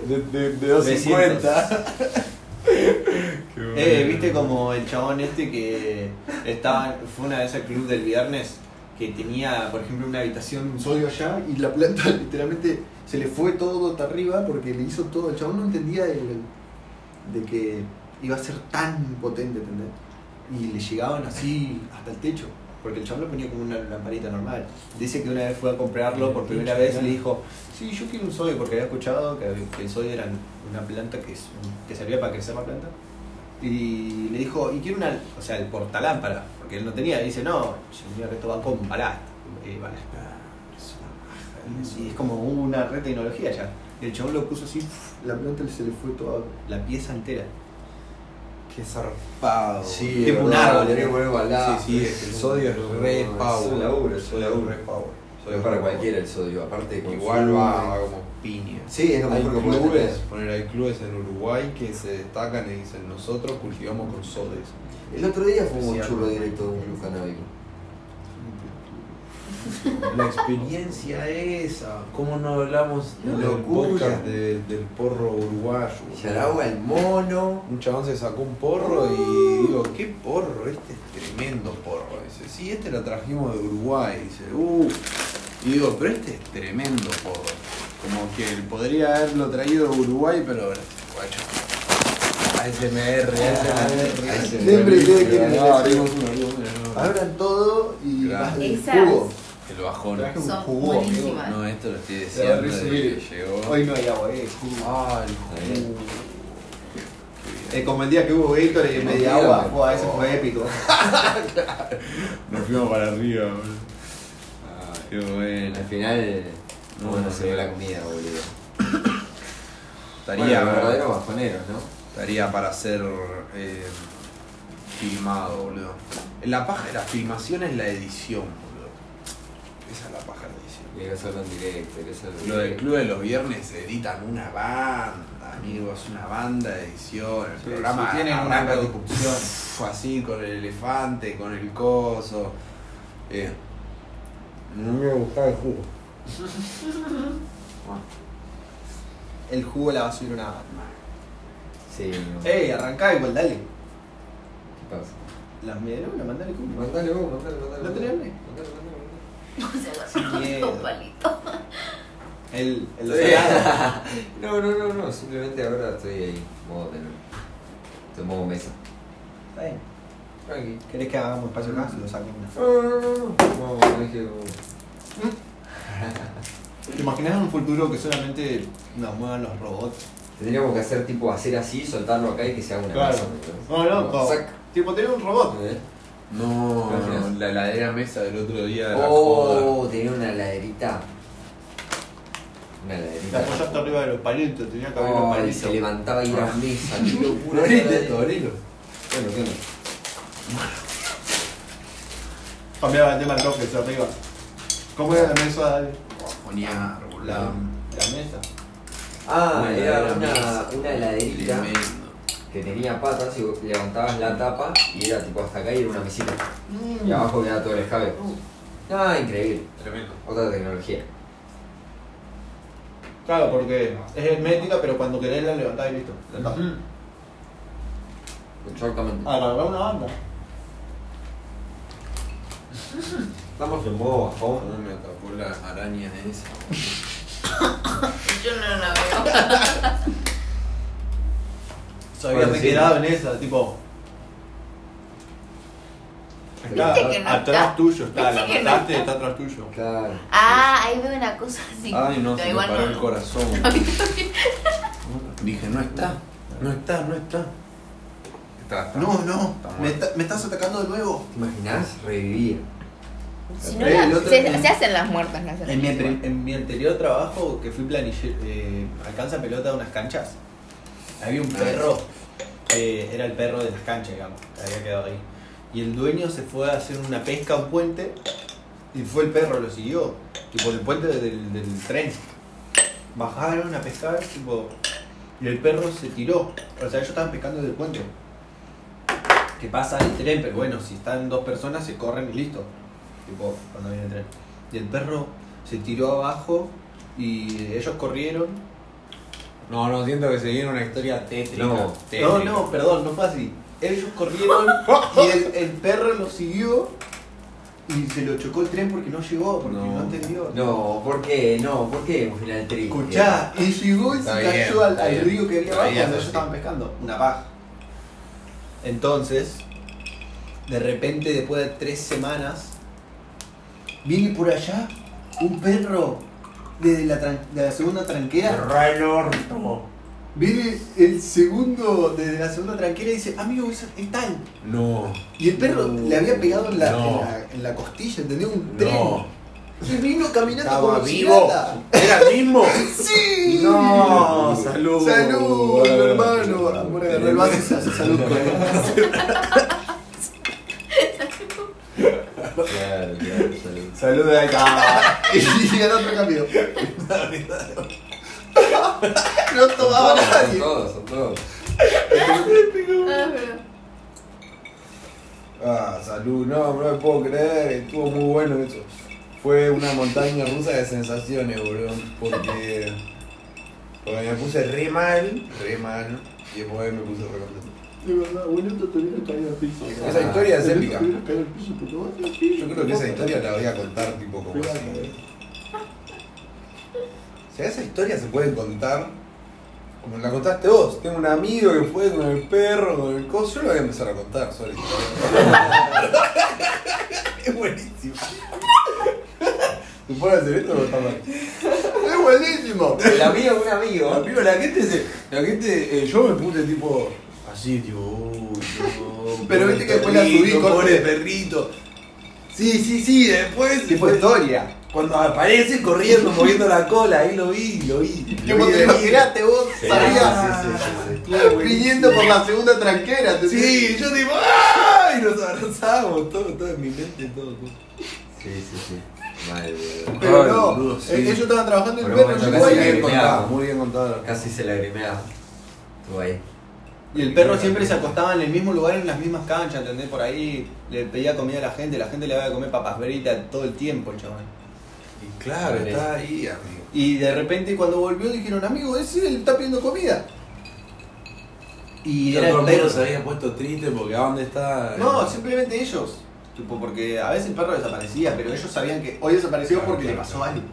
S1: de, de, de 250. Qué bueno.
S3: Eh, viste como el chabón este que estaba, fue una vez al club del viernes que tenía, por ejemplo, una habitación, un sodio allá y la planta literalmente se le fue todo hasta arriba porque le hizo todo. El chabón no entendía el- de que iba a ser tan potente, ¿entendés? Y le llegaban así hasta el techo. Porque el chabón lo ponía como una lamparita normal. Dice que una vez fue a comprarlo por primera vez y le dijo, sí, yo quiero un sodio porque había escuchado que, que el sodio era una planta que, es- que servía para crecer la planta. Y le dijo, y quiero una, o sea, el portalámpara, porque él no tenía. Y dice, no, señor, esto va con balasta. Eh, balasta. Es una paja. Y es como una red de tecnología ya. Y el chabón lo puso así, ¡fuf! la planta se le fue toda la pieza entera.
S1: Qué zarpado.
S2: Sí,
S3: Tipo un
S2: verdad,
S3: árbol,
S2: tenés que poner Ah, balada.
S1: ¿eh? Sí, sí, es que el sodio es re
S2: No, es
S1: power.
S2: un laburo,
S1: el
S2: es un
S1: sodio es
S2: laburo.
S1: re power.
S2: Sodio para cualquiera el sodio, aparte con
S1: Igual
S2: su-
S1: va, va como piña.
S2: Sí, es lo
S1: Hay
S2: mejor que puedes tener.
S1: clubes, poner, hay clubes en Uruguay que se destacan y dicen nosotros cultivamos con sodes.
S2: El otro día fue un
S1: Especial.
S2: churro directo de un club canábico.
S1: La experiencia esa. ¿Cómo no hablamos del
S2: Locura.
S1: podcast de- del porro uruguayo?
S2: Yaragua el mono.
S1: Un chabón se sacó un porro y digo, ¿qué porro? Este es tremendo porro. Dice, sí, este lo trajimos de Uruguay. Dice, uh. Y digo, pero este es tremendo porro. Como que él podría haberlo traído de Uruguay, pero bueno, guacho. ASMR, ASMR.
S2: ASMR.
S3: Siempre tiene que-
S1: No, abrimos uno, abrimos uno, no.
S3: Abran todo y
S1: Claro.
S3: vas del
S4: Esas.
S3: jugo.
S1: El bajón.
S3: Traje un
S4: Son
S3: jugo, amigo.
S4: buenísimas.
S1: No, esto lo estoy
S3: La
S1: diciendo
S3: verdad es
S1: desde
S3: humilde.
S1: que llegó.
S3: Hoy no hay agua, eh, jugo.
S1: Ah, el
S2: Ahí.
S1: jugo.
S3: Eh, como el día que hubo Gator y
S2: No
S3: media
S2: digan,
S3: agua,
S2: por
S3: fue, ese
S2: favor.
S3: fue épico.
S1: Nos fuimos para arriba, boludo. Qué bueno.
S2: Al final,
S1: No,
S2: no,
S1: no
S2: no se
S1: sé.
S2: ve la comida, boludo.
S1: Estaría,
S2: bueno,
S1: para-
S2: verdaderos bajoneros, ¿no?
S1: estaría para ser eh, filmado, boludo. La paja de la filmación es la edición, boludo. Esa es la paja de la edición.
S2: Y que hacerlo en directo, hay que hacerlo en
S1: Lo del
S2: directo.
S1: Club de los Viernes editan una banda, amigos, una banda de edición. El
S3: Sí,
S1: programa
S3: sí, tienen una
S1: arranca
S3: producción.
S1: pf, así, con el elefante, con el coso. Eh, no me gustaba el jugo.
S3: El jugo la va a subir una.
S2: Sí, no.
S3: ¡Ey, arrancá igual, dale!
S2: ¿Qué pasa?
S3: Las medialunas, mandale como.
S2: Mandale vos, mandale, mandale.
S3: ¿No tenés hambre?
S2: Mandale, mandale, mandale.
S4: O sea, con
S3: Miedo.
S4: dos palitos.
S3: El, el
S2: Sí.
S3: dorado.
S2: No, no, no, no, simplemente ahora estoy ahí, modo tener. Estoy en modo mesa.
S3: Está bien.
S2: Tranqui.
S3: ¿Querés que hagamos espacio acá? Se lo saco una.
S2: No, no, no, no. No, no es que.
S3: ¿Te imaginas un futuro que solamente nos muevan los robots?
S2: Tendríamos que hacer tipo hacer así, soltarlo acá y que se haga una
S3: Claro.
S2: mesa. ¿entendés?
S3: No, loco.
S2: Sac.
S3: Tipo, tener un robot.
S2: ¿Eh?
S1: No,
S2: Gracias.
S1: la heladera mesa del otro día de la joda.
S2: Oh, tenía una laderita. Una
S3: La
S2: laderita.
S3: apoyaste arriba de los palitos, tenía que abrir los
S2: Oh, y
S3: palitos.
S2: se levantaba y era mesa, qué locura.
S1: Abrilo esto, abrilo.
S2: Bueno, bueno.
S3: Cambiaba el tema del toque, hacia arriba. ¿Cómo era la mesa? Dale?
S1: Bajonear,
S3: La,
S1: boludo.
S3: la mesa.
S2: Ah,
S1: Una
S2: era
S1: heladera
S2: una,
S1: mesa.
S2: una laderita
S1: Tremendo.
S2: que tenía patas y vos levantabas la tapa y era tipo hasta acá y era una mesita. Y abajo quedaba todo el escape. Ah, increíble.
S1: Tremendo.
S2: Otra tecnología.
S3: Claro, porque es hermética, pero cuando querés la levantás y listo. La tapa.
S2: Mm. Exactamente.
S3: Agarrá una banda.
S2: Estamos en modo bajón.
S1: ¿Cómo me atrapó la araña esa?
S4: Yo no la veo.
S3: Se había
S2: Bueno, sí.
S3: quedado en esa, tipo. Está
S4: Viste que no
S3: atrás
S4: está.
S3: tuyo, está, la
S4: Viste que no
S3: mataste, está atrás tuyo.
S2: Claro.
S4: Ah, ahí veo una cosa así.
S1: Ay, no,
S4: Pero
S1: se me
S4: igual
S1: paró
S4: no-
S1: el corazón. Dije, no está, no está, no está. Está, está.
S3: no,
S1: Está muerto.
S3: está- estás atacando de nuevo.
S2: ¿Te imaginás revivir?
S4: Si no
S3: Eh,
S4: la-
S3: el otro-
S4: se, se hacen las muertas, no hacen
S3: En mi,
S4: las
S3: anteri-
S4: vivas.
S3: en mi anterior trabajo, que fui planillero, eh, alcanza pelota de unas canchas, había un perro, eh, era el perro de las canchas, digamos, que había quedado ahí. Y el dueño se fue a hacer una pesca a un puente y fue el perro, lo siguió, tipo el puente del, del tren. Bajaron a pescar, tipo, y el perro se tiró. O sea, ellos estaban pescando desde el puente. Que pasa el tren, pero bueno, si están dos personas se corren y listo. Tipo, cuando viene el tren. y el perro se tiró abajo y ellos corrieron.
S1: No, no, siento que se viene una historia tétrica.
S2: No.
S1: tétrica.
S3: No, no, perdón, no fue así. Ellos corrieron y el, el perro lo siguió y se lo chocó el tren porque no llegó, porque
S1: No.
S3: no, entendió.
S2: No, ¿por qué? No, ¿por qué un final triste?
S3: Escuchá, y llegó y se
S1: Está bien,
S3: cayó al,
S1: está
S3: al
S1: bien.
S3: río que había
S1: Está
S3: abajo
S1: bien,
S3: cuando ellos
S1: sí.
S3: estaban pescando. Una paja. Entonces, de repente, después de tres semanas, viene por allá un perro desde la, tran- de la segunda tranquera.
S1: Re el orto.
S3: Viene el segundo desde la segunda tranquera y dice, amigo, es, es tal.
S1: No,
S3: Y el perro
S1: No.
S3: le había pegado en la,
S1: No.
S3: en la, en la costilla, ¿entendés? Un tren.
S1: no.
S3: Y vino caminando
S1: Estaba
S3: como si
S1: vivo.
S3: nada.
S1: ¿Era el mismo?
S3: ¡Sí!
S1: No, salud.
S3: Salud, hermano. Amor, agarró el vaso y se hace salud con él.
S2: Claro, claro, salud.
S3: Salud de acá. Y el otro cambio. No tomaba
S2: Son
S3: nadie.
S2: todos, son todos.
S4: Ah, pero-
S1: Ah, salud, no, no me puedo creer, estuvo muy bueno eso. Fue una montaña rusa de sensaciones, boludo, porque, porque me puse re mal, re mal, y después me puse re contento.
S3: De verdad, boludo, ah, te hubiera caído al piso.
S1: Esa historia es épica.
S3: Te hubiera caído al piso, pues, porque vos te al piso.
S1: Yo creo que esa historia la voy a contar tipo como si... O sea, esa historia se puede contar como la contaste vos. Tengo un amigo que fue con el perro, con el coso, yo lo voy a empezar a contar, sorry. es buenísimo. ¿Se puede hacer esto o está mal?
S3: Es buenísimo.
S2: El amigo de un
S1: Pero,
S2: amigo.
S1: amigo, la gente se. La gente. eh, yo me puse tipo. Así, tipo. Uy, no,
S3: Pero
S1: pobre
S3: viste que después la subí,
S1: perrito,
S3: corte.
S1: Pobre perrito. Sí, sí, sí, después.
S3: Tipo historia.
S1: Cuando aparece corriendo, moviendo la cola, ahí lo vi, lo vi.
S3: Que
S1: lo
S3: vos
S1: vi
S3: te
S1: venir.
S3: imaginaste vos,
S2: Sí,
S3: salías
S2: sí, sí, sí,
S3: viniendo por la segunda tranquera. te-
S1: Sí, yo tipo. ¡Ah! Y nos abrazábamos, todo, todo en mi mente, todo. todo.
S2: Sí, sí, sí. Vale, boludo.
S3: Pero
S1: Ay,
S3: no,
S1: Ah, boludo, sí.
S3: eh, ellos estaban trabajando y
S2: Por
S3: el
S2: un
S3: perro
S2: momento
S3: llegó
S2: casi
S3: ahí.
S2: que- contado,
S1: muy bien contado.
S2: Casi se lagrimeaba. Estuvo ahí.
S3: Y el perro siempre se acostaba en el mismo lugar, en las mismas canchas, ¿entendés? Por ahí le pedía comida a la gente, la gente le daba de comer papas fritas todo el tiempo, el chabón.
S1: Y claro,
S2: Vale.
S1: está ahí, amigo.
S3: Y de repente cuando volvió dijeron, amigo, ese él está pidiendo comida. Y
S1: Ya
S3: era
S1: todo
S3: el
S1: el mundo se
S3: perro.
S1: había puesto triste porque ¿a dónde está?
S3: No, simplemente ellos. Tipo, porque a veces el perro desaparecía, pero ellos sabían que hoy desapareció
S1: Claro,
S3: porque le
S1: claro,
S3: pasó
S1: claro.
S3: algo.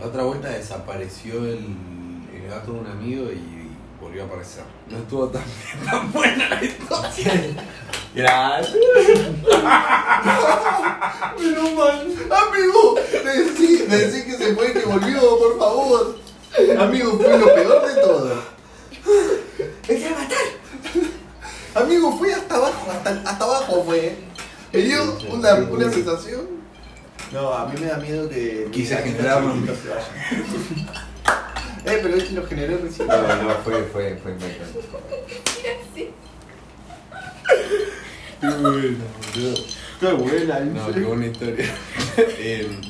S1: La otra vuelta desapareció el, el gato de un amigo y volvió a aparecer. No estuvo tan, tan buena la historia.
S2: Gracias.
S3: Pero mal, amigo, decí, decí que se fue, que volvió, por favor. Amigo, fue lo peor de todo. ¡Me quiere matar! Amigo, fue hasta abajo, hasta, hasta abajo fue. Me dio una, una sensación. No, a mí me da miedo que.
S1: Quise
S3: que
S1: generar
S3: los
S1: un-
S3: chiquitos se vayan. Eh, pero es que lo generé recién.
S2: No, no, fue, fue, fue impactante.
S1: Qué bueno, boludo.
S3: Qué buena,
S1: No, qué buena historia. Eh,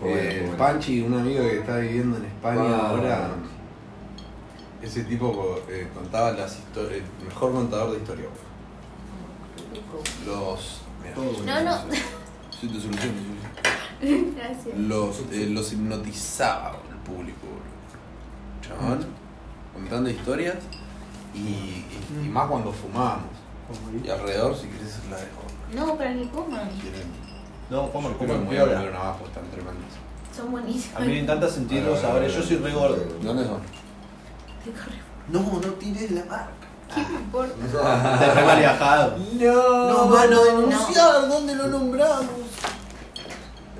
S2: Fue bueno,
S1: eh,
S2: fue bueno.
S1: Panchi, un amigo que está viviendo en España
S2: Ah.
S1: ahora. Ese tipo eh, contaba las historias. El mejor contador de historia. Los. mirá,
S4: No, no.
S1: sí, te soluciono, te soluciono.
S4: Gracias.
S1: los, eh, los hipnotizaba el público, boludo. Chabón, contando historias y, y- y más cuando fumábamos. Y alrededor, si querés, la dejo.
S4: No, pero ni coman.
S1: Quieren,
S3: No, como el
S1: yo creo que me voy a volver una abajo, están tremendos.
S4: Son buenísimos.
S3: A mí me encanta sentirlos
S1: Ah,
S3: ahora, yo soy re gordo.
S1: ¿De dónde son?
S4: Te corre-
S3: No, no tires la marca.
S4: ¿Qué me importa?
S3: Está re malviajado.
S1: No,
S3: Nos van a denunciar, ¿dónde lo nombramos?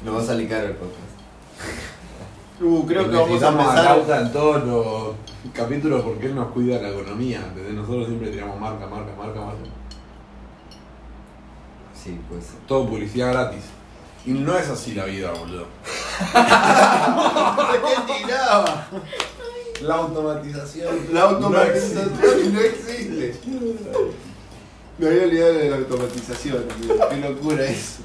S2: Nos va a salir caro el podcast.
S3: Uh, creo que vamos a
S1: Necesitamos
S3: empezar.
S1: Lauta en todos los capítulos porque él nos cuida la economía. Desde nosotros siempre tiramos marca, marca, marca, marca.
S2: Sí, pues.
S1: Todo publicidad gratis. Y no es así la vida, boludo.
S3: ¿Qué tiraba?
S1: La automatización.
S3: La automatización no existe. Me había olvidado de la automatización. tío. Qué locura eso.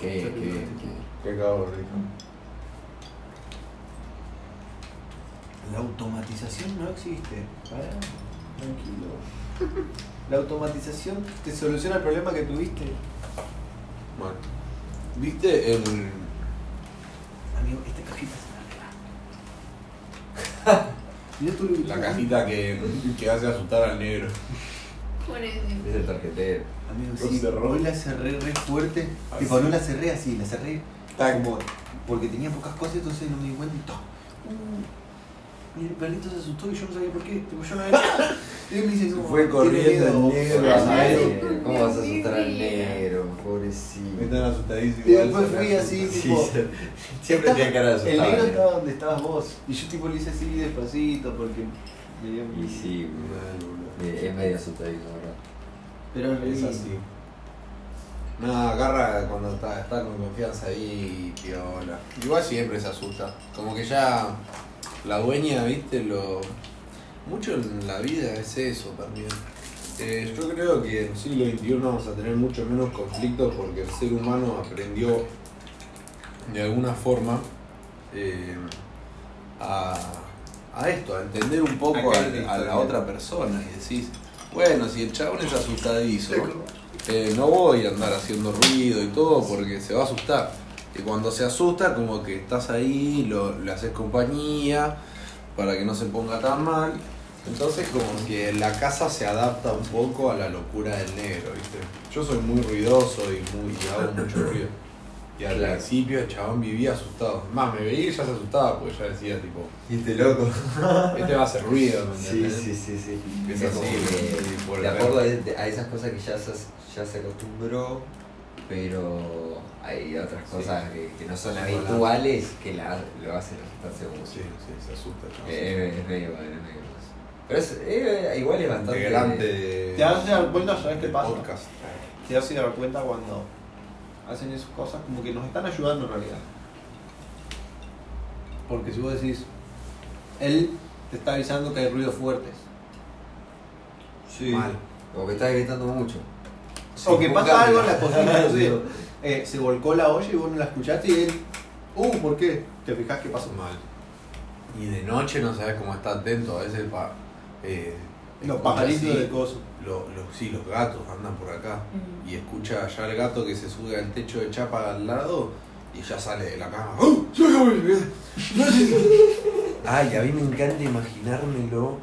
S2: Qué bien, qué bien. qué bien.
S1: Qué cabrón, hijo.
S3: La automatización no existe. Pará, tranquilo. La automatización te soluciona el problema que tuviste.
S1: Bueno. ¿Viste el.
S3: Amigo, esta cajita es una regla. Mirá tu
S1: la cajita que, que hace asustar al negro?
S4: Pobrecito.
S2: Es el tarjetero.
S3: Amigo,
S1: Lo
S3: sí,
S1: cerró.
S3: hoy la cerré re fuerte.
S1: Ah,
S3: tipo,
S1: sí.
S3: no la cerré así, la cerré
S1: Tac.
S3: como porque tenía pocas cosas, entonces no me di cuenta y ¡toc! Uh, y el perrito se asustó y yo no sabía por qué. Tipo, yo no había. y él me dice, como,
S1: Fue
S3: "Tiene
S1: corriendo
S3: miedo".
S1: el negro,
S2: Pobre
S1: al
S4: Ay,
S1: negro.
S2: negro. Eh, ¿Cómo vas a asustar al
S4: mira.
S2: negro?
S1: Me
S2: Pobrecito.
S1: están asustadísimos.
S3: Y después fui así,
S2: Sí,
S3: tipo.
S2: se- siempre tiene cara de
S3: El negro
S2: asustado.
S3: estaba donde estabas vos. Y yo tipo le hice así despacito porque me dio
S2: Y
S3: miedo.
S2: sí, boludo. Eh, es medio asustadísimo, ¿verdad?
S3: Pero es re
S1: Es
S3: lindo.
S1: así. No, agarra cuando está, está con confianza ahí y piola. Igual siempre se asusta. Como que ya la dueña, viste, lo. Mucho en la vida es eso también. Eh, yo creo que en el siglo XXI vamos a tener mucho menos conflictos porque el ser humano aprendió de alguna forma eh, a, a esto, a entender un poco
S3: A
S1: a,
S3: caer en
S1: a la
S3: historia.
S1: otra persona y decís, bueno, si el chabón es asustadizo, eh, no voy a andar haciendo ruido y todo porque se va a asustar. Y cuando se asusta, como que estás ahí, lo, le haces compañía para que no se ponga tan mal. Entonces, como que la casa se adapta un poco a la locura del negro, ¿viste? Yo soy muy ruidoso y, muy, y hago mucho ruido. Y al
S2: Claro.
S1: principio el chabón vivía asustado. Es Más, me veía y ya se asustaba porque ya decía, tipo,
S2: Y este loco.
S1: este va a hacer ruido, ¿me
S2: Sí,
S1: entendés?
S2: sí, sí, sí.
S1: Es
S2: Es
S1: así,
S2: como
S1: sí,
S2: que
S1: por
S2: de
S1: el
S2: acuerdo a, este, a esas cosas que ya se, ya se acostumbró, pero hay otras
S1: Sí.
S2: cosas que, que no son
S1: Son
S2: habituales que la, lo hacen asustarse como
S1: Sí,
S2: si.
S1: sí, se asusta el chabón.
S2: Eh, es medio mal, es medio mal. Pero es, eh, igual es bastante.
S1: integrante de-
S3: Te hace dar cuenta, ¿sabes qué
S1: del
S3: pasa?
S1: podcast.
S3: te hace dar cuenta cuando hacen esas cosas, como que nos están ayudando en realidad. Porque si vos decís, él te está avisando que hay ruidos fuertes.
S2: Sí.
S1: Mal.
S2: Como que estás gritando mucho.
S3: o que
S2: un
S3: pasa
S2: cambio.
S3: algo en la cocina, no sé, eh, se volcó la olla y vos no la escuchaste y él, uh, ¿por qué? ¿Te fijás qué pasó?
S1: Mal. Y de noche no sabes cómo está atento. A veces pa, eh,
S3: Los
S1: escucha
S3: pajaritos
S1: así,
S3: de coso.
S1: lo- los- sí, los gatos andan por acá. Y escucha ya el gato que se sube al techo de chapa al lado y ya sale de la cama. ¡Oh! ¡Yo me voy! Ay, a mí me encanta imaginármelo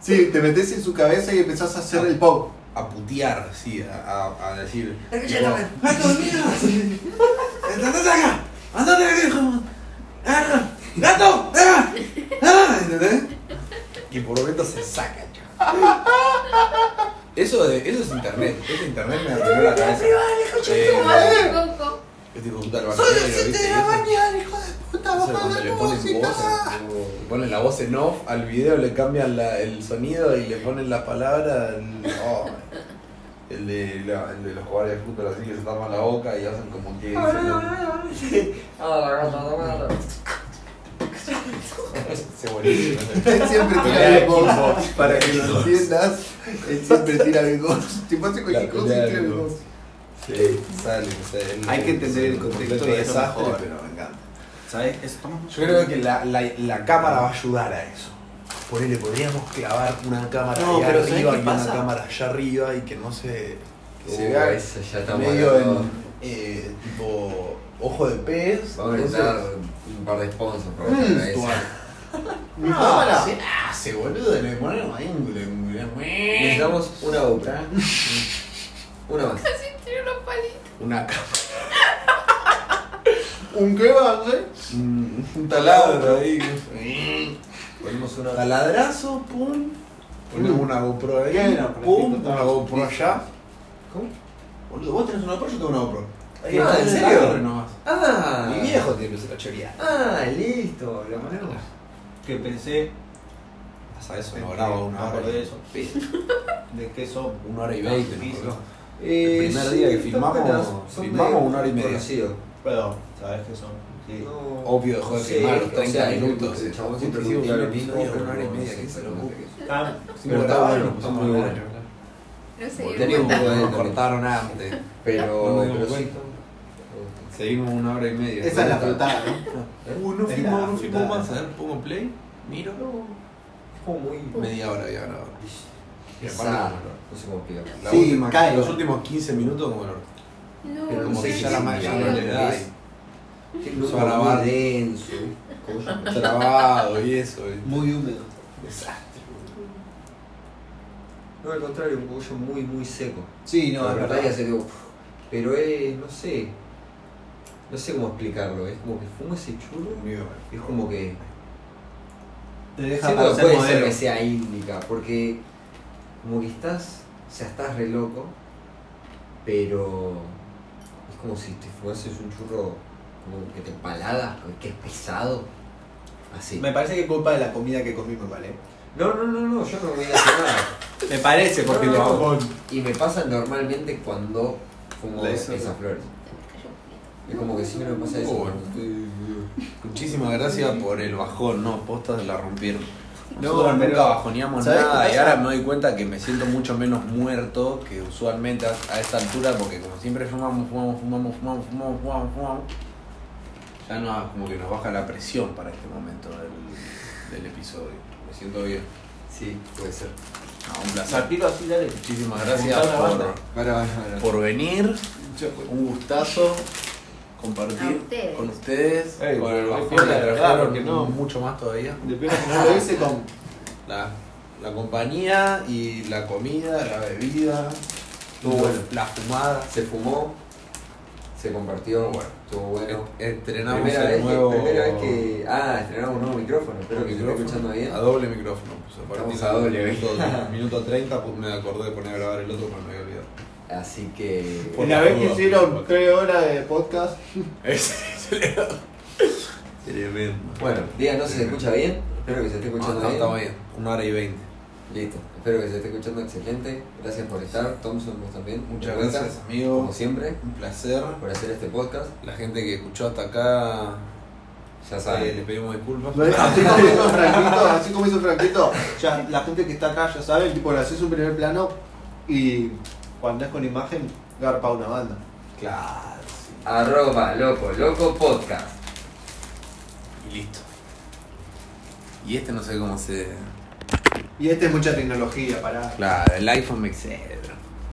S3: Sí, te metes en su cabeza y empezás a hacer el pop.
S1: a putear, sí, a, a- a decir.
S2: Es que
S1: tipo,
S2: ya no me-
S1: ¡Gato mío! ¡Andate de acá! ¡Andate de acá! hijo! ¡Ah! ¡Gato! ¡Ah! ¡Ah! ¿Entendés? Y por momentos se saca, chaval. Eso, de, eso es internet. Eso es internet me arruinó la cabeza. Eh,
S4: Ay, Coco.
S1: Es tipo puta el barquero, ¿viste? Y eso-
S3: hijo de puta,
S1: eso cuando le ponen voz, le ponen la voz en off al video, le cambian la- el sonido y le ponen la palabra. el- oh, el, de, la- el de los jugadores de fútbol así que se tapan la boca y hacen como que. dicen, se buenísimo.
S3: siempre tira el gordo. Para que lo entiendas, él siempre tira el gordo. Tipo hace cualquier
S1: La
S3: cosa
S1: pelea
S3: y
S1: del
S3: tira el
S1: gordo.
S3: gordo.
S1: Sí, sale, sale, el-
S3: Hay que entender el
S1: un
S3: contexto
S1: completo
S3: y es lo
S1: desastre,
S3: mejor.
S1: pero me encanta.
S3: ¿Sabes? Eso toma mucho
S1: Yo creo que la, la, la cámara va a ayudar a eso. Por ahí le podríamos clavar una cámara
S3: No,
S1: allá
S3: pero ¿sabés
S1: arriba
S3: qué
S1: y
S3: pasa?
S1: una cámara allá arriba y que no se, que se
S2: Uh,
S1: vea
S2: eso ya está
S1: medio
S2: mal.
S1: en eh, tipo ojo de pez.
S2: Vamos a
S1: entonces-
S2: necesitar un par de sponsors para
S1: Mm,
S2: la cabeza.
S3: Mi
S1: Ah,
S3: cámara.
S1: se hace, boludo, le ponemos ahí un- le-
S2: Necesitamos una obra. Una más.
S4: Así tiene unos palitos.
S1: una cámara,
S3: ¿Un qué va a
S1: eh?
S3: hacer?
S1: un un taladro ahí.
S2: Ponemos una.
S1: Taladrazo, pum. Ponemos
S3: Mm.
S1: una GoPro ahí.
S3: Bien,
S1: pum,
S3: perfecto,
S1: una
S3: está.
S1: GoPro allá.
S2: ¿Cómo?
S1: Boludo, vos tenés una GoPro, yo tengo una GoPro.
S2: Ah,
S1: está
S2: ¿en
S1: el
S2: serio?
S1: taladro nomás.
S2: Ah,
S1: Mi viejo tiene esa choría.
S2: Ah, listo, lo ponemos.
S3: Que pensé
S1: Pasa eso,
S3: me
S1: no grabo una hora.
S3: acordé de
S1: y-
S3: eso. de que son
S1: Una hora y veinte, me
S3: pisos.
S1: acuerdo.
S2: Eh,
S1: El primer día que filmamos, filmamos una hora y media.
S3: Pero, ¿sabes qué son? Sí.
S1: Obvio dejó de filmar a los 30 minutos.
S2: El chabón
S1: Sí,
S2: siempre
S1: sí,
S2: preguntaba
S1: sí,
S2: lo mismo,
S1: sí,
S2: pero
S1: una hora y
S2: no
S1: media,
S2: sé
S1: que se lo
S2: cómo
S1: busque.
S2: es.
S3: Tan-
S1: Pero está bueno,
S2: está muy bueno.
S4: No sé,
S2: Tenía un
S4: yo-
S2: poco de-
S1: Nos cortaron antes. No
S2: Pero,
S1: me dimos
S2: pero sí.
S1: cuenta. Seguimos una hora y media.
S3: Esa es la flotada, ¿no?
S1: Uh, no
S3: Es
S1: filmó,
S3: la
S1: no filmó
S3: frutada.
S1: más. A ver, pongo play, miro.
S2: Es como muy.
S1: Media hora ya grabado. Y aparte,
S2: Esa-
S1: como el orto.
S2: No sé cómo explicarlo.
S1: La
S3: Sí,
S1: última-
S3: cae.
S1: Los últimos 15 minutos como el orto.
S4: No,
S2: Pero
S1: Como
S2: no
S1: que
S2: sé
S1: ya
S2: si
S1: la
S2: es
S1: malla no le da y
S2: Qué grupo
S1: Para
S2: muy
S1: bar-
S2: denso. ¿Cómo se llama?
S1: trabado y eso. y-
S3: Muy húmedo.
S1: Desastre.
S2: No, al contrario, un cogollo muy, muy seco.
S3: Sí,
S2: No, la verdad que hace tipo, puf, Pero es, no sé. No sé cómo explicarlo. Es como que fumo ese churro. y Es como que.
S3: Te deja
S2: Siento
S3: para
S2: que
S3: ser
S2: puede ser
S3: modelo.
S2: que sea índica, porque como que estás, o sea, estás re loco, pero es como si te fueses un churro como que te empaladas, que es pesado. Así.
S3: Me parece que es culpa de la comida que comimos, ¿vale?
S2: No, no, no, no, yo no voy a hacer nada.
S3: Me parece, porque
S2: No,
S3: lo
S2: no,
S3: hago
S2: Y me pasa normalmente cuando fumo
S3: La hizo-
S2: esas flores. Es como que siempre me pasa eso.
S1: Oh, bueno. Muchísimas gracias por el bajón, no, postas la rompieron. Nosotros
S3: pero-
S1: nunca bajoneamos
S3: ¿sabes
S1: nada
S3: qué
S1: y
S3: pasa?
S1: ahora me doy cuenta que me siento mucho menos muerto que usualmente a, a esta altura porque como siempre fumamos, fumamos, fumamos, fumamos, fumamos, fumamos, fumamos. Ya no, como que nos baja la presión para este momento del, del episodio. Me siento bien.
S2: Sí, puede ser.
S1: No, un placer.
S5: Saltito así, dale.
S1: Muchísimas gracias
S5: Juntá la
S1: por,
S5: banda.
S2: Para, para, para.
S1: por venir. Un gustazo compartir
S4: A ustedes.
S1: con ustedes.
S5: Ey,
S1: con el
S5: qué
S1: bajón que
S5: piola,
S1: trajeron,
S5: claro que no.
S1: mucho más todavía.
S3: Depende cómo lo hice con.
S1: La, la compañía y la comida, la bebida,
S2: Estuvo bueno.
S1: la fumada.
S2: Se fumó, se compartió,
S1: Bueno.
S2: estuvo bueno.
S1: Estrenamos
S2: Primera
S1: el
S2: vez,
S1: nuevo
S2: que, primera vez que. Ah, estrenamos un nuevo micrófono. Espero que se esté
S1: micrófono.
S2: escuchando bien.
S1: A doble micrófono. pues, a
S2: Estamos
S1: partir
S2: a
S1: del
S2: doble, ¿eh?
S1: Minuto, minuto 30 pues, me acordé de poner a grabar el otro, pero me había olvidado.
S2: Así que.
S1: Por
S3: la
S1: las
S3: vez que
S1: dudas,
S3: hicieron
S1: por-
S3: tres horas de podcast.
S1: Tremendo. Ah,
S2: Bueno, díganos si se escucha bien. Espero que se esté
S1: No,
S2: escuchando
S1: no,
S2: bien.
S1: estamos bien. Una hora y veinte.
S2: Listo. Espero que se esté escuchando excelente. Gracias por estar. Thompson, vos también.
S1: Muchas
S2: De vuelta,
S1: gracias,
S2: Como
S1: amigos.
S2: siempre,
S1: Un placer.
S2: por hacer este podcast.
S1: La gente que escuchó hasta acá,
S2: Ya
S1: eh, le
S2: saben.
S1: pedimos disculpas.
S3: Así como hizo Franquito, así como hizo Franquito, ya la gente que está acá ya sabe, tipo le haces un primer plano y cuando es con imagen, garpa una banda.
S1: Claro, sí.
S2: Arroba loco, loco podcast.
S1: Y listo. Y este no sé cómo se.
S3: Y esta este es mucha tecnología para.
S1: Claro, el iPhone me excede. bro.